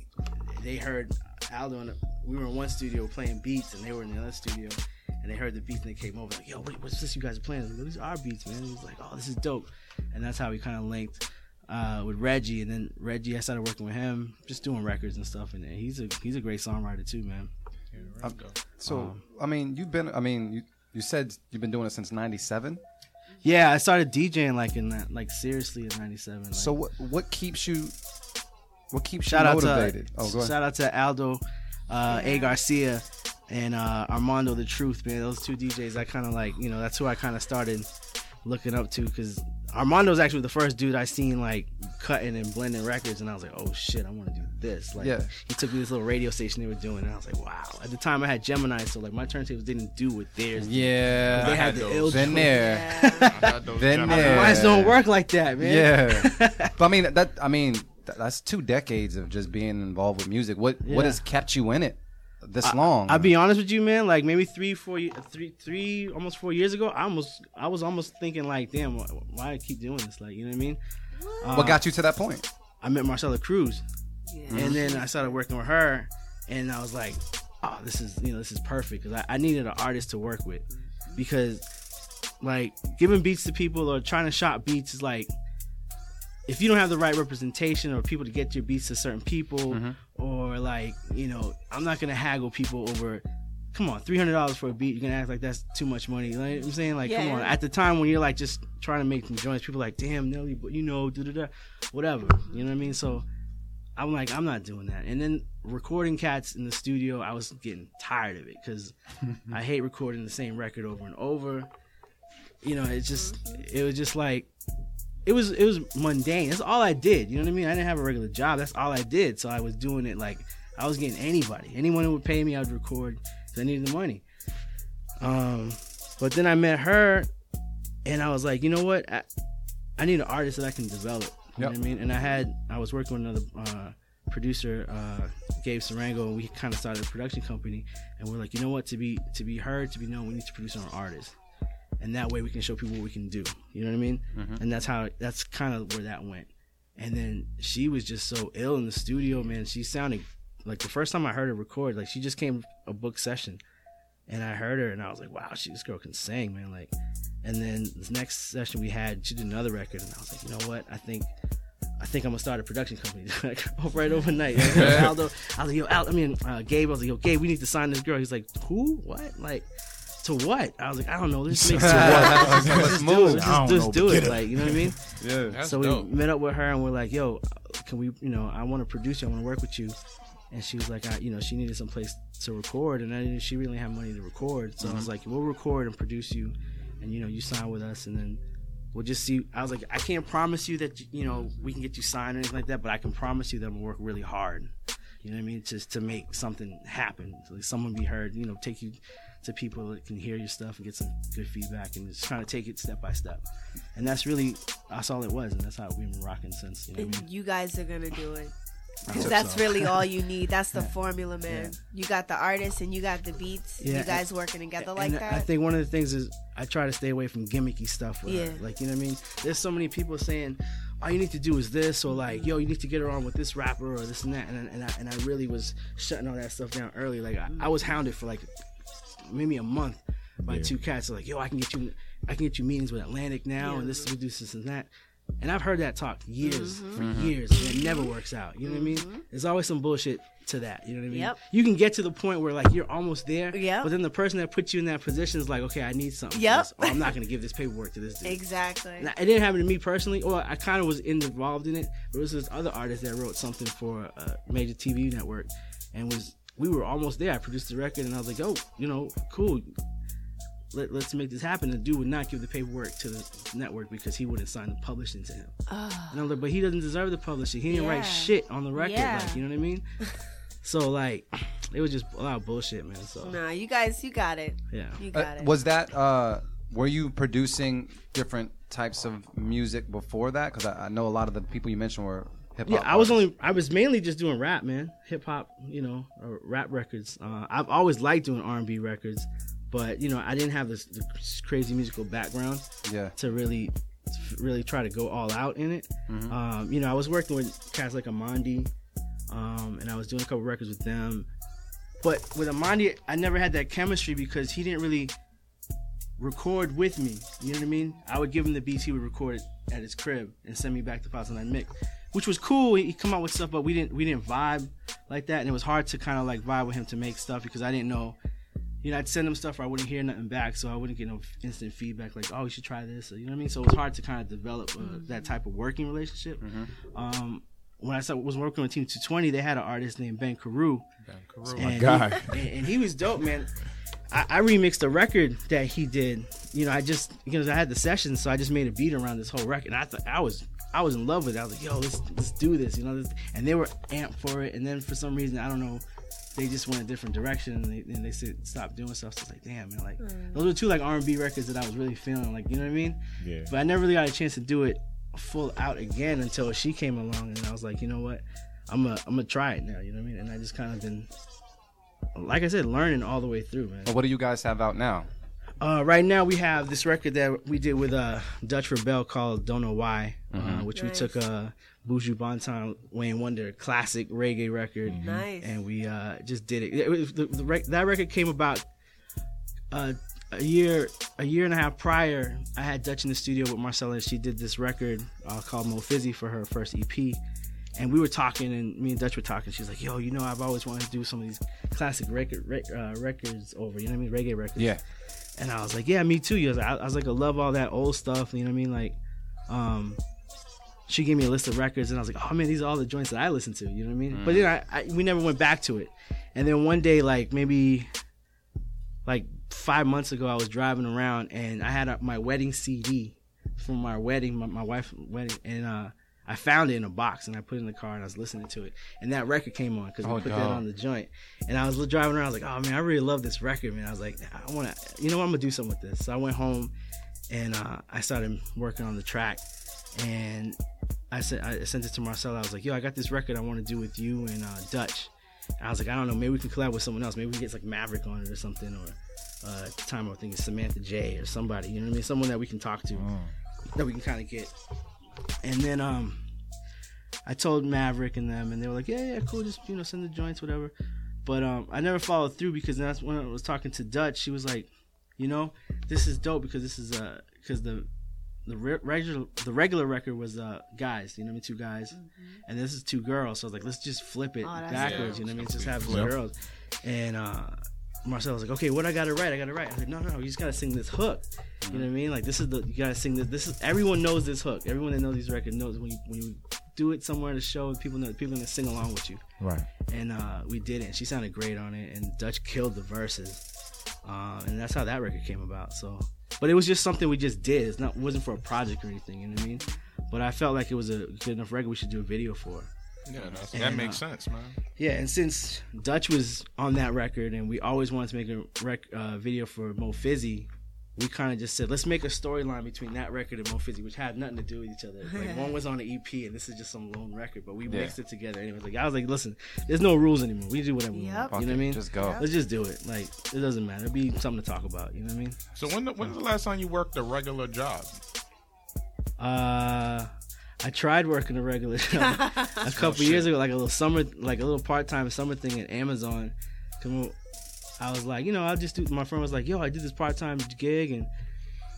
they heard Aldo and we were in one studio playing beats, and they were in the other studio, and they heard the beats and they came over like, yo, what, what's this you guys are playing? I was like, These are our beats, man. He was like, oh, this is dope, and that's how we kind of linked. Uh, with Reggie, and then Reggie, I started working with him, just doing records and stuff, and he's a he's a great songwriter too, man.
So,
Um,
I mean, you've been, I mean, you, you said you've been doing it since 97.
Yeah, I started DJing like in that, like seriously in '97. Like,
So what, what keeps you, what keeps
shout
you
out
motivated?
to
oh, go ahead.
shout out to Aldo, uh, A Garcia, and uh, Armando the Truth, man. Those two DJs, I kind of like, you know, that's who I kind of started looking up to because Armando's actually the first dude I seen like cutting and blending records, and I was like, oh shit, I want to do this. Like,
Yeah.
he took me to this little radio station they were doing, and I was like, wow. At the time, I had Gemini, so like my turntables didn't do what theirs. did.
Yeah,
'Cause they
I
had,
had
the
those.
ill.
Been there. I had those Been
I was like,
there.
Mine don't work like that, man.
Yeah, but I mean that. I mean th- that's two decades of just being involved with music. What
Yeah.
what has kept you in it this
I-
long?
I'll be honest with you, man. Like maybe three, four, ye- three, three, almost four years ago, I almost, I was almost thinking like, damn, why, why I keep doing this? Like, you know what I mean?
What got you to that point?
I met Marcella Cruz,
Mhm.
and then I started working with her, and I was like, oh, this is, you know, this is perfect because I, I needed an artist to work with because, like, giving beats to people or trying to shop beats is like. If you don't have the right representation or people to get your beats to certain people, or like you know i'm not gonna haggle people over come on $300 for a beat you're gonna act like that's too much money like you know what i'm saying like come
Yeah.
on at the time when you're like just trying to make some joints people are like damn nelly but you know da da da whatever you know what i mean so i'm like i'm not doing that and then recording cats in the studio i was getting tired of it because i hate recording the same record over and over you know it's just it was just like it was it was mundane. That's all I did. You know what I mean? I didn't have a regular job. That's all I did. So I was doing it like I was getting anybody, anyone who would pay me, I would record. 'cause I needed the money. Um, but then I met her, and I was like, you know what? I, I need an artist that I can develop. You know what I mean? And I had I was working with another uh, producer, uh, Gabe Sarango, and we kind of started a production company. And we're like, you know what? To be to be heard, to be known, we need to produce our own artist. And that way we can show people what we can do. You know what I mean?
Mhm.
And that's how that's kind of where that went. And then she was just so ill in the studio, man. She sounded like the first time I heard her record, like she just came a book session and I heard her, and I was like, "Wow, she this girl can sing, man!" Like, and then the next session we had, she did another record, and I was like, "You know what? I think, I think I'm gonna start a production company like right overnight." Like, Aldo, I was like, "Yo, Al, I mean, uh, Gabe," I was like, "Yo, Gabe, we need to sign this girl." He's like, "Who? What? Like." To what? I was like, I don't know. This makes to what? Let's just do it.
Move.
Let's
I don't
just, just
know,
do
but
it.
get it.
Like, you know what I mean?
Yeah. That's
so we
dope.
met up with her and we're like, yo, can we, you know, I want to produce you, I want to work with you. And she was like, I, you know, she needed some place to record and I didn't, she really didn't have money to record. So I was
Mhm.
like, we'll record and produce you and, you know, you sign with us and then we'll just see. I was like, I can't promise you that, you know, we can get you signed or anything like that, but I can promise you that I'm going to work really hard. You know what I mean? Just to make something happen, so like someone be heard. You know, take you to people that can hear your stuff and get some good feedback, and just kind of take it step by step. And that's really that's all it was, and that's how we've been rocking since. You know what I mean?
You guys are gonna do it.
Mm-hmm. I
Because
hope
that's
so.
really all you need. That's the
Yeah.
formula, man. You got the artists and you got the beats.
Yeah,
You
and-
guys working together like
And I-
that.
I think one of the things is I try to stay away from gimmicky stuff with her.
Yeah.
Like you know what I mean? There's so many people saying, all you need to do is this, or like, yo, you need to get her on with this rapper or this and that. And I- and I, and I really was shutting all that stuff down early. Like I, I was hounded for like maybe a month by
Yeah.
two cats. They're like, yo, I can get you, I can get you meetings with Atlantic now,
Yeah.
and this we do this and that. And I've heard that talk years
Mhm.
for
Mhm.
years, and it never works out. You know what I mean? There's always some bullshit to that. You know what I mean?
Mm-hmm. Yep.
You can get to the point where like you're almost there,
Yep.
but then the person that put you in that position is like, okay, I need something. for
Yep.
this, or I'm not gonna give this paperwork to this dude.
Exactly.
And it didn't happen to me personally, or I kind of was involved in it. There was this other artist that wrote something for a major TV network, and was we were almost there. I produced the record, and I was like, "Oh, you know, cool. Let, let's make this happen." The dude would not give the paperwork to the network because he wouldn't sign the publishing to him.
Oh.
And I'm like, "But he doesn't deserve the publishing. He didn't
Yeah.
write shit on the record.
Yeah.
Like, you know what I mean?" so like, it was just a lot of bullshit, man. So
Nah, you guys, you got it.
Yeah.
You
Uh,
got it.
was that uh, were you producing different types of music before that? Because I, I know a lot of the people you mentioned were hip
Yeah,
hop.
I was only I was mainly just doing rap, man, hip hop, you know, or rap records. Uh, I've always liked doing R and B records, but you know, I didn't have this, this crazy musical background
Yeah.
to really really try to go all out in it.
Mhm.
Um, you know, I was working with cats like Amandi, um, and I was doing a couple records with them. But with Amandi, I never had that chemistry because he didn't really record with me. You know what I mean? I would give him the beats, he would record it at his crib and send me back the files and I mix, which was cool. He he'd come out with stuff, but we didn't we didn't vibe like that, and it was hard to kind of like vibe with him to make stuff because I didn't know. You know, I'd send him stuff, or I wouldn't hear nothing back, so I wouldn't get no instant feedback like, "Oh, you should try this," or you know what I mean. So it was hard to kind of develop uh,
Mm-hmm.
that type of working relationship. Um, when I started, was working with Team 220, they had an artist named Ben Carew.
Ben Carew.
And
My
he-
guy.
and, and he was dope, man. I, I remixed a record that he did. You know, I just you know I had the session, so I just made a beat around this whole record. And I thought I was I was in love with it. I was like, yo, let's let's do this, you know. This, and they were amped for it. And then for some reason, I don't know, they just went a different direction and they, and they said stop doing stuff. So it's like, damn, man, like
Mm.
those were two like R and B records that I was really feeling, like you know what I mean.
Yeah.
But I never really got a chance to do it full out again until she came along, and I was like, you know what, I'm a I'm gonna try it now. You know what I mean? And I just kind of been like I said, learning all the way through, man.
But what do you guys have out now?
Uh, right now, we have this record that we did with uh, Dutch Rebel called "Don't Know Why," uh,
Mhm.
which
Nice.
we took a Buju Banton, Wayne Wonder classic reggae record,
Nice.
and we uh, just did it. It was- the- the rec- that record came about uh, a year, a year and a half prior. I had Dutch in the studio with Marcella. and She did this record uh, called "Mo Fizzy" for her first EP. And we were talking, and me and Dutch were talking. She's like, "Yo, you know, I've always wanted to do some of these classic record rec- uh, records over. You know what I mean? Reggae records."
Yeah.
And I was like, yeah, me too. You know, I I was like, I love all that old stuff. You know what I mean? Like, um, she gave me a list of records, and I was like, oh man, these are all the joints that I listen to. You know what I mean? But
Mm.
then I, I we never went back to it. And then one day, like maybe like five months ago, I was driving around and I had a, my wedding CD from our wedding, my, my wife's wedding, and uh, I found it in a box and I put it in the car and I was listening to it. And that record came on because we
Oh,
put that
dope.
on the joint. And I was li- driving around, I was like, oh man, I really love this record, man. I was like, I want to, you know what, I'm going to do something with this. So I went home and uh, I started working on the track. And I sent, I sent it to Marcella. I was like, yo, I got this record I want to do with you and uh, Dutch. And I was like, I don't know, maybe we can collab with someone else. Maybe we can get like Maverick on it or something, or uh, at the time I think it's Samantha J or somebody. You know what I mean? Someone that we can talk to, that we can kind of get. And then um, I told Maverick and them, and they were like, yeah, yeah, cool, just you know, send the joints, whatever. But um, I never followed through because that's when I was talking to Dutch. She was like, you know, this is dope because this is uh, because the the re- regular the regular record was uh guys, you know what I mean, two guys, and this is two girls. So I was like, let's just flip it
Oh, that's
backwards,
dope.
you know what I mean,
Yeah.
just have
Yeah.
girls. And uh, Marcel was like, okay, what I gotta write? I gotta write. I was like, no, no, no, you just gotta sing this hook. You know what I mean? Like this is the you gotta sing this. This is everyone knows this hook. Everyone that knows these records knows when you when you do it somewhere in the show, people know people gonna sing along with you.
Right.
And uh, we did it. And she sounded great on it, and Dutch killed the verses. Um, and that's how that record came about. So, but it was just something we just did. It's not wasn't for a project or anything. You know what I mean? But I felt like it was a good enough record. We should do a video for.
Yeah, that's,
And,
that makes
uh,
sense, man.
Yeah, and since Dutch was on that record, and we always wanted to make a rec- uh, video for Mo Fizzy, we kind of just said, let's make a storyline between that record and Mo Fizzy, which had nothing to do with each other. Like one was on the EP, and this is just some lone record, but we
Yeah.
mixed it together. Anyways, like I was like, listen, there's no rules anymore. We do whatever we
Yep.
want.
Fuck
You know what I
it,
mean?
just go. Yep.
Let's just do it. Like it doesn't matter. It'll be something to talk about. You know what I mean?
So when the, when's the last time you worked a regular job?
Uh, I tried working a regular job a
Oh,
couple years ago, like a little summer, like a little part time summer thing at Amazon. 'Cause when- I was like, you know, I'll just do. My friend was like, yo, I did this part time gig and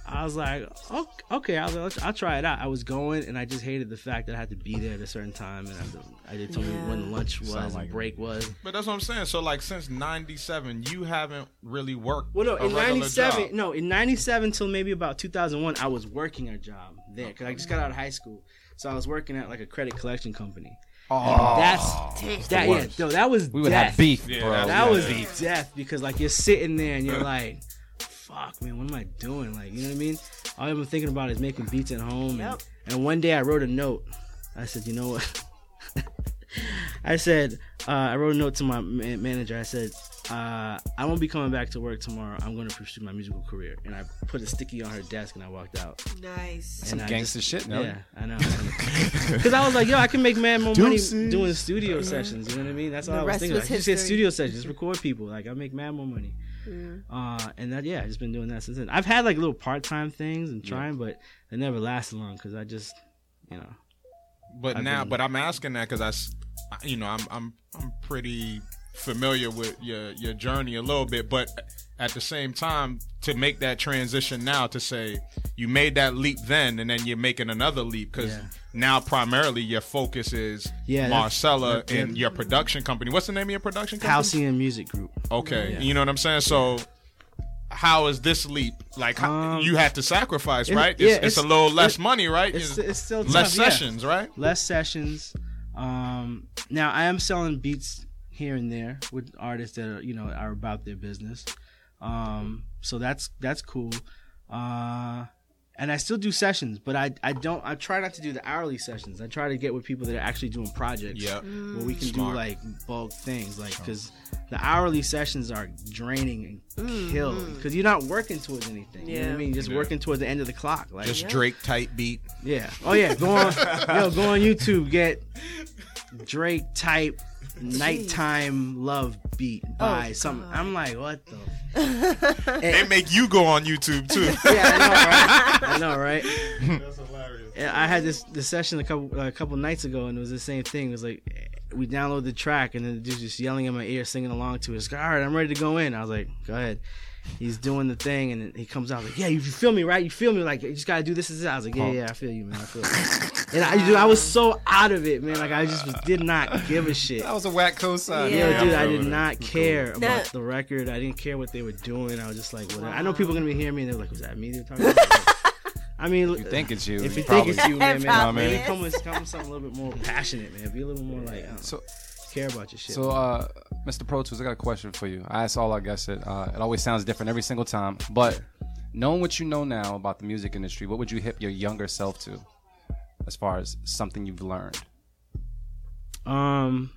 I was like, "Ok- okay, I was like, "Let's- I'll try it out. I was going, and I just hated the fact that I had to be there at a certain time, and I, just- I didn't tell
Yeah.
me when lunch was,
Sound
and
like-
break was.
But that's what I'm saying. So like since '97, you haven't really worked.
Well, no,
a
in
regular
'97,
job.
no, in '97 till maybe about 2001, I was working a job there because I just got out of high school, so I was working at like a credit collection company.
Oh,
And
Damn.
that's that. Yeah,
Worst.
no, that was
We would
death.
have beef, Yeah, bro. that's
That was
beef.
death because like you're sitting there and you're like, "Fuck, man, what am I doing?" Like, you know what I mean? All I'm thinking about is making beats at home.
Yep.
And, and one day I wrote a note. I said, "You know what?" I said, uh, I wrote a note to my ma- manager. I said, uh, I won't be coming back to work tomorrow. I'm going to pursue my musical career. And I put a sticky on her desk and I walked out.
Nice.
And
Some
I
gangster
shit, no?
Yeah, I know. Because I was like, yo, I can make mad more money
Deuces.
doing studio sessions. You know what I mean? That's all
The
I was
rest
thinking.
was
Like, just hit
history.
studio sessions, just record people. Like, I make mad more money. Uh, and that, yeah, I've just been doing that since then. I've had like little part time things and trying, but they never lasted long because I just, you know.
But
I've
now,
been-
but I'm asking that because I, s- I- you know, I'm I'm I'm pretty familiar with your your journey a little bit, but at the same time, to make that transition now to say you made that leap then, and then you're making another leap because
Yeah.
now primarily your focus is
Yeah, that's-
Marcella
that- that-
and your production company. What's the name of your production company?
Halcyon Music Group.
Okay,
Yeah.
you know what I'm saying. So. How is this leap? Like how, you had to sacrifice,
it's-
right?
Um, yeah,
It's, it's, a
it's-
little less
it's-
money, right?
It's, it's still
less
tough, yeah.
sessions, right?
Less sessions. Um, now I am selling beats here and there with artists that are you know are about their business. Um, so that's that's cool. Uh, and I still do sessions, but I I don't I try not to do the hourly sessions. I try to get with people that are actually doing projects.
Yep.
where we can do
Smart.
like bulk things, like because the hourly sessions are draining and kill
Mhm.
because you're not working towards anything. You know what
Yeah.
I mean? Just
Yeah.
working towards the end of the clock, like
Just Drake type beat.
yeah. Oh yeah. Go on. yo, go on YouTube. Get Drake type nighttime love beat by some. I'm like, what the?
they make you go on YouTube too.
I know, right? That's hilarious. I had this this session a couple a couple nights ago, and it was the same thing. It was like we downloaded the track, and then the dude's just yelling in my ear, singing along to it. It's like, all right, I'm ready to go in. I was like, go ahead. He's doing the thing, and then he comes out like, yeah, you feel me, right? You feel me? Like you just gotta do this. and this. I was like, yeah,
Pump.
yeah, I feel you, man. I feel. You. And I, dude, I was so out of it, man. Like I just was, did not give a shit.
That was a whack cosign.
Yeah,
Yeah.
dude,
Yeah,
I
I'm
did
feeling it.
not care
Cool.
about
Nah.
the record. I didn't care what they were doing. I was just like, whatever. I know people are gonna be hearing me and they're like, was that me they're talking about? I mean,
If you think it's you,
If
you
you think it's
probably-
you, man,
Probably
man, maybe
is.
come with, come with something a little bit more passionate, man. Be a little more like, I don't know, care about your shit.
So, uh, Mr. Pro Tools, I got a question for you. I ask all our guests it. Uh, it always sounds different every single time. But knowing what you know now about the music industry, what would you hip your younger self to as far as something you've learned?
Um,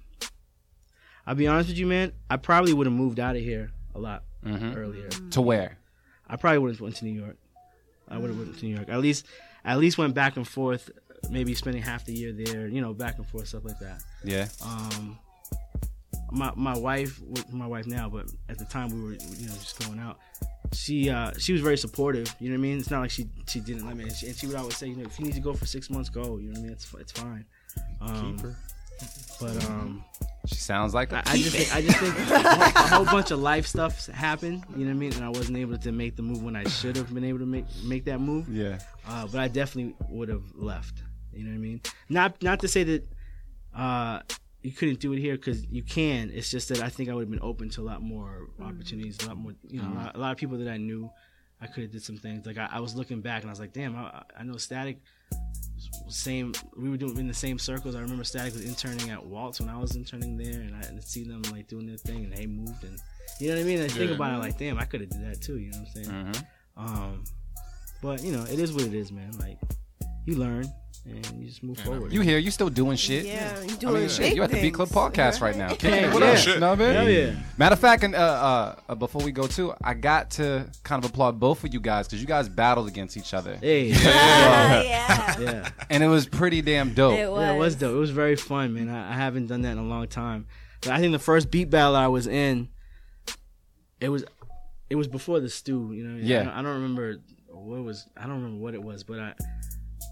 I'll be honest with you, man. I probably would have moved out of here a lot
Hmm?
Mhm.
earlier.
To where?
I probably would have went to New York. I would have went to New York. At least, at least went back and forth. Maybe spending half the year there. You know, back and forth stuff like that.
Yeah.
Um, my my wife, my wife now, but at the time we were, you know, just going out. She uh she was very supportive. You know what I mean? It's not like she she didn't let me. And she, and she would always say, you know, if you need to go for six months, go. You know what I mean? It's it's fine. Um,
Keep her.
But um.
She sounds like
I,
a
I just think, I just think a whole, a whole bunch of life stuff happened. You know what I mean? And I wasn't able to make the move when I should have been able to make make that move.
Yeah.
Uh, but I definitely would have left. You know what I mean? Not not to say that uh, you couldn't do it here because you can. It's just that I think I would have been open to a lot more opportunities, a lot more. You know, a, lot, a lot of people that I knew. I could have did some things. Like I, I was looking back and I was like, damn, I, I know Static. was Same, we were doing in the same circles. I remember Static was interning at Waltz when I was interning there, and I and see them like doing their thing, and they moved, and you know what I mean. I think
Yeah.
about it like, damn, I could have did that too. You know what I'm saying?
Mhm.
Um, but you know, it is what it is, man. Like you learn and you just move forward.
You here? You still doing shit?
Yeah, you
I mean,
doing
shit,
big
you at the B Club podcast right, now.
Yeah,
Kicking it up.
yeah.
Know what I mean?
Hell yeah.
Matter of fact, and uh, uh, uh, before we go too, I got to kind of applaud both of you guys because you guys battled against each other.
Hey.
Yeah.
Yeah. Yeah.
And it was pretty damn dope.
Yeah, it was dope. It was very fun, man. I, I haven't done that in a long time. But I think the first beat battle I was in, it was, it was before the stew. You know, I
Yeah.
don't, I don't remember what it was. I don't remember what it was, but I,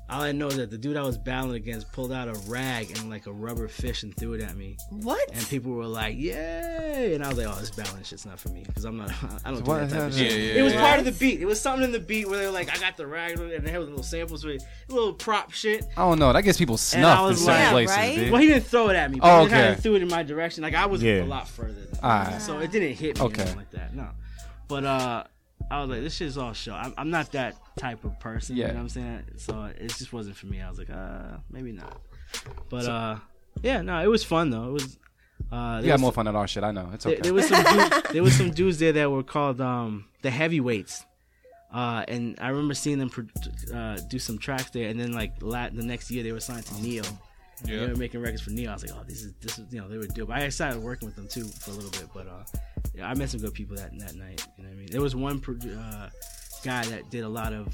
All I know is that the dude I was battling against pulled out a rag and like a rubber fish and threw it at me.
What?
And people were like, "Yay!" And I was like, "Oh, this battling shit's not for me because I'm not. I don't do
What
that type of
happened?
shit."
Yeah, yeah,
it was
yeah.
part of the beat. It was something in the beat where they were like, "I got the rag," and they had little samples with little prop shit.
I don't know. That gets people
And I
snuffed in
was
certain
like-
places. dude.
Well, he didn't throw it at me. But
Oh,
He kind
okay.
of threw it in my direction. Like I was
Yeah.
a lot further. Than
Alright.
So it didn't hit me
Okay.
or nothing like that. No. But uh, I was like, this shit's all show. I'm, I'm not that type of person.
Yeah.
You know what I'm saying? So it just wasn't for me. I was like, uh, maybe not. But
So-
uh, yeah, no, it was fun though. It was. Uh,
You had
there was-
more fun than our shit, I know. It's
there-
okay.
There, was some dude, there was some dudes there that were called um, the heavyweights. Uh, and I remember seeing them pro- uh, do some tracks there, and then like la- the next year they were signed to Neo. And
Yeah.
They were making records for Neo. I was like, oh, this is this is you know they were dope. I started working with them too for a little bit, but uh, yeah, I met some good people that that night. You know what I mean? There was one pro- uh, guy that did a lot of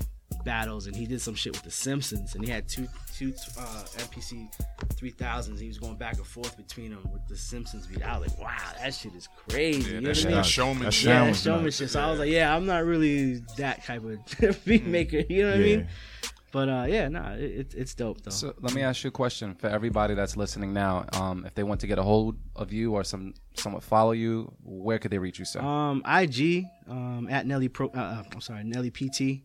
battles, and he did some shit with the Simpsons, and he had two two uh, MPC three thousands. He was going back and forth between them with the Simpsons beat. I was like, wow, that shit is crazy.
Yeah,
you
that
know what I
shit-
mean?
that showmanship.
Yeah,
That
that
showmanship.
showmanship. So I was like, yeah, I'm not really that type
Mm.
of beat maker. You know what
Yeah.
I mean? But uh, yeah, no, nah, it, it's- it's dope though.
So let me ask you a question for everybody that's listening now. Um, if they want to get a hold of you or some somewhat follow you, where could they reach you, sir?
Um, IG um, at Nelly Pro. Uh, uh, I'm sorry, Nelly PT.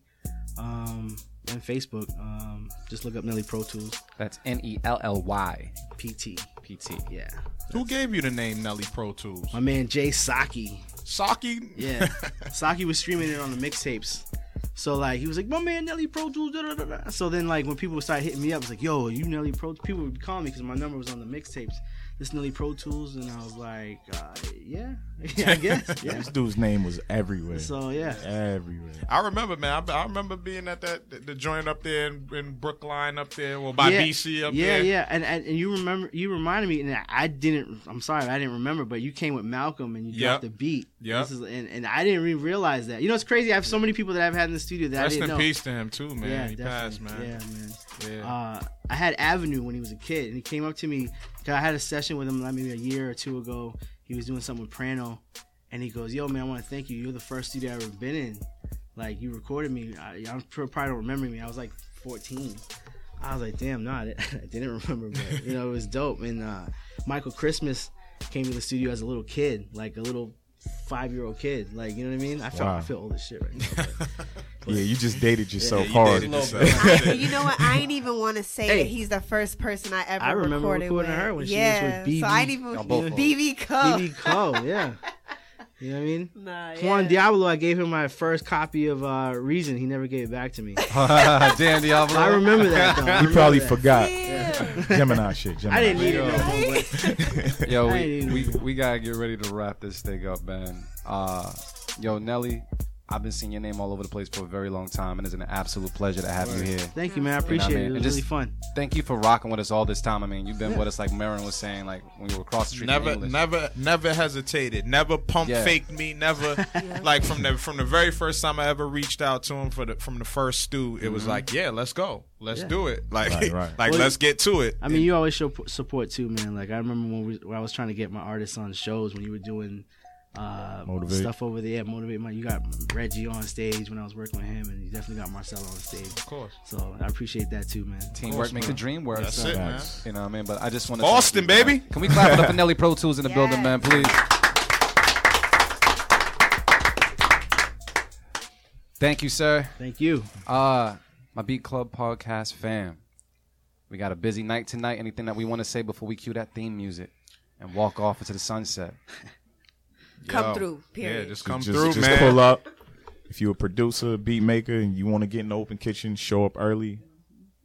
Um, and Facebook. Um, just look up Nelly Pro Tools.
That's N E L L Y
PT.
PT.
Yeah.
Who gave you the name Nelly Pro Tools?
My man Jay Saki.
Saki.
Yeah. Saki was streaming it on the mixtapes. So like he was like, my man Nelly Pro Tools. Da, da, da, da. So then like when people started hitting me up, I was like, yo, you Nelly Pro? People would call me because my number was on the mixtapes. This Nelly Pro Tools, and I was like, uh, yeah, yeah, I guess, yeah.
This dude's name was everywhere.
So, yeah.
everywhere.
I remember, man. I, I remember being at that the, the joint up there in, in Brookline, up there, well by BC, up
yeah,
there.
Yeah, yeah, and, and and you remember, you reminded me, and I- I didn't. I'm sorry, I didn't remember, but you came with Malcolm and you
Yep.
dropped the beat.
Yep.
This is- and, and I didn't even realize that. You know, it's crazy. I have so many people that I've had in the studio that
Rest
I
in
didn't know.
peace to him too, man.
Yeah,
he
definitely.
passed, man.
Yeah, man.
Yeah.
Uh, I had Avenue when he was a kid, and he came up to me. 'cause I had a session with him like maybe a year or two ago. He was doing something with Prano, and he goes, "Yo, man, I want to thank you. You're the first studio I've ever been in. Like, you recorded me. I, I'm pr- probably don't remember me. I was like 14. I was like, damn, nah, I di- I didn't remember, but you know, it was dope. And uh, Michael Christmas came to the studio as a little kid, like a little five-year-old kid. Like, you know what I mean? I felt I
Wow.
feel old as shit right now. but-
Yeah, you just dated yourself
you
hard.
dated yourself.
I, you know what? I ain't even want to say
Hey.
that he's the first person I ever
I remember
recorded
recording
with.
her when she was
yeah,
with BB.
so I ain't even
Y'all both old.
BB Co.
BB Co. Yeah. You know what I mean?
Nah,
Juan
yeah.
Diablo, I gave him my first copy of uh, Reason. He never gave it back to me.
Damn, Diablo.
I remember that. Though. I
He
remember
probably
that.
forgot.
Yeah.
Gemini shit. Gemini.
I didn't need
Yo.
it. No more, but-
yo,
I
we,
ain't
we, we gotta get ready to wrap this thing up, man. Uh, yo, Nelly, I've been seeing your name all over the place for a very long time, and it's an absolute pleasure to have you here.
Thank you, man. I
know what
appreciate it. It
And
was
just
really fun.
Thank you for rocking with us all this time. I mean, you've been
Yeah.
with us like Marin was saying, like when we were across the street.
Never,
from English.
never, never hesitated. Never pump
Yeah.
faked me. Never, like from the from the very first time I ever reached out to him for the from the first stew, it was
Mhm.
like, yeah, let's go, let's
Yeah.
do it, like,
Right, right.
like
Well,
let's get to it.
I mean, you always show p- support too, man. Like I remember when, we, when I was trying to get my artists on shows when you were doing uh,
Motivate.
stuff over there, motivate. My, you got Reggie on stage when I was working with him, and you definitely got Marcelo on stage. Of
course.
So I appreciate that too, man.
Teamwork makes the dream work.
That's
so,
it, man.
You know what I mean? But I just want to
Boston, baby.
Can we clap it up for Nelly Pro Tools in the building, man? Please. Thank you, sir.
Thank you.
Uh, my Beat Club podcast fam. We got a busy night tonight. Anything that we want to say before we cue that theme music and walk off into the sunset?
Come
Yo.
through, period.
Yeah, just come
just,
through,
just
man.
pull up. If you're a producer, beat maker, and you want to get in the open kitchen, show up early.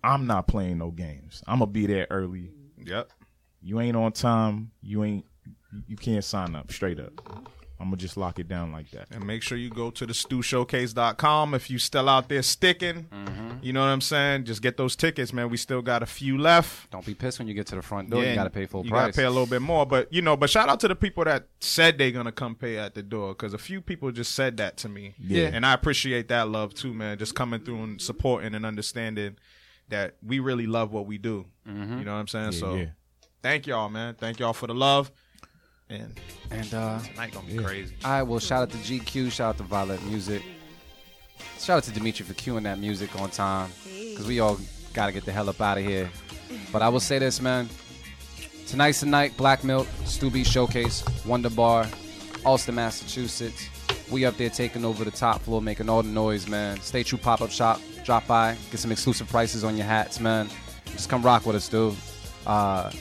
I'm not playing no games. I'm gonna be there early.
Yep.
You ain't on time. You ain't. You can't sign up. Straight up. I'm gonna just lock it down like that.
And make sure you go to the stewshowcase.com if you still out there sticking. You know what I'm saying? Just get those tickets, man. We still got a few left.
Don't be pissed when you get to the front door. you
and
got to pay full
you
price.
gotta pay a little bit more, but you know. But shout out to the people that said they're gonna come pay at the door because a few people just said that to me.
Yeah.
and I appreciate that love too, man. Just coming through and supporting and understanding that we really love what we do. You know what I'm saying?
Yeah,
so,
yeah.
thank y'all, man. Thank y'all for the love. And
And uh,
tonight gonna be crazy.
All right, well, shout out to GQ, shout out to Violet Music, shout out to Dimitri for cueing that music on time, because we all gotta get the hell up out of here. But I will say this, man. Tonight's the night, Black Milk, Stubby Showcase, Wonder Bar, Austin, Massachusetts. We up there taking over the top floor, making all the noise, man. Stay true pop up shop. Drop by, get some exclusive prices on your hats, man. Just come rock with us, dude. Uh,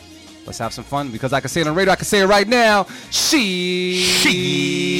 let's have some fun because I can say it on the radio, I can say it right now. She. She.